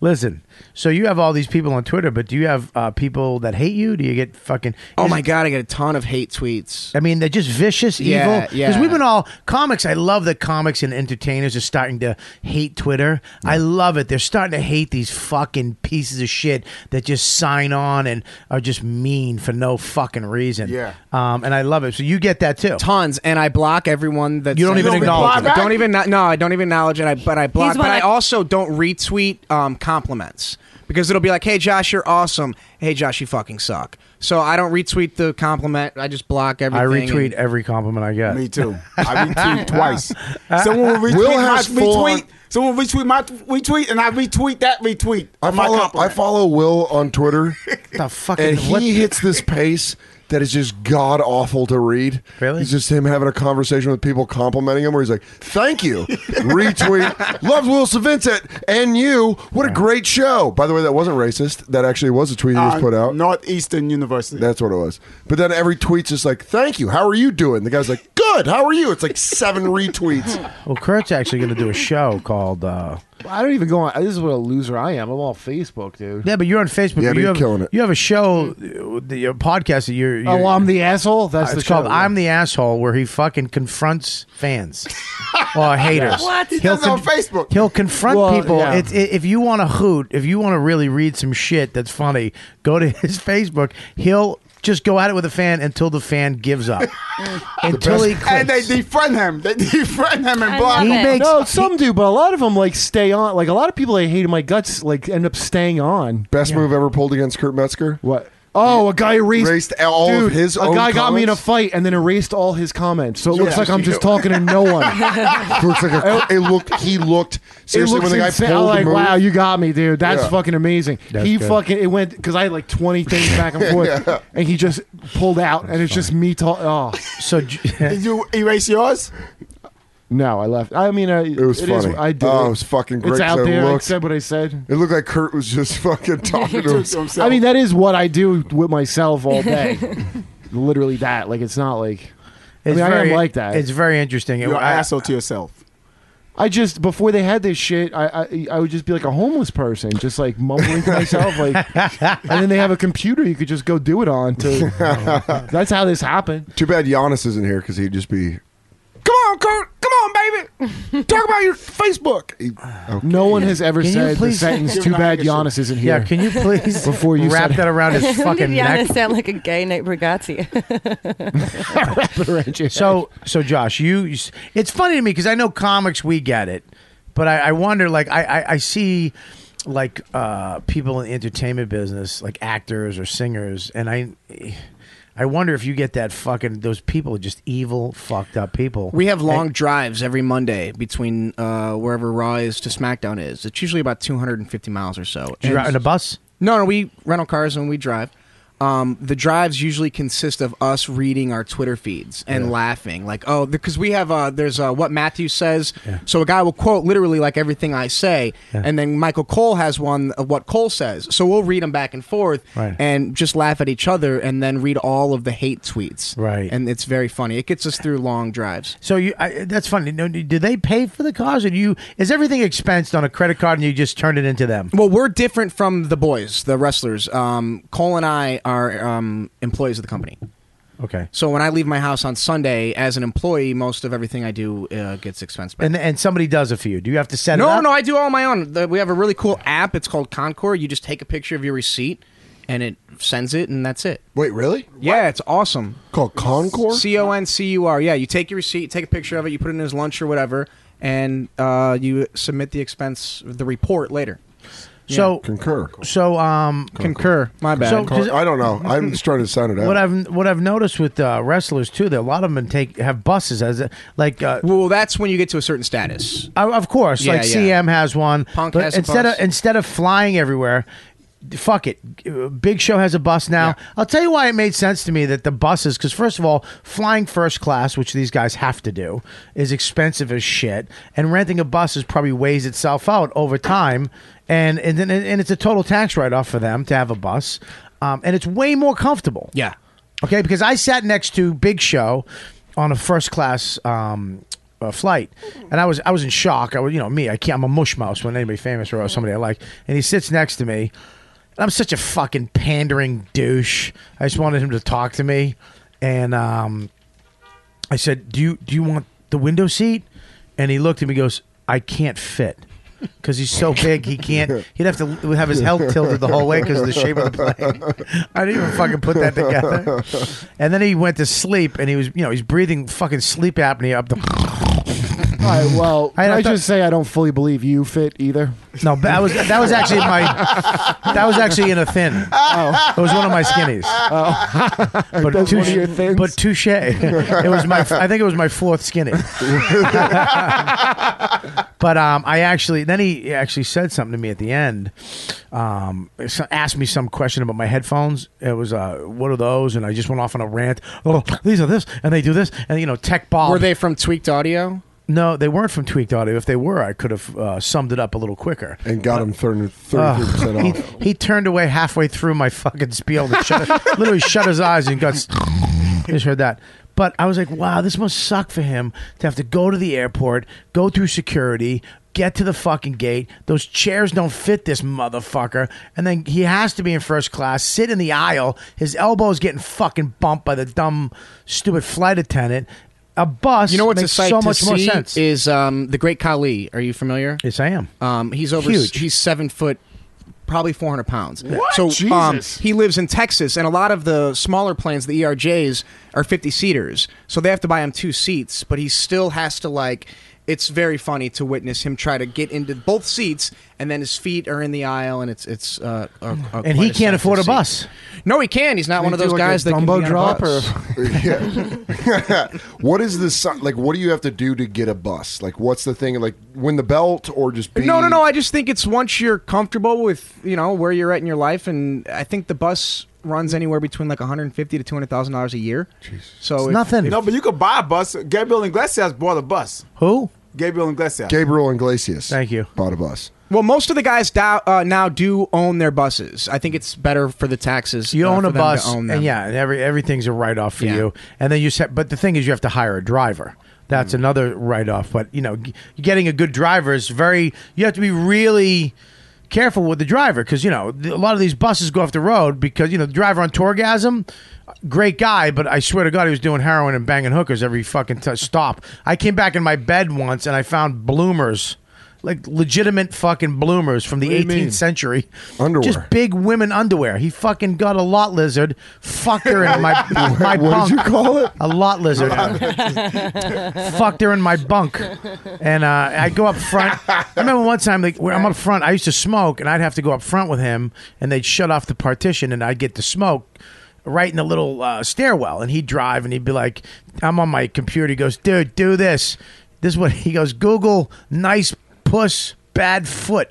S1: Listen, so you have all these people on Twitter, but do you have uh, people that hate you? Do you get fucking?
S12: Oh my god, I get a ton of hate tweets.
S1: I mean, they're just vicious, evil.
S12: Yeah, yeah.
S1: we've been all comics. I love that comics and entertainers are starting to hate Twitter. I love it. They're starting to hate these fucking pieces of shit that just sign on and are just mean for no fucking reason.
S12: Yeah.
S1: Um, and I love it. So you get that too.
S12: Tons, and I block everyone that
S1: You don't
S12: says-
S1: even acknowledge it.
S12: Don't even no, I don't even acknowledge it. I, but I block.
S1: He's
S12: But
S1: one
S12: I
S1: of-
S12: also don't retweet um, compliments because it'll be like, "Hey Josh, you're awesome." Hey Josh, you fucking suck. So I don't retweet the compliment. I just block everything.
S1: I retweet
S12: and-
S1: every compliment I get.
S8: Me too. I retweet twice. Someone will retweet
S11: Will
S8: my
S11: has full
S8: retweet. Someone will retweet my retweet, and I retweet that retweet.
S11: I
S8: of my
S11: follow I
S8: compliment.
S11: follow Will on Twitter.
S1: the fucking
S11: and he
S1: what-
S11: hits this pace that is just god awful to read. Really? It's just him having a conversation with people complimenting him where he's like, Thank you. Retweet. Loved Will Savincent and you. What a great show. By the way, that wasn't racist. That actually was a tweet he
S8: Uh,
S11: just put out.
S8: Northeastern University.
S11: That's what it was. But then every tweet's just like, Thank you. How are you doing? The guy's like, Good. How are you? It's like seven retweets.
S1: Well, Kurt's actually going to do a show called. Uh,
S6: I don't even go on. This is what a loser I am. I'm all Facebook, dude.
S1: yeah, but you're on Facebook.
S11: Yeah, but
S1: you
S11: you're
S1: have,
S11: killing it.
S1: You have a show, uh, the uh, podcast that you're.
S6: Oh,
S1: you're-
S6: I'm the asshole. That's the
S1: it's called
S6: show.
S1: "I'm the Asshole," where he fucking confronts fans or haters.
S8: What? He does it on Facebook.
S1: He'll confront
S6: Well,
S1: people.
S6: yeah.
S1: It's, i if you want to hoot, if you want to really read some shit that's funny, go to his Facebook. He'll just go at it with a fan until the fan gives up. until he
S8: and
S1: quits.
S8: they defriend him. They defriend him and
S18: I
S8: block
S18: love
S8: him.
S18: it. makes-
S6: no, some do, but a lot of them like stay on. Like a lot of people I hate in my guts like end up staying on.
S11: Best move ever pulled against Kurt Metzger.
S6: What? Oh, a guy erased,
S11: Erased all of
S6: dude,
S11: his
S6: A
S11: own
S6: guy got me in a
S11: comments?
S6: fight and then erased all his comments, so it looks
S11: Yeah.
S6: like I'm just talking to no one.
S11: Looks like a- it looked he looked seriously
S6: it looks
S11: when the guy
S6: insane.
S11: pulled
S6: I'm like,
S11: the move.
S6: wow, you got me, dude. That's
S11: Yeah.
S6: fucking amazing.
S11: That's
S6: he
S11: good.
S6: fucking it went because I had like 20 things back and forth,
S11: Yeah.
S6: and he just pulled out, and it's just me talking. Oh
S1: so j-
S8: Did you erase yours?
S6: no, I left. I mean, I, it
S11: was
S6: is-
S11: funny.
S6: I did.
S11: Oh, it was fucking great
S6: It's
S11: 'cause
S6: out
S11: I
S6: there. I
S11: looked-
S6: said what I said.
S11: It looked like Kurt was just fucking talking to himself.
S6: I mean, that is what I do with myself all day. Literally that. Like, it's not
S1: it's
S6: like. I mean, I
S1: very-
S6: am like that.
S1: It's very interesting.
S8: You're an
S1: I-
S8: asshole to yourself.
S6: I just before they had this shit, I, I I would just be like a homeless person, just like mumbling to myself, like. And then they have a computer you could just go do it on. To that's how this happened.
S11: Too bad Giannis isn't here because he'd just be.
S19: Come on, Kurt. Come on, baby. Talk about your Facebook.
S6: No one has ever
S1: Can you
S6: said the
S1: please-
S6: sentence.
S1: You're
S6: Too
S1: not
S6: bad
S1: gonna-
S6: Giannis isn't here.
S1: Yeah, can you please
S6: before you
S1: wrap
S6: said
S1: that around his
S18: Did
S1: fucking
S18: Yana
S1: neck?
S18: sound like a gay Nate Bargatze?
S1: so so josh you you s- it's funny to me because i know comics we get it but i, I wonder like I, I i see like uh, people in the entertainment business, like actors or singers, and I, I wonder if you get that fucking those people are just evil, fucked up people.
S12: We have long
S1: And-
S12: drives every Monday between uh, wherever Raw is to SmackDown is. It's usually about 250 miles or so.
S1: Do you ride in a bus?
S12: No, no, we rental cars and we drive. Um, the drives usually consist of us reading our Twitter feeds and
S5: Yeah.
S12: laughing, like, oh, because we have uh, there's uh, what Matthew says. So a guy will quote literally like everything I say, and then Michael Cole has one of what Cole says. So we'll read them back and forth
S1: Right.
S12: and just laugh at each other, and then read all of the hate tweets.
S1: Right,
S12: and it's very funny. It gets us through long drives.
S1: So you, I, that's funny. No, do they pay for the cars, or do you? Is everything expensed on a credit card, and you just turn it into them?
S12: Well, we're different from the boys, the wrestlers. Um, Cole and I are um, employees of the company.
S1: Okay.
S12: So when I leave my house on Sunday as an employee, most of everything I do uh, gets expensed back.
S1: And and somebody does it for you. Do you have to set it
S12: no,
S1: up?
S12: no, I do all on my own. The- We have a really cool app. It's called Concord. You just take a picture of your receipt, and it sends it, and that's it.
S11: Wait, really?
S12: Yeah, it's awesome.
S11: Called Concord.
S12: C O N C U R. Yeah, you take your receipt, take a picture of it, you put it in his lunch or whatever, and uh, you submit the expense, the report later.
S1: So
S12: Yeah.
S11: concur.
S1: So um,
S12: Concur. My bad.
S1: So,
S11: Concord. I don't know. I'm just trying to sound it out.
S1: What I've what I've noticed with uh, wrestlers too, that a lot of them take have buses as a, like. Uh,
S12: well, that's when you get to a certain status.
S1: of course,
S12: Yeah,
S1: like
S12: yeah.
S1: CM has one.
S12: Punk
S1: but
S12: has a
S1: instead
S12: bus.
S1: of instead of flying everywhere. Fuck it. Uh, Big Show has a bus now. I'll tell you why it made sense to me that the buses, because first of all, flying first class, which these guys have to do, is expensive as shit. And renting a bus is probably weighs itself out over time. And and then and it's a total tax write off for them to have a bus. Um, and it's way more comfortable.
S12: Yeah.
S1: Okay, because I sat next to Big Show on a first class um, uh, flight, and I was I was in shock. I was you know me I can't, I'm a mush mouse when anybody famous or somebody I like, and he sits next to me, and I'm such a fucking pandering douche. I just wanted him to talk to me, and um, I said, "Do you do you want the window seat?" And he looked at me, and goes, "I can't fit." Because he's so big, he can't. He'd have to have his head tilted the whole way because of the shape of the plane. I didn't even fucking put that together. And then he went to sleep, and he was, you know, he's breathing fucking sleep apnea up the.
S6: All right, well,
S1: I-
S6: can I,
S1: I thought-
S6: just say I don't fully believe you fit either.
S1: No, but that was that was actually my that was actually in a thin. Oh. It was one of my skinnies. Oh. But
S6: That's one of
S1: touche-
S6: your thins?
S1: But touche. It was my I think it was my fourth skinny. but um, I actually then he actually said something to me at the end. Um, so- asked me some question about my headphones. It was uh, what are those? And I just went off on a rant. Oh, these are this, and they do this, and you know, tech bomb.
S12: Were they from Tweaked Audio?
S1: No, they weren't from Tweaked Audio. If they were, I could have uh, summed it up a little quicker.
S11: and got him thirty
S1: Ugh.
S11: percent
S8: Ah.
S11: off.
S12: Oh.
S1: He, he turned away halfway through my fucking spiel and shut, literally shut his eyes and got. just heard that. But I was like, wow, this must suck for him to have to go to the airport, go through security, get to the fucking gate. Those chairs don't fit this motherfucker. And then he has to be in first class, sit in the aisle. His elbow's getting fucking bumped by the dumb, stupid flight attendant. A bus
S12: You know what's a
S1: makes
S12: sight
S1: so
S12: to
S1: much
S12: see
S1: more sense.
S12: is um, the Great Khali. Are you familiar?
S1: Yes, I am.
S12: Um, he's over.
S1: Huge.
S12: He's seven foot, probably four hundred pounds.
S1: What?
S12: So Um,
S1: Jesus.
S12: he lives in Texas, and a lot of the smaller planes, the ERJs, are fifty seaters. So they have to buy him two seats, but he still has to like. It's very funny to witness him try to get into both seats, and then his feet are in the aisle, and it's it's. Uh, a, a- quite
S1: and he
S12: sight
S1: can't
S12: to
S1: afford a
S12: see.
S1: bus.
S12: No, he can. He's not
S1: They
S12: one of
S1: do
S12: those
S1: like a
S12: guys that can
S1: Dumbo
S12: be on a
S1: drop
S12: bus.
S11: Yeah. what is the si- like? What do you have to do to get a bus? Like, what's the thing? Like, win the belt or just be
S12: No, no, no. I just think it's once you're comfortable with you know where you're at in your life, and I think the bus runs anywhere between like 150 to 200 thousand dollars a year. So if- Oh, if-
S8: No, but you could buy a bus. Gabriel Iglesias bought a bus.
S1: Who?
S8: Gabriel Iglesias.
S11: Gabriel Iglesias.
S1: Thank you.
S11: Bought a bus.
S12: well, most of the guys dow- uh, now do own their buses. I think it's better for the taxes.
S1: You
S12: uh,
S1: own
S12: for
S1: a
S12: them to
S1: bus,
S12: own them.
S1: and yeah, and every everything's a write off for
S12: Yeah.
S1: you. And then you set, but the thing is, you have to hire a driver. That's
S12: Mm.
S1: another write off. But you know, g- getting a good driver is very. You have to be really careful with the driver because you know th- a lot of these buses go off the road because you know the driver on Torgasm, great guy, but I swear to God, he was doing heroin and banging hookers every fucking t- stop. I came back in my bed once and I found bloomers like legitimate fucking bloomers from the
S11: What do you
S1: 18th
S11: mean?
S1: century.
S11: Underwear.
S1: Just big women underwear. He fucking got a lot lizard, fucked her in my my bunk.
S11: What did you
S1: call it? A lot lizard. fucked her in my bunk. And uh, I go up front. I remember one time, like, where I'm up front, I used to smoke, and I'd have to go up front with him, and they'd shut off the partition, and I'd get to smoke right in the little uh, stairwell. And he'd drive, and he'd be like, I'm on my computer. He goes, dude, do this. This is what he goes, Google nice puss, bad foot.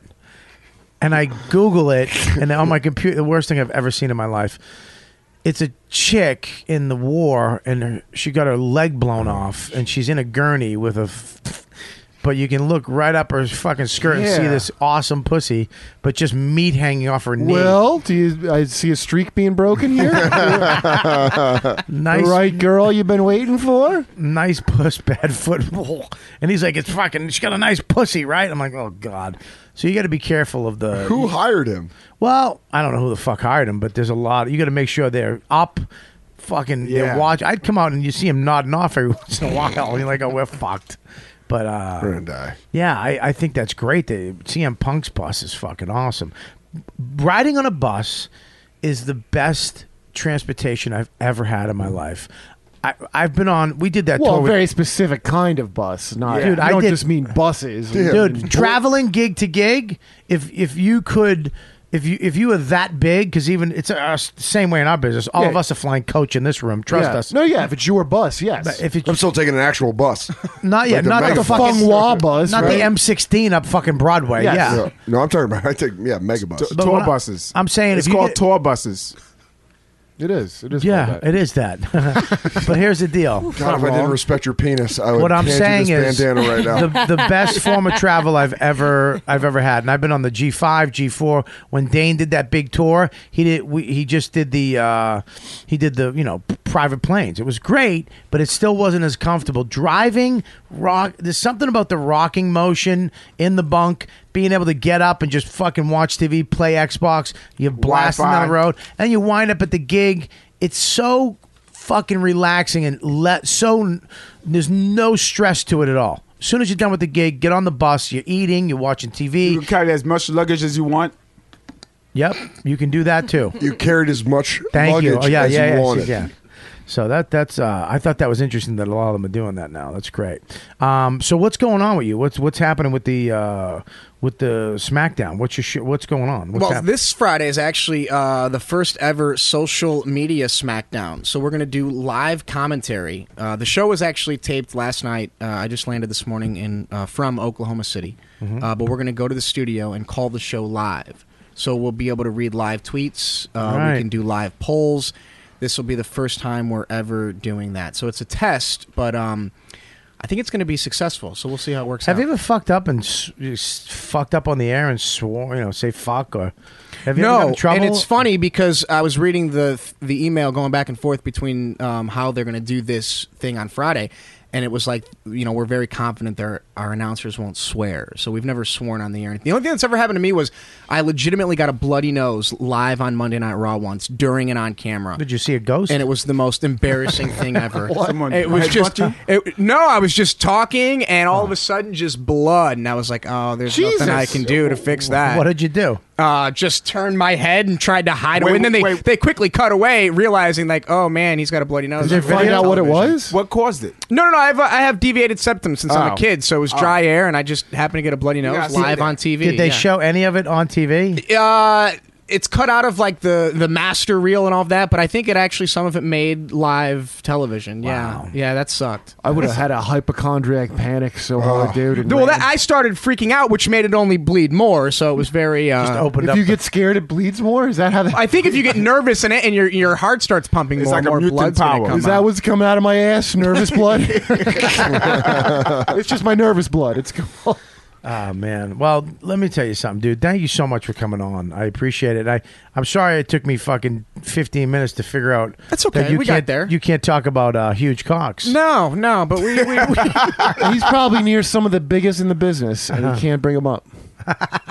S1: And I Google it, and on my computer, the worst thing I've ever seen in my life it's a chick in the war and her, she got her leg blown off and she's in a gurney with a f- but you can look right up her fucking skirt and see
S6: Yeah.
S1: this awesome pussy but just meat hanging off her knee
S6: Well, do you? I see a streak being broken here.
S1: nice
S6: The right girl you've been waiting for
S1: nice puss bad foot and he's like it's fucking she got a nice pussy right i'm like oh god so you got to be careful of the
S11: Who hired him?
S1: Well, I don't know who the fuck hired him, but there's a lot. You got to make sure they're up, fucking.
S11: Yeah.
S1: They're watch. I'd come out and you see him nodding off every once in a while. You're like, oh, we're fucked. But uh,
S11: We're gonna die.
S1: Yeah, I, I think that's great. The CM Punk's bus is fucking awesome. Riding on a bus is the best transportation I've ever had in my life. I, I've been on. We did that.
S6: Well,
S1: tour
S6: a
S1: with-
S6: very specific kind of bus, not
S1: Dude,
S6: dude.
S1: I
S6: I don't
S1: did-
S6: just mean buses,
S1: dude. Traveling gig to gig, if if you could, if you if you were that big, because even it's us the same way in our business. All of
S6: Yeah.
S1: us are flying coach in this room. Trust
S6: Yeah.
S1: us.
S6: No, yeah, if it's your bus, yes.
S1: But if it-
S11: I'm still taking an actual bus.
S1: Not yet.
S11: Like the
S1: not
S11: mega
S1: the
S11: bus.
S1: fucking
S6: Funghua bus,
S1: Not
S11: right?
S1: the M16 up fucking Broadway. Yeah.
S11: No, I'm talking about I take yeah mega bus.
S1: But when I- I'm saying if you get-
S11: tour buses.
S6: It is. It is.
S1: Yeah, it is that. but here's the deal.
S11: God, if I didn't respect your penis, I would.
S1: what I'm
S11: hand
S1: saying
S11: you this
S1: is
S11: bandana right now.
S1: the, the best form of travel I've ever I've ever had, and I've been on the G5, G4. When Dane did that big tour, he did we, he just did the uh, he did the you know p- private planes. It was great, but it still wasn't as comfortable. Driving rock, there's something about the rocking motion in the bunk, being able to get up and just fucking watch TV, play Xbox. You're blasting down the
S8: Wi-Fi.
S1: road, and you wind up at the gig. It's so fucking relaxing and let so there's no stress to it at all. As soon as you're done with the gig, get on the bus. You're eating. You're watching TV. You can
S8: carry as much luggage as you want.
S1: Yep, you can do that too.
S11: You carried as much
S1: Thank
S11: luggage
S1: you. Oh, yeah,
S11: as
S1: yeah,
S11: you
S1: yeah,
S11: wanted.
S1: yeah. So that that's uh, I thought that was interesting that a lot of them are doing that now. That's great. Um, so what's going on with you? What's what's happening with the uh, with the SmackDown? What's your sh- what's going on? What's
S12: well,
S1: hap-
S12: this Friday is actually uh, the first ever social media SmackDown. So we're going to do live commentary. Uh, the show was actually taped last night. Uh, I just landed this morning in uh, from Oklahoma City,
S1: Mm-hmm.
S23: Mhm.
S12: uh, but we're going to go to the studio and call the show live. So we'll be able to read live tweets. Uh,
S23: Right.
S12: We can do live polls. This will be the first time we're ever doing that. So it's a test, but um, I think it's going to be successful. So we'll see how it works out.
S1: have you ever fucked up and s- you s- fucked up on the air and swore you know say fuck or have you ever
S12: no,
S1: gotten in trouble?
S12: and it's funny because I was reading the the email going back and forth between um, how they're going to do this thing on Friday, and it was like you know we're very confident that our, our announcers won't swear, so we've never sworn on the air. The only thing that's ever happened to me was I legitimately got a bloody nose live on Monday Night Raw once during and on camera.
S1: Did you see a ghost?
S12: And it was the most embarrassing thing ever.
S23: What? Someone
S12: it was
S23: head
S12: just
S23: bumped
S12: it, no, I was just talking, and all of a sudden just blood, and I was like, oh, there's
S23: Jesus.
S12: nothing I can do to fix that.
S1: What did you do?
S12: Uh, just turned my head and tried to hide away.
S23: Wait,
S12: And then they,
S23: wait.
S12: they quickly cut away, realizing like, oh man, he's got a bloody nose.
S6: Did they find out what it was?
S8: What caused it?
S12: No, no, no. I have, uh, I have deviated septum since I'm
S1: Oh.
S12: a kid, so it was dry air, and I just happened to get a bloody
S1: gotta
S12: nose
S1: see
S12: live
S1: that.
S12: on TV.
S1: Did they
S12: yeah.
S1: show any of it on TV?
S12: Uh, it's cut out of like the the master reel and all of that, but I think it actually some of it made live television. Yeah, yeah, that sucked.
S6: I would have had a hypochondriac panic so hard, dude. and
S12: Well,
S6: ran.
S12: that, I started freaking out, which made it only bleed more. So it was very uh,
S6: if you get scared, it bleeds more. Is that how that?
S12: I think if you get nervous and it, and your your heart starts pumping more, more blood's gonna come
S6: Is that
S12: out.
S6: what's coming out of my ass? Nervous blood. it's just my nervous blood. It's cool.
S1: Oh man. Well, let me tell you something, dude. Thank you so much for coming on. I appreciate it. I I'm sorry it took me fucking 15 minutes to figure out. That's
S12: okay.
S1: you
S12: We got
S1: can't, there. You can't talk about uh, huge cocks.
S12: No, no, but we, we,
S6: He's probably near some of the biggest in the business, and
S1: Uh-huh.
S6: he can't bring him up.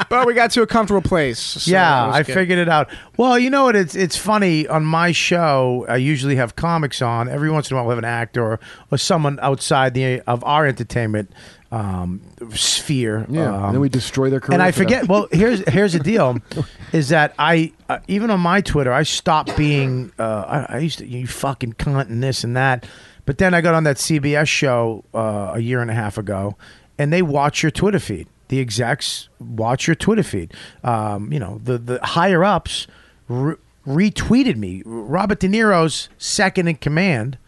S12: but we got to a comfortable place. so that
S1: yeah,
S12: was
S1: I
S12: good.
S1: figured it out. Well, you know what? It's it's funny. On my show, I usually have comics on. Every once in a while, we have an actor or, or someone outside the of our entertainment um, sphere.
S6: Yeah,
S1: um,
S6: and then we destroy their career.
S1: and I
S6: for that.
S1: forget. Well, here's here's the deal, is that I uh, even on my Twitter I stopped being. Uh, I, I used to you fucking cunt and this and that, but then I got on that CBS show uh, a year and a half ago, and they watch your Twitter feed. The execs watch your Twitter feed. Um, you know the the higher ups re- retweeted me. Robert De Niro's second in command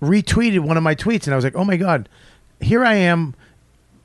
S1: retweeted one of my tweets, and I was like, oh my god, here I am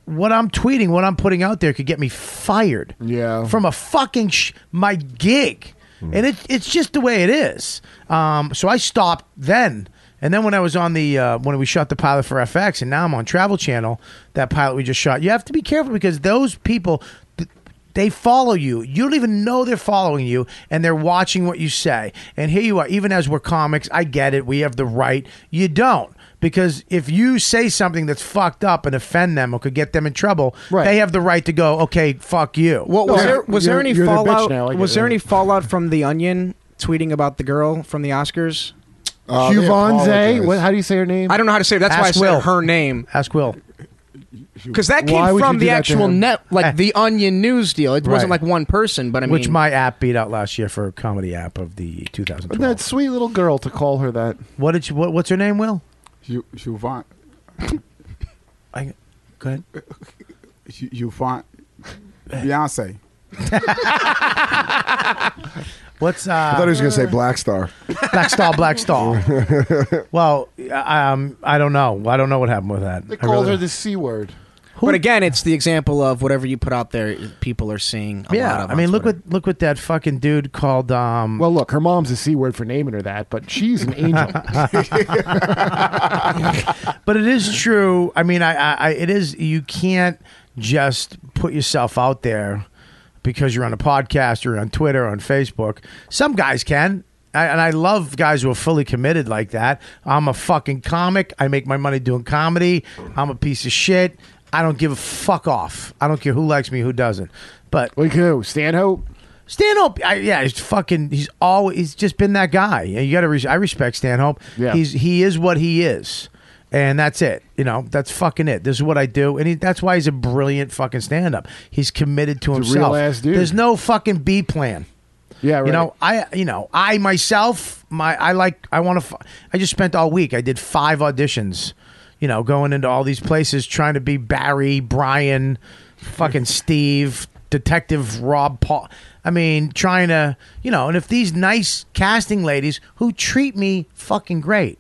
S1: what I'm tweeting, what I'm putting out there could get me fired. Yeah. From a fucking sh- my gig. And it it's just the way it is. Um so I stopped then. And then when I was on the uh, when we shot the pilot for FX and now I'm on Travel Channel, that pilot we just shot. You have to be careful because those people th- they follow you. You don't even know they're following you and they're watching what you say. And here you are, even as we're comics, I get it. We have the right. You don't. Because if you say something that's fucked up and offend them or could get them in trouble, they have the right to go, okay, fuck you.
S12: Well, was there was there any fallout? was there any fallout from the Onion tweeting about the girl from the Oscars?
S6: Uh, they Juvonze?
S1: eh?
S6: apologized. What- how do you say her name?
S12: I don't know how to say it. That's why I
S6: Ask
S12: said
S6: Will.
S12: her name.
S1: Ask Will.
S12: Because that
S1: Why
S12: came
S1: would
S12: from
S1: you do
S12: the
S1: that to
S12: actual
S1: him? Eh.
S12: net, like the Onion news deal. It wasn't
S1: Right.
S12: like one person, but I mean,
S1: Which my app beat out last year for comedy app of the 2012.
S6: That sweet little girl to call her that.
S1: What did you? What, what's her name? Will?
S8: You you want?
S1: I go ahead.
S8: You, you want Beyonce?
S1: What's uh,
S11: I thought he was going to say Black Star.
S1: Black Star, Black Star. well, um, I don't know. I don't know what happened with that.
S6: They
S1: I
S6: called
S1: really-
S6: her the c word.
S12: But again, it's the example of whatever you put out there, people are seeing. A lot
S1: yeah,
S12: of
S1: I mean, look what look what that fucking dude called. Um,
S6: well, look, her mom's a c word for naming her that, but she's an angel.
S1: but it is true. I mean, I, I, I it is. You can't just put yourself out there because you're on a podcast, you're on Twitter, on Facebook. Some guys can. I, and I love guys who are fully committed like that. I'm a fucking comic. I make my money doing comedy. I'm a piece of shit. I don't give a fuck off. I don't care who likes me, who doesn't. But
S6: like who? Stanhope.
S1: Stanhope, I, yeah, he's fucking. He's always. He's just been that guy. Yeah, You got to. Re- I respect Stanhope.
S6: Yeah.
S1: He's he is what he is, and that's it. You know, that's fucking it. This is what I do, and he, that's why he's a brilliant fucking stand-up. He's committed to
S6: He's a
S1: himself.
S6: real-ass dude.
S1: There's no fucking B plan.
S6: Yeah, right.
S1: You know, I you know, I myself, my I like I want to I just spent all week. I did five auditions, you know, going into all these places trying to be Barry, Brian, fucking Steve, Detective Rob Paul. I mean, trying to, you know, and if these nice casting ladies who treat me fucking great.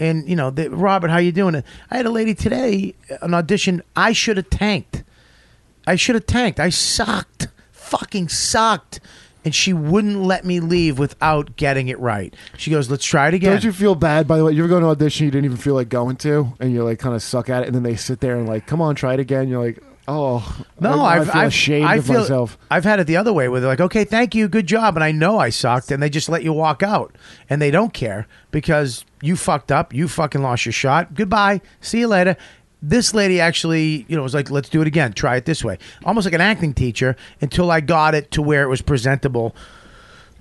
S1: And you know, they, Robert, how you doing? I had a lady today, uh, an audition I should have tanked. I should have tanked. I sucked. Fucking sucked. And she wouldn't let me leave without getting it right. She goes, let's try it again.
S6: Don't you feel bad, by the way? You ever go to an audition you didn't even feel like going to, and you like kind of suck at it, and then they sit there and like, come on, try it again. You're like, oh,
S1: no,
S6: I, I
S1: I've,
S6: feel
S1: I've-
S6: ashamed
S1: I
S6: of
S1: feel-
S6: myself.
S1: I've had it the other way where they're like, okay, thank you, good job. And I know I sucked. And they just let you walk out. And they don't care because you fucked up. You fucking lost your shot. Goodbye. See you later. This lady actually, you know, was like, let's do it again. Try it this way. Almost like an acting teacher until I got it to where it was presentable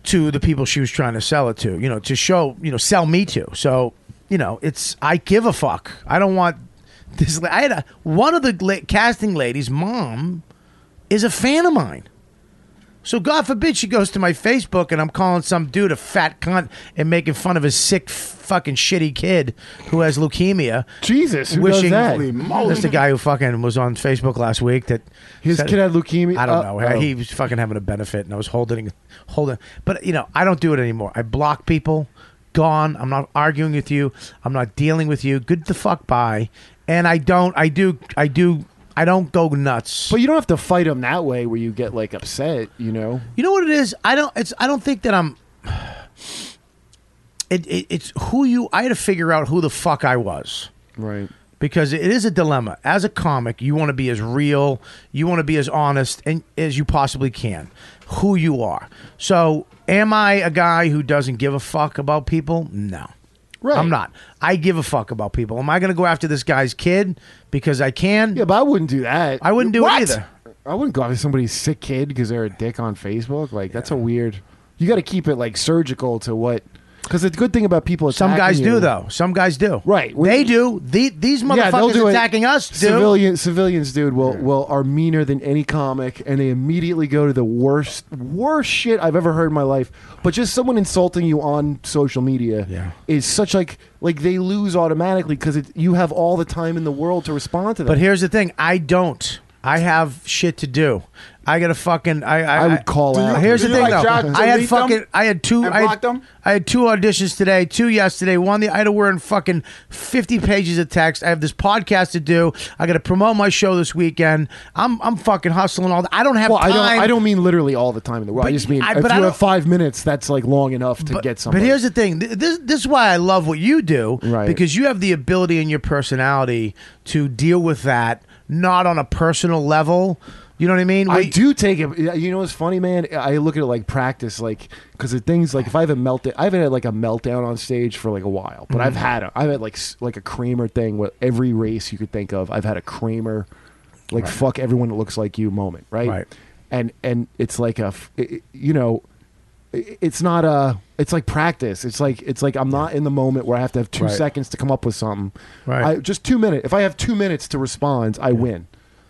S1: to the people she was trying to sell it to, you know, to show, you know, sell me to. So, you know, it's I give a fuck. I don't want this. la- I had a, one of the la- casting ladies' mom is a fan of mine. So God forbid she goes to my Facebook and I'm calling some dude a fat cunt and making fun of his sick fucking shitty kid who has leukemia.
S6: Jesus, who does that? Holy moly.
S1: That's the guy who fucking was on Facebook last week that
S6: His
S1: said-
S6: kid had leukemia.
S1: I don't
S6: Uh,
S1: know.
S6: oh.
S1: He was fucking having a benefit, and I was holding, holding. But you know, I don't do it anymore. I block people. Gone. I'm not arguing with you. I'm not dealing with you. Good the fuck bye. And I don't. I do. I do. I don't go nuts.
S6: But you don't have to fight them that way, where you get like upset. You know,
S1: You know what it is? I don't. It's. I don't think that I'm. It, it. It's who you. I had to figure out who the fuck I was.
S6: Right.
S1: Because it is a dilemma. As a comic, you want to be as real, you want to be as honest and as you possibly can. Who you are. So, am I a guy who doesn't give a fuck about people? No.
S6: Right.
S1: I'm not. I give a fuck about people. Am I going to go after this guy's kid because I can? Yeah,
S6: but I wouldn't do that.
S1: I wouldn't do
S6: What?
S1: it either.
S6: I wouldn't go after somebody's sick kid because they're a dick on Facebook. Like that's a weird. You got to keep it like surgical to what
S11: Because the good thing about people
S1: Some
S11: attacking
S1: guys do
S11: you-
S1: though. Some guys do.
S11: Right.
S1: They do. The, these
S11: Yeah, they'll
S1: motherfuckers
S11: do it.
S1: attacking us do.
S11: Civilian, civilians, dude, will will are meaner than any comic, and they immediately go to the worst, worst shit I've ever heard in my life. But just someone insulting you on social media is such like like they lose automatically because you have all the time in the world to respond to them.
S1: But here's the thing: I don't. I have shit to do. I got to fucking. I, I,
S11: I would call Do you- out.
S1: Here's
S11: do
S1: the
S11: you
S1: thing,
S11: like
S1: though.
S11: try to
S1: I had
S11: delete them
S1: fucking. I had two.
S11: and
S1: I had,
S11: block them?
S1: I had two auditions today, two yesterday. One, the I had to wear in fucking fifty pages of text. I have this podcast to do. I got to promote my show this weekend. I'm I'm fucking hustling all. The, I don't have
S11: well,
S1: time.
S11: I don't. I don't mean literally all the time in the world. I
S1: But
S11: just mean
S1: I-
S11: if
S1: but I
S11: you
S1: don't-
S11: have five minutes, that's like long enough to get something.
S1: But here's the thing. Th- This this is why I love what you do, right? Because you have the ability in your personality to deal with that, not on a personal level. You know what I mean?
S11: I
S1: Wait-
S11: do take it. yeah, You know, it's funny, man. I look at it like practice, like because the things like if I haven't melted, I haven't had like a meltdown on stage for like a while, but I've
S1: Mhm.
S11: had a, I've had like s- like a Kramer thing with every race you could think of. I've had a Kramer, like
S1: Right.
S11: fuck everyone that looks like you moment, right?
S1: Right.
S11: And and it's like a, f- i- i- you know, i- it's not a. It's like practice. It's like it's like I'm not in the moment where I have to have two
S1: Right.
S11: seconds to come up with something.
S1: Right.
S11: I, just two minutes. If I have two minutes to respond, I win.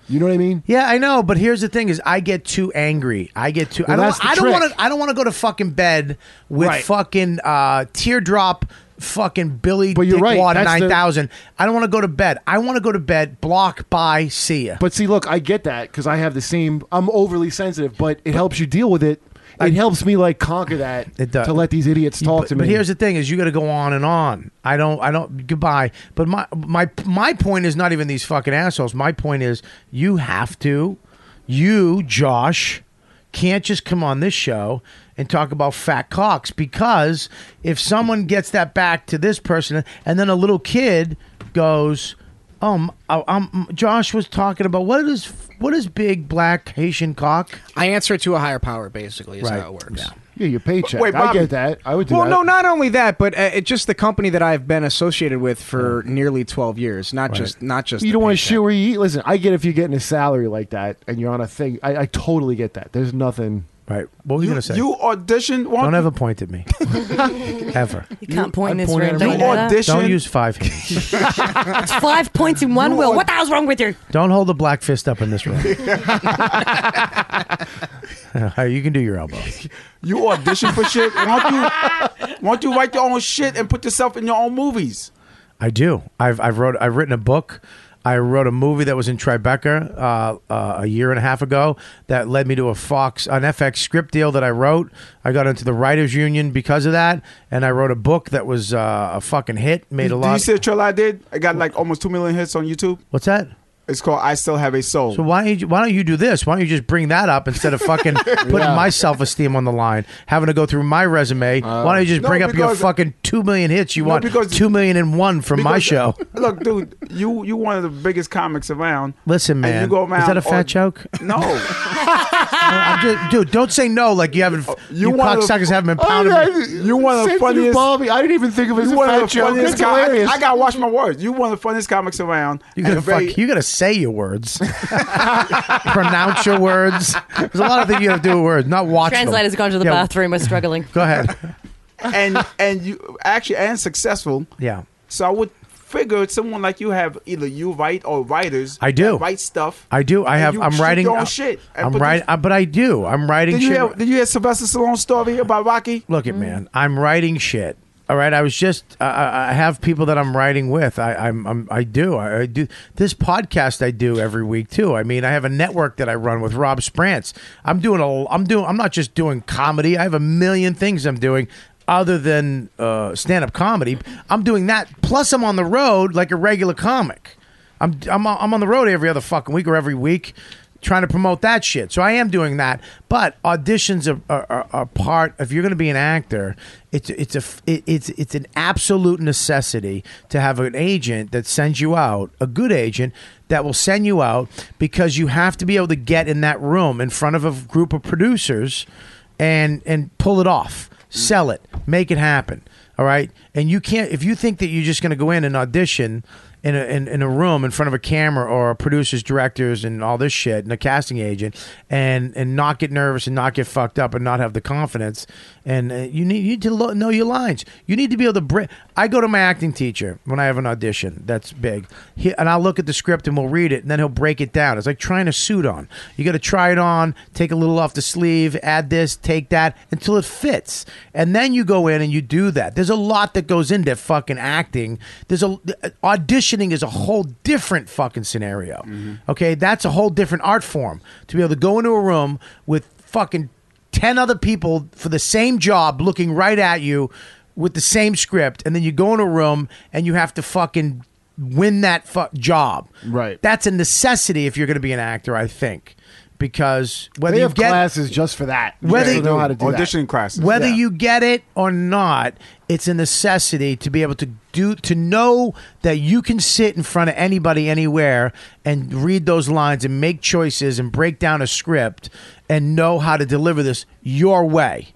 S11: You know what I mean?
S1: Yeah, I know, but here's the thing: is I get too angry. I get too.
S11: Well,
S1: I
S11: that's
S1: don't.
S11: the
S1: I don't
S11: trick.
S1: want to. I don't want to go to fucking bed with
S11: Right.
S1: fucking uh, teardrop. Fucking Billy but
S11: you're right, that's the-
S1: nine thousand. I don't want to go to bed. I want to go to bed. Block by. See ya.
S11: But see, look, I get that because I have the same. I'm overly sensitive, but it helps you deal with it. It helps me like conquer that
S1: It does.
S11: to let these idiots talk
S1: but,
S11: to me.
S1: but here's the thing: is you got to go on and on. I don't. I don't. Goodbye. But my my my point is not even these fucking assholes. My point is you have to. You, Josh, can't just come on this show and talk about fat cocks because if someone gets that back to this person, and then a little kid goes. Um, I, um, Josh was talking about what is what is big black Haitian cock?
S12: I answer to a higher power, basically, is
S1: Right.
S12: how it works.
S11: yeah, your paycheck.
S12: Wait,
S11: I
S12: Bobby-
S11: get that. I would do
S12: well,
S11: that.
S12: no, not only that, but uh, it just the company that I've been associated with for nearly twelve years. Not
S11: Right.
S12: just, not just.
S11: you
S12: the
S11: don't want to
S12: paycheck.
S11: shit where you eat. Listen, I get if you're getting a salary like that and you're on a thing. I, I totally get that. There's nothing.
S1: Right. What were you, gonna say?
S8: You auditioned.
S1: Don't ever point at me, ever.
S6: You can't point in this
S1: Point
S6: room.
S1: at
S6: do
S1: me.
S6: you know that?
S1: Don't use five hands.
S6: It's five points in one will. What the hell's wrong with you?
S1: Don't hold the black fist up in this room. you can do your elbow.
S8: You audition for shit. Won't you? Won't you write your own shit and put yourself in your own movies?
S1: I do. I've I've wrote I've written a book. I wrote a movie that was in Tribeca uh, uh, a year and a half ago that led me to a Fox an FX script deal that I wrote. I got into the writers union because of that, and I wrote a book that was uh, a fucking hit, made a
S8: Do you
S1: lot.
S8: see the trailer I did? I got like almost two million hits on YouTube.
S1: What's that?
S8: It's called "I Still Have a Soul."
S1: So why don't you, why don't you do this? Why don't you just bring that up instead of fucking putting
S8: Yeah.
S1: my self esteem on the line, having to go through my resume? why don't you just
S8: Uh, No,
S1: bring up your
S8: because-
S1: fucking two million hits you
S8: No,
S1: want?
S8: because-
S1: two million and one from my
S8: Because-
S1: show.
S8: Look, dude, you you one of the biggest comics around.
S1: Listen,
S8: And
S1: man,
S8: you go
S1: is that
S8: around
S1: a fat
S8: all-
S1: joke?
S8: No,
S1: I'm just- dude, don't say no like you haven't.
S8: Oh,
S1: You,
S8: one of the-
S1: cocksuckers haven't been pounding me.
S8: You one of the
S11: Oh, Same to you,
S8: funniest.
S11: Bobby. I didn't even think of it as
S8: you
S11: a
S8: one of
S11: fat
S8: the
S11: joke.
S8: funniest.
S11: That's
S8: Com- I,
S11: hilarious.
S8: I gotta watch my words. You one of the funniest comics around.
S1: You gotta
S8: and very-
S1: fuck. You gotta say your words. Pronounce your words. There's a lot of things you have to do with words, not watch. them.
S6: Translator's gone to the
S1: Yeah,
S6: bathroom. We're struggling.
S1: Go ahead.
S8: and and you actually and successful.
S1: Yeah.
S8: So I would figure someone like you have either you write or writers.
S1: I do.
S8: that write stuff.
S1: I do. I
S8: and
S1: have.
S8: you
S1: I'm
S8: shoot
S1: writing.
S8: your own shit. and
S1: I'm
S8: put
S1: writing. But I do. I'm writing
S8: Did you
S1: shit.
S8: hear? Did you hear Sylvester Stallone's story about Rocky?
S1: Look at man, I'm writing shit. All right, I was just I- I, I have people that I'm writing with. I I'm, I'm I do I, I do this podcast I do every week too. I mean, I have a network that I run with Rob Sprance. I'm doing a I'm doing I'm not just doing comedy. I have a million things I'm doing other than uh, stand up comedy. I'm doing that plus I'm on the road like a regular comic. I'm I'm I'm on the road every other fucking week or every week trying to promote that shit. So I am doing that. But auditions are, are, are, are part. If you're going to be an actor, it's it's a f- it, it's it's an absolute necessity to have an agent that sends you out, a good agent that will send you out because you have to be able to get in that room in front of a group of producers and and pull it off, sell it, make it happen. All right, and you can't if you think that you're just going to go in and audition in a, in, in a room in front of a camera or producers, directors, and all this shit, and a casting agent, and and not get nervous and not get fucked up and not have the confidence. And uh, you need you need to lo- know your lines. You need to be able to. Bri- I go to my acting teacher when I have an audition. That's big. He, and I'll look at the script and we'll read it, and then he'll break it down. It's like trying a suit on. You got to try it on, take a little off the sleeve, add this, take that, until it fits. And then you go in and you do that. There's a lot that goes into fucking acting. There's a uh, auditioning is a whole different fucking scenario. Okay, that's a whole different art form to be able to go into a room with fucking 10 other people for the same job looking right at you with the same script and then you go in a room and you have to fucking win that fu- job right that's a necessity if you're going to be an actor i think because whether
S6: they
S1: you
S6: have
S1: get
S6: classes just for that. You
S1: whether
S6: guys don't know how to do that.
S1: whether
S6: Yeah.
S1: you get it or not it's a necessity to be able to do to know that you can sit in front of anybody anywhere and read those lines and make choices and break down a script and know how to deliver this your way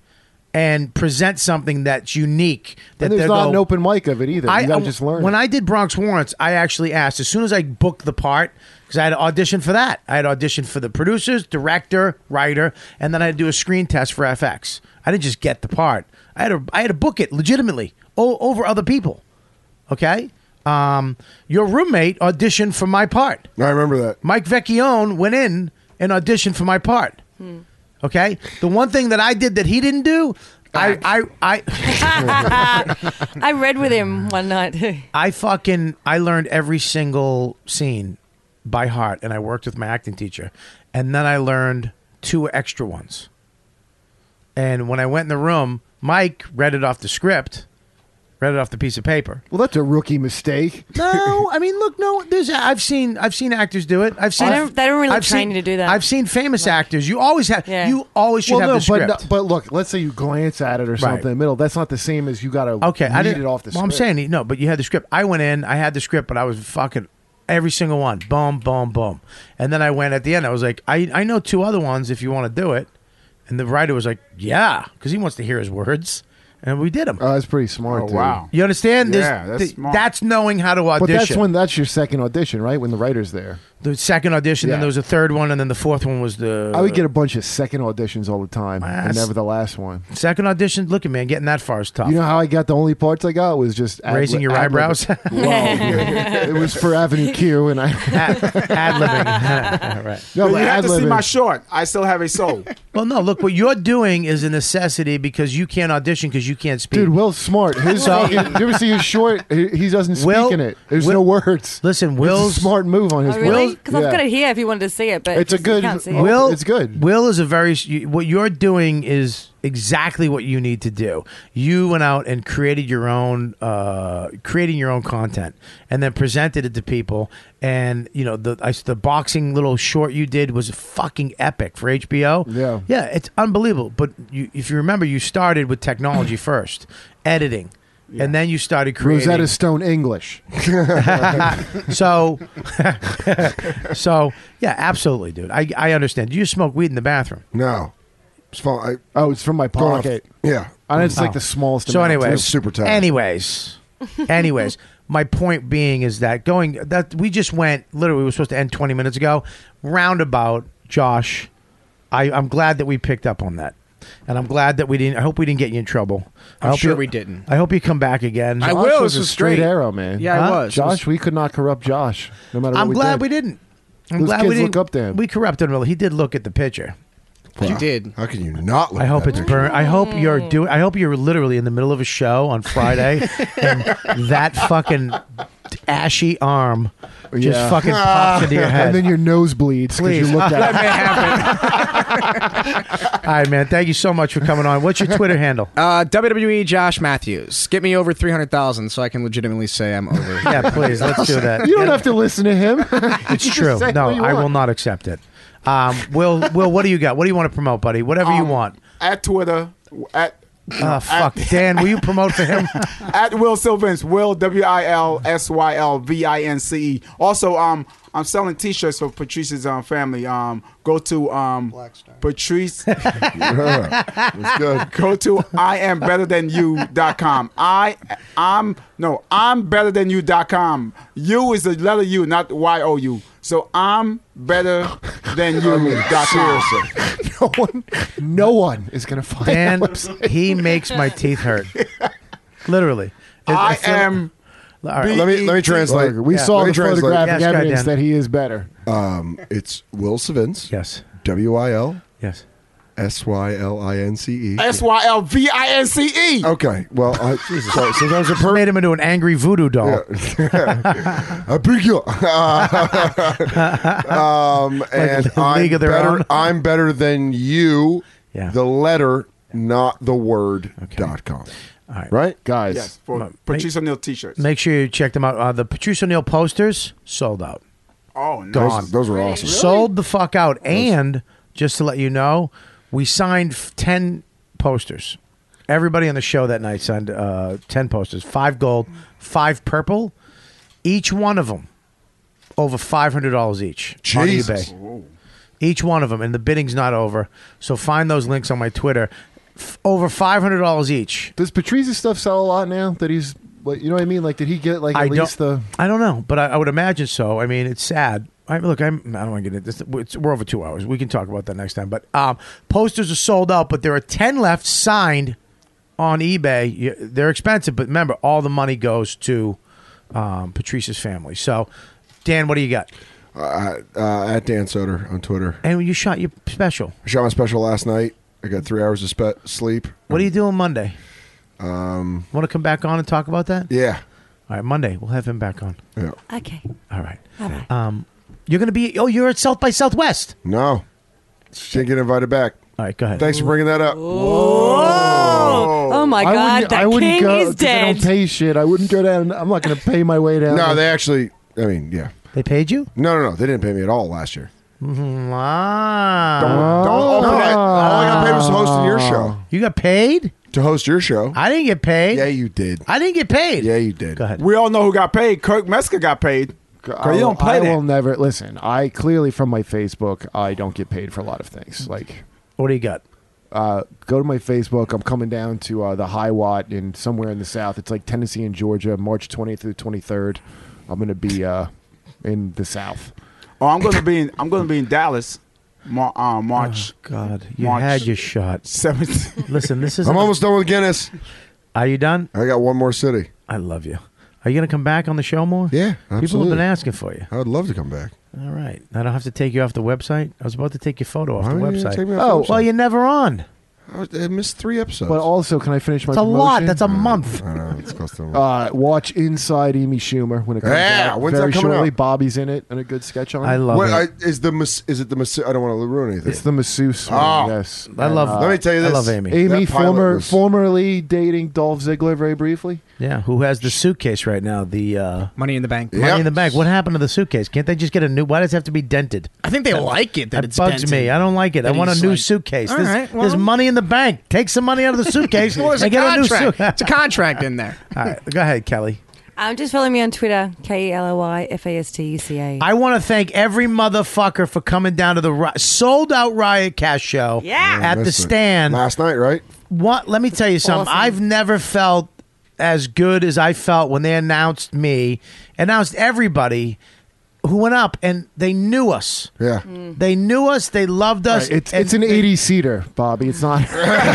S1: and present something that's unique that
S6: and there's
S1: they'll
S6: not
S1: go,
S6: an open mic of it either. You gotta
S1: I-
S6: just learn.
S1: When
S6: it.
S1: I did Bronx Warrants, I actually asked as soon as I booked the part because I had auditioned for that. I had auditioned for the producers, director, writer, and then I had to do a screen test for FX. I didn't just get the part. I had to, I had to book it legitimately o- over other people. Okay. Um, your roommate auditioned for my part.
S11: I remember that.
S1: Mike Vecchione went in and auditioned for my part. Okay. The one thing that I did that he didn't do, I, I, I
S18: I read with him one night.
S1: I fucking I learned every single scene by heart, and I worked with my acting teacher, and then I learned two extra ones. And when I went in the room, Mike read it off the script, read it off the piece of paper.
S6: well, that's a rookie mistake.
S1: No, I mean, look, no, there's. I've seen, I've seen actors do it. I've seen.
S18: They don't- they don't really
S1: I've
S18: train
S1: seen-
S18: you to do that.
S1: I've seen famous actors. You always have.
S18: Yeah.
S1: You always should
S6: Well,
S1: have
S6: no,
S1: the script.
S6: but, but look, let's say you glance at it or something in the middle. That's not the same as you got to
S1: Okay,
S6: read
S1: I didn't.
S6: it off the
S1: well, I'm
S6: script.
S1: saying he- no, but you had the script. I went in, I had the script, but I was fucking every single one, boom, boom, boom, and then I went at the end. I was like, I I know two other ones if you want to do it, and the writer was like, yeah, because he wants to hear his words, and we did them.
S6: Oh, that's pretty smart. dude.
S1: You understand? There's-
S6: Yeah, that's
S1: th-
S6: smart.
S1: that's knowing how to audition.
S6: But that's when that's your second audition, right? When the writer's there.
S1: the second audition, then
S6: Yeah.
S1: there was a third one, and then the fourth one was the.
S6: I would get a bunch of second auditions all the time, and
S1: Uh, that's-
S6: never the last one.
S1: second audition. Look at man, getting that far is tough.
S6: You know how I got the only parts I got was just ad-
S1: Raising your
S6: ad-
S1: eyebrows?
S6: Well, it was for Avenue Q, and I
S1: ad libbing.
S6: No,
S8: you
S6: but
S8: have to see
S6: ad-libbing-
S8: my short. I still have a soul.
S1: Well, no. Look, what you're doing is a necessity because you can't audition because you can't speak.
S6: Dude, Will Smart. His
S1: So-
S6: fucking, you ever see his short? He, he doesn't speak
S1: Will-
S6: in it. There's
S1: Will-
S6: no words.
S1: Listen,
S6: It's a
S1: Will's-
S6: smart move on his.
S18: Oh, really?
S6: part.
S18: Because I've got it here if you wanted to see it, but
S6: It's a
S18: you
S6: good-
S18: Can't see it.
S1: Will, it's good. Will is a very. What you're doing is exactly what you need to do. You went out and created your own, uh, creating your own content, and then presented it to people. And you know the I, the boxing little short you did was fucking epic for HBO. Yeah, yeah, it's unbelievable. But you, if you remember, you started with technology first, editing. And then you started creating
S6: Rosetta Stone English.
S1: so, so yeah, absolutely, dude. I, I understand. Do you smoke weed in the bathroom?
S11: No. It's fine. I,
S6: oh, it's from my
S11: Going off-
S6: pocket.
S11: yeah.
S6: And it's like
S1: Oh.
S6: the smallest.
S1: So,
S6: amount.
S1: anyways,
S6: It's super tight.
S1: Anyways, anyways, my point being is that going that we just went literally we were supposed to end twenty minutes ago. Roundabout, Josh. I, I'm glad that we picked up on that, and I'm glad that we didn't. I hope we didn't get you in trouble. I
S12: I'm
S1: hope
S12: sure
S1: you-
S12: we didn't.
S1: I hope you come back again.
S12: I
S6: Josh
S12: will.
S6: Was
S12: This
S6: a
S12: was
S6: straight
S12: great.
S6: arrow, man.
S12: Yeah, I
S1: Huh?
S12: was.
S6: Josh, we could not corrupt Josh, no matter. what
S1: I'm
S6: we
S1: glad
S6: did.
S1: we didn't. I'm
S6: Those
S1: glad
S6: kids
S1: we didn't
S6: look up to him.
S1: We corrupted him. He did look at the picture.
S12: You did.
S11: How can you not look
S1: I
S11: at
S1: hope
S11: that
S1: it's
S11: picture?
S1: burn. I hope you're doing. I hope you're literally in the middle of a show on Friday, and that fucking ashy arm just
S6: Yeah. Ah.
S1: fucking pops into your head.
S6: and then your nose bleeds because you
S1: Please.
S6: looked at it.
S1: All right, man. Thank you so much for coming on. What's your Twitter handle?
S12: Uh, WWE Josh Matthews. Get me over 300,000 so I can legitimately say I'm over.
S1: Yeah, please. Let's do that.
S6: You don't have to listen to him.
S1: It's true. No, I will not accept it. Um, Will, Will, what do you got? What do you want to promote, buddy? Whatever you want.
S8: At Twitter, at
S1: Ah, fuck. Dan, will you promote for him?
S8: At Will Sylvins, Will W I L S Y L V I N C E. Also, um, I'm selling T-shirts for Patrice's um, family. Um, go to um, Patrice. Go to I am better than you.com. I I'm no I'm better than you.com. You is the letter U, not Y O U. So I'm better than you.
S11: seriously. no one, no one is gonna find.
S1: Dan,
S11: that website.
S1: he makes my teeth hurt. Literally.
S8: I
S1: feel-
S8: am
S1: All right.
S6: Let me let me translate.
S11: We
S1: Yeah.
S11: saw
S6: Let me
S11: the
S6: translate.
S11: photographic
S1: Yes, go ahead,
S11: evidence
S1: Dan.
S11: that he is better.
S6: Um, it's Will Savince.
S1: Yes.
S6: W I L.
S1: Yes.
S6: S Y L I N C E.
S8: S Y L V I N C E.
S6: Okay. Well, I, so, sometimes a
S1: Just made him into an angry voodoo doll.
S6: I big you. um, and
S1: the
S6: I'm
S1: League of Their Own.
S6: better. I'm better than you.
S1: Yeah.
S6: The letter, not the word. Dot com.
S1: All right.
S6: Right,
S11: guys.
S8: Yes, for
S1: Make-
S8: Patrice O'Neill T-shirts.
S1: Make sure you check them out. Uh, the Patrice O'Neill posters sold out.
S8: Oh, nice.
S1: Gone.
S6: those were awesome.
S1: Sold the fuck out. And just to let you know, we signed f- 10 posters. Everybody on the show that night signed uh, 10 posters five gold, five purple. Each one of them over $500 each on
S6: Jesus.
S1: eBay. Each one of them. And the bidding's not over. So find those links on my Twitter. F- over $500 each.
S11: Does Patrice's stuff sell a lot now that he's like, you know what I mean? Like, did he get like at
S1: I
S11: least
S1: don't,
S11: the?
S1: I don't know, but I, I would imagine so. I mean, it's sad. I, look, I'm, I don't want to get into this. It's, we're over two hours. We can talk about that next time. But um, posters are sold out, but there are 10 left signed on eBay. You- They're expensive, but remember, all the money goes to um, Patrice's family. So, Dan, what do you got?
S6: Uh, uh, at Dan Soder on Twitter.
S1: And you shot your special.
S6: I shot my special last night. I got three hours of spe- sleep.
S1: What are you doing Monday?
S6: Um,
S1: Want to come back on and talk about that?
S6: yeah.
S1: All right, Monday. We'll have him back on.
S6: Yeah. Uh,
S24: Okay.
S1: All right. Um, you're going to be, oh, you're at South by Southwest.
S6: No. Didn't get invited back.
S1: All right, go ahead.
S6: Thanks for bringing that up.
S24: Oh, oh my
S11: I
S24: God,
S11: wouldn't- I
S24: that
S11: wouldn't
S24: king
S11: go
S24: is
S11: 'cause I don't
S24: dead.
S11: pay shit. I wouldn't go down. I'm not going to pay my way down.
S6: No, they actually. I mean, yeah.
S1: They paid you?
S6: No, no, no. They didn't pay me at all last year.
S1: Mhm. Ah.
S6: Don't, don't open it.
S1: Oh.
S6: All I got paid was to host your show.
S1: You got paid
S6: to host your show.
S1: I didn't get paid.
S6: Yeah, you did.
S1: I didn't get paid.
S6: Yeah, you did. Go
S1: ahead.
S8: We all know who got paid. Kirk Metzger got paid.
S11: I
S8: Cause you don't
S11: will- I
S8: play that.
S11: will never listen. I clearly from my Facebook, I don't get paid for a lot of things. Like,
S1: what do you got?
S11: Uh, go to my Facebook. I'm coming down to uh, the High Watt in somewhere in the south. It's like Tennessee and Georgia, March 20th through 23rd. I'm going to be uh, in the south.
S8: Oh, I'm gonna be in. I'm gonna be in Dallas, Mar- uh, March.
S6: Uh-huh.
S1: God, you
S8: March
S1: had your shot.
S8: Seventh.
S1: Listen, this is.
S6: I'm almost done with Guinness.
S1: Are you done?
S6: I got one more city.
S1: I love you. Are you going to come back on the show more?
S6: Yeah,
S1: People have
S6: absolutely.
S1: been asking for you.
S6: I would love to come back.
S1: All right. I don't have to take you off the website. I was about to take your photo off
S6: Why
S1: the
S6: would you
S1: website.
S6: take me off the
S1: oh,
S6: website?
S1: well, you're never on.
S6: I, was- I missed three episodes.
S11: But also, can I finish my
S1: That's a lot.
S11: promotion?
S1: That's a month.
S6: I know it's custom.
S11: Uh, watch Inside Amy Schumer when it comes
S6: Yeah,
S11: out.
S6: when's that
S11: Very
S6: coming
S11: shortly.
S6: out?
S11: Bobby's in it and a good sketch on it.
S6: What- I, is the mas- is it the mas- I don't want to ruin anything.
S11: It's the masseuse.
S1: Ah,
S6: Oh.
S11: one, yes,
S6: I love- Let me tell you I this. love Amy.
S11: uh, Amy,
S6: That pilot
S11: former
S6: was-
S11: formerly dating Dolph Ziggler, very briefly.
S1: Yeah, who has the suitcase right now? The uh,
S12: Money in the Bank.
S1: Money in the bank. What happened to the suitcase? Can't they just get a new? Why does it have to be dented?
S12: I think they like it that
S1: that
S12: it's
S1: bugs
S12: dented.
S1: me. I don't like it. I
S12: That
S1: want a
S12: he's
S1: new
S12: like-
S1: suitcase.
S12: All
S1: There's,
S12: right,
S1: there's
S12: well-
S1: money in the bank. Take some money out of the suitcase
S12: Well, it's a
S1: and get a new
S12: contract.
S1: suitcase.
S12: It's a contract in there.
S1: All right, go ahead, Kelly.
S25: Um, just follow me on Twitter, K E L O Y F A S T U C A.
S1: I want to thank every motherfucker for coming down to the ri- sold out Riot Cast show
S25: Yeah.
S1: at the
S6: Listen,
S1: stand.
S6: last night, right?
S1: What? Let me tell you something.
S6: Awesome.
S1: I've never felt as good as I felt when they announced me, announced everybody who went up, and they knew us.
S6: Yeah.
S1: They knew us. They loved us.
S11: Right, it's
S1: Mm. and
S11: it's an
S1: they-
S11: eighty seater, Bobby. It's not.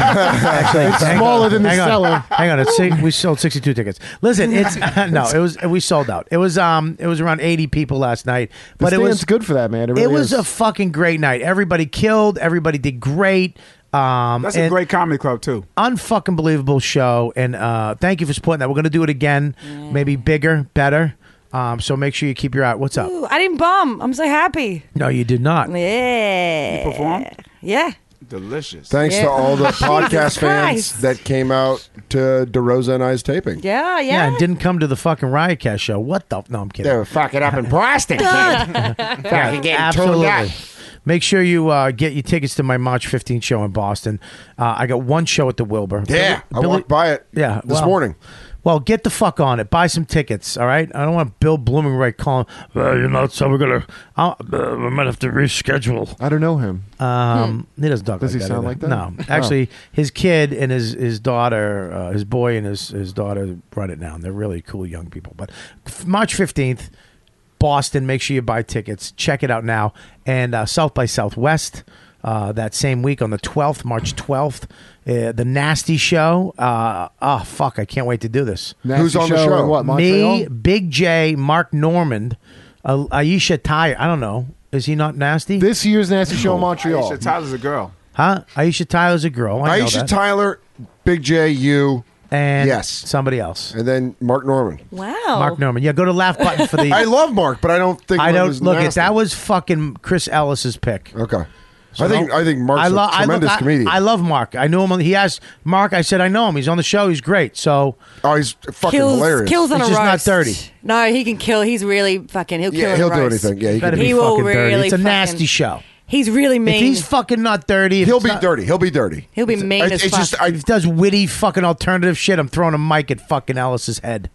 S1: Actually,
S11: it's
S1: hang
S11: smaller
S1: on,
S11: than the
S1: hang on,
S11: cellar.
S1: Hang on, it's, we sold sixty-two tickets. Listen, it's no, it was we sold out. It was um, it was around eighty people last night,
S11: The
S1: but it was
S11: stand's good for that, man. It,
S1: It,
S11: really
S1: was
S11: is.
S1: a fucking great night. Everybody killed. Everybody did great. Um,
S8: That's a
S1: and-
S8: great comedy club too.
S1: unfucking believable show and uh thank you for supporting that we're gonna do it again maybe bigger better um so make sure you keep your eye what's up
S25: Ooh, I didn't bomb. I'm so happy.
S1: no you did not
S25: Yeah.
S8: You performed?
S25: Yeah.
S8: Delicious.
S6: Thanks to
S25: Yeah.
S6: all the podcast
S25: Jesus
S6: fans
S25: Christ.
S6: that came out to DeRosa and I's taping.
S25: Yeah, yeah.
S1: yeah and didn't come to the fucking riotcast show what the no i'm kidding
S26: They were fucking up in Boston, kid. fucking getting tuned
S1: absolutely
S26: up.
S1: Make sure you uh, get your tickets to my March 15th show in Boston. Uh, I got one show at the Wilbur.
S27: Yeah, I walked by it
S1: Yeah,
S27: this
S1: well-
S27: morning.
S1: Well, get the fuck on it. Buy some tickets, all right? I don't want Bill Bloomingbrook calling. Well, you know, so we're gonna. I'll, uh, we might have to reschedule.
S11: I don't know him.
S1: Um, He doesn't talk like
S11: Does he
S1: that.
S11: sound
S1: either.
S11: like that?
S1: No,
S11: Oh.
S1: actually, his kid and his his daughter, uh, his boy and his his daughter run it now, and they're really cool young people. But f- March fifteenth, Boston. Make sure you buy tickets. Check it out now. And uh, South by Southwest. Uh, that same week on the 12th, March 12th, uh, the Nasty Show. Uh, oh, fuck, I can't wait to do this.
S11: Nasty Who's on the show show? in what,
S1: Me,
S11: Montreal?
S1: Big J, Mark Normand, uh, Aisha Tyler. I don't know. Is he not nasty?
S11: This year's Nasty
S1: Oh,
S11: Show in Montreal.
S8: Aisha Tyler's a girl.
S1: Huh? Aisha Tyler's a girl. I know
S27: Aisha
S1: that.
S27: Tyler, Big J, you,
S1: and
S27: yes,
S1: somebody else,
S27: and then Mark Norman.
S28: Wow.
S1: Mark Norman. Yeah, go to laugh button for the.
S27: I love Mark, but I don't think
S1: I
S27: Mark
S1: don't
S27: is
S1: look at
S27: nasty.
S1: that was fucking Chris Ellis's pick.
S27: Okay. I think- I think Mark's a
S1: lo-
S27: tremendous
S1: I,
S27: comedian.
S1: I love Mark. I knew him. On, he asked Mark. I said I know him. He's on the show. He's great. So
S27: oh, he's fucking
S6: kills, kills on
S1: he's
S6: a
S1: just
S6: roast.
S1: not thirty.
S6: No, he can kill. He's really fucking. He'll kill.
S1: Yeah,
S6: on a
S1: he'll do
S6: roast.
S1: anything. Yeah, he
S6: he,
S1: can do it.
S6: will
S1: Fucking dirty.
S6: really.
S1: It's a
S6: fucking-
S1: nasty show.
S6: He's really mean.
S1: If he's fucking not dirty, he'll be
S27: dirty. He'll be dirty.
S6: He'll be mean as fuck.
S1: he does witty fucking alternative shit. I'm throwing a mic at fucking Ellis's head.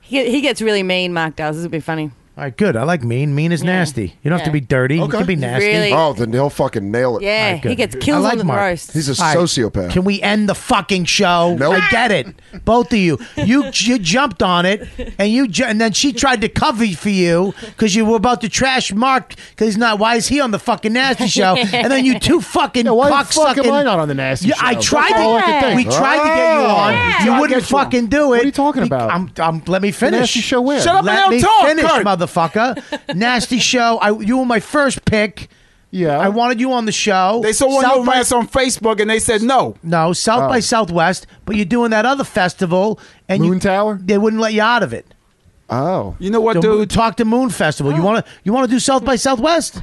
S6: he, get- he gets really mean. Mark does. This would be funny.
S1: All right, good. I like mean. Mean is nasty. You don't have to be
S6: Yeah.
S1: dirty. You can be nasty.
S6: Really-
S27: Oh, then he'll fucking nail it.
S6: Yeah,
S1: All right,
S6: he
S1: good.
S6: gets
S1: I
S6: killed
S1: like
S6: on the
S1: Mark.
S6: roast.
S27: He's a
S1: All right,
S27: sociopath.
S1: Can we end the fucking show? No, I get it. Both of you. You you jumped on it, and you ju- and then she tried to cover for you because you were about to trash Mark because he's not. Why is he on the fucking nasty show? And then you two fucking
S11: Yeah, why the
S1: cocksucking-
S11: fuck am I not on the nasty
S1: Yeah, I
S11: show?
S1: tried
S11: That's all I could
S1: to.
S11: think.
S1: We tried to get you
S11: Oh,
S1: on.
S11: yeah.
S1: You
S11: Tried to
S1: wouldn't
S11: get you on.
S1: fucking do it. What are you
S11: talking about?
S1: I'm, I'm, let me finish.
S11: nasty show where?
S1: Shut up
S11: Let
S1: and let
S11: me
S1: me talk,
S11: finish,
S1: finish, motherfucker. nasty show. I, you were my first pick.
S11: Yeah,
S1: I wanted you on the show.
S8: They saw one
S1: South
S8: of your
S1: by-
S8: rants on Facebook and they said no.
S1: no, South
S8: Oh.
S1: by Southwest, but you're doing that other festival and you,
S11: Tower.
S1: They wouldn't let you out of it.
S11: Oh,
S8: you know what,
S1: dude? Talk to Moon Festival. You want to you want to do South by Southwest?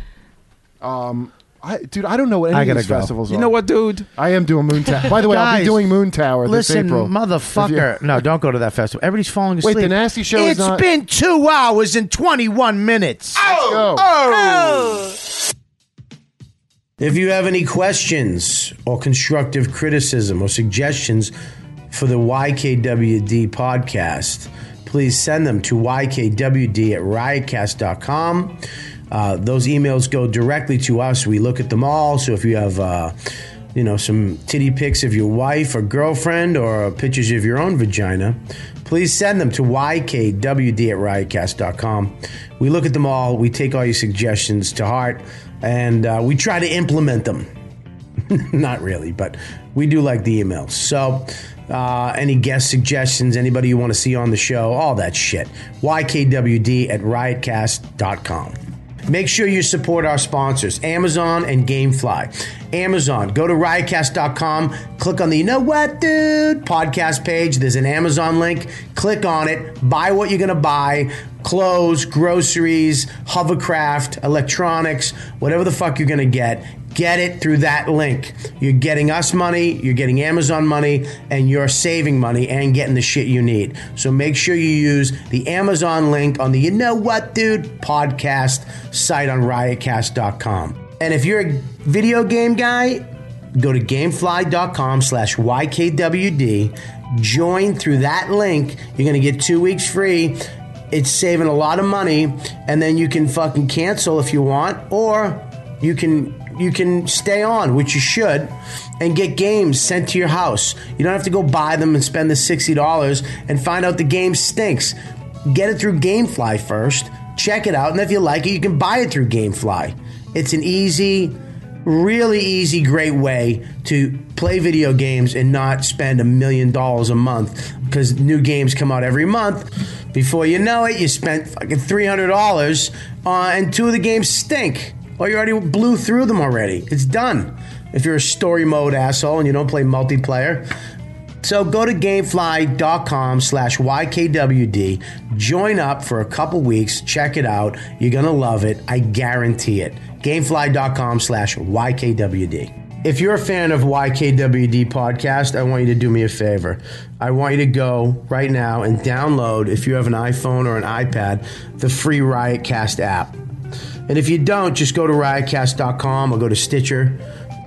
S11: Um, I, dude, I don't know what any
S1: I
S11: of
S1: gotta
S11: these
S1: go.
S11: festivals
S1: You
S11: are.
S1: know
S8: what, dude?
S11: I am doing Moon Tower. By the way, I'll be
S1: Guys,
S11: doing Moon Tower this
S1: Listen,
S11: April.
S1: motherfucker. No, don't go to that festival. Everybody's falling
S11: Wait,
S1: asleep.
S11: the Nasty Show is
S1: It's
S11: not-
S1: been two hours and twenty-one minutes.
S11: Oh,
S12: If you have any questions or constructive criticism or suggestions for the YKWD podcast, please send them to ykwd at riotcast.com. Uh, those emails go directly to us. We look at them all. So if you have, uh, you know, some titty pics of your wife or girlfriend or pictures of your own vagina, please send them to ykwd at riotcast.com. We look at them all. We take all your suggestions to heart and uh, we try to implement them. Not really, but we do like the emails. So, uh, any guest suggestions, anybody you want to see on the show, all that shit. YKWD at riotcast.com. Make sure you support our sponsors, Amazon and Gamefly. Amazon, go to riotcast.com, click on the You Know What Dude podcast page. There's an Amazon link. Click on it, buy what you're going to buy clothes, groceries, hovercraft, electronics, whatever the fuck you're gonna get, get it through that link. You're getting us money, you're getting Amazon money, and you're saving money and getting the shit you need. So make sure you use the Amazon link on the You Know What Dude podcast site on riotcast.com. And if you're a video game guy, go to gamefly.com slash ykwd join through that link you're going to get two weeks free it's saving a lot of money and then you can fucking cancel if you want or you can you can stay on which you should and get games sent to your house you don't have to go buy them and spend the $60 and find out the game stinks get it through gamefly first check it out and if you like it you can buy it through gamefly it's an easy really easy, great way to play video games and not spend a million dollars a month because new games come out every month. Before you know it, you spent fucking three hundred dollars, uh, and two of the games stink, or you already blew through them already. It's done. If you're a story mode asshole and you don't play multiplayer, so go to gamefly.com slash YKWD, join up for a couple weeks, check it out. You're going to love it. I guarantee it. Gamefly.com slash YKWD. If you're a fan of YKWD podcast, I want you to do me a favor. I want you to go right now and download, if you have an iPhone or an iPad, the free Riotcast app.
S1: And if you don't, just go to riotcast.com or go to Stitcher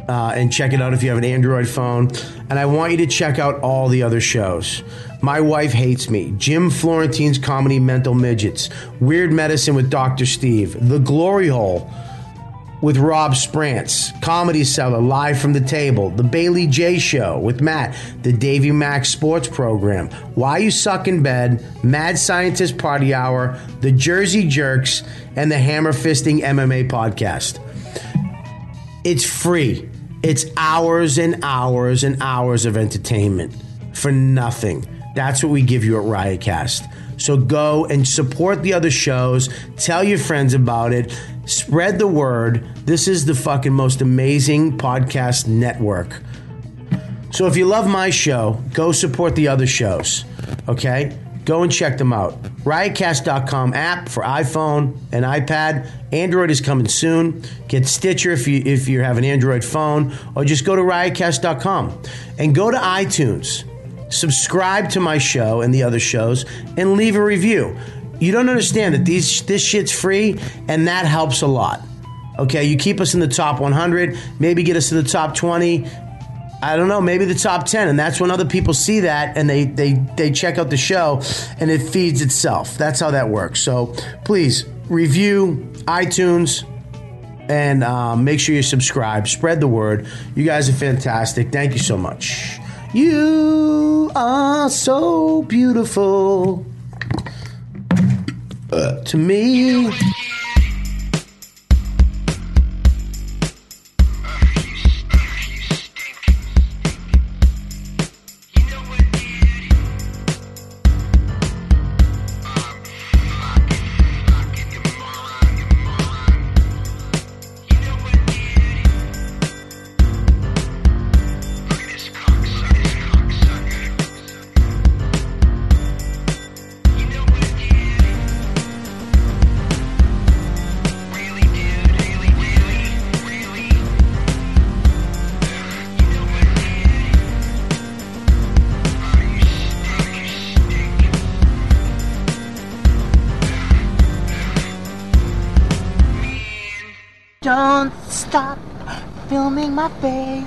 S1: uh, and check it out if you have an Android phone. And I want you to check out all the other shows. My Wife Hates Me, Jim Florentine's Comedy Mental Midgets, Weird Medicine with Dr. Steve, The Glory Hole with Rob Sprance, Comedy Cellar Live from the Table, The Bailey J Show with Matt, The Davy Max Sports Program, Why You Suck in Bed, Mad Scientist Party Hour, The Jersey Jerks, and the Hammer Fisting MMA Podcast. It's free. It's hours and hours and hours of entertainment for nothing. That's what we give you at Riotcast. So go and support the other shows. Tell your friends about it. Spread the word. This is the fucking most amazing podcast network. So if you love my show, go support the other shows. Okay? Go and check them out. Riotcast.com app for iPhone and iPad. Android is coming soon. Get Stitcher if you if you have an Android phone, or just go to riotcast.com and go to iTunes. Subscribe to my show and the other shows and leave a review. You don't understand that these this shit's free and that helps a lot. Okay, you keep us in the top 100, maybe get us to the top 20, I don't know, maybe the top 10. And that's when other people see that and they, they, they check out the show and it feeds itself. That's how that works. So please review iTunes and um, make sure you subscribe. Spread the word. You guys are fantastic. Thank you so much. You are so beautiful uh, to me.
S10: Don't stop filming my face.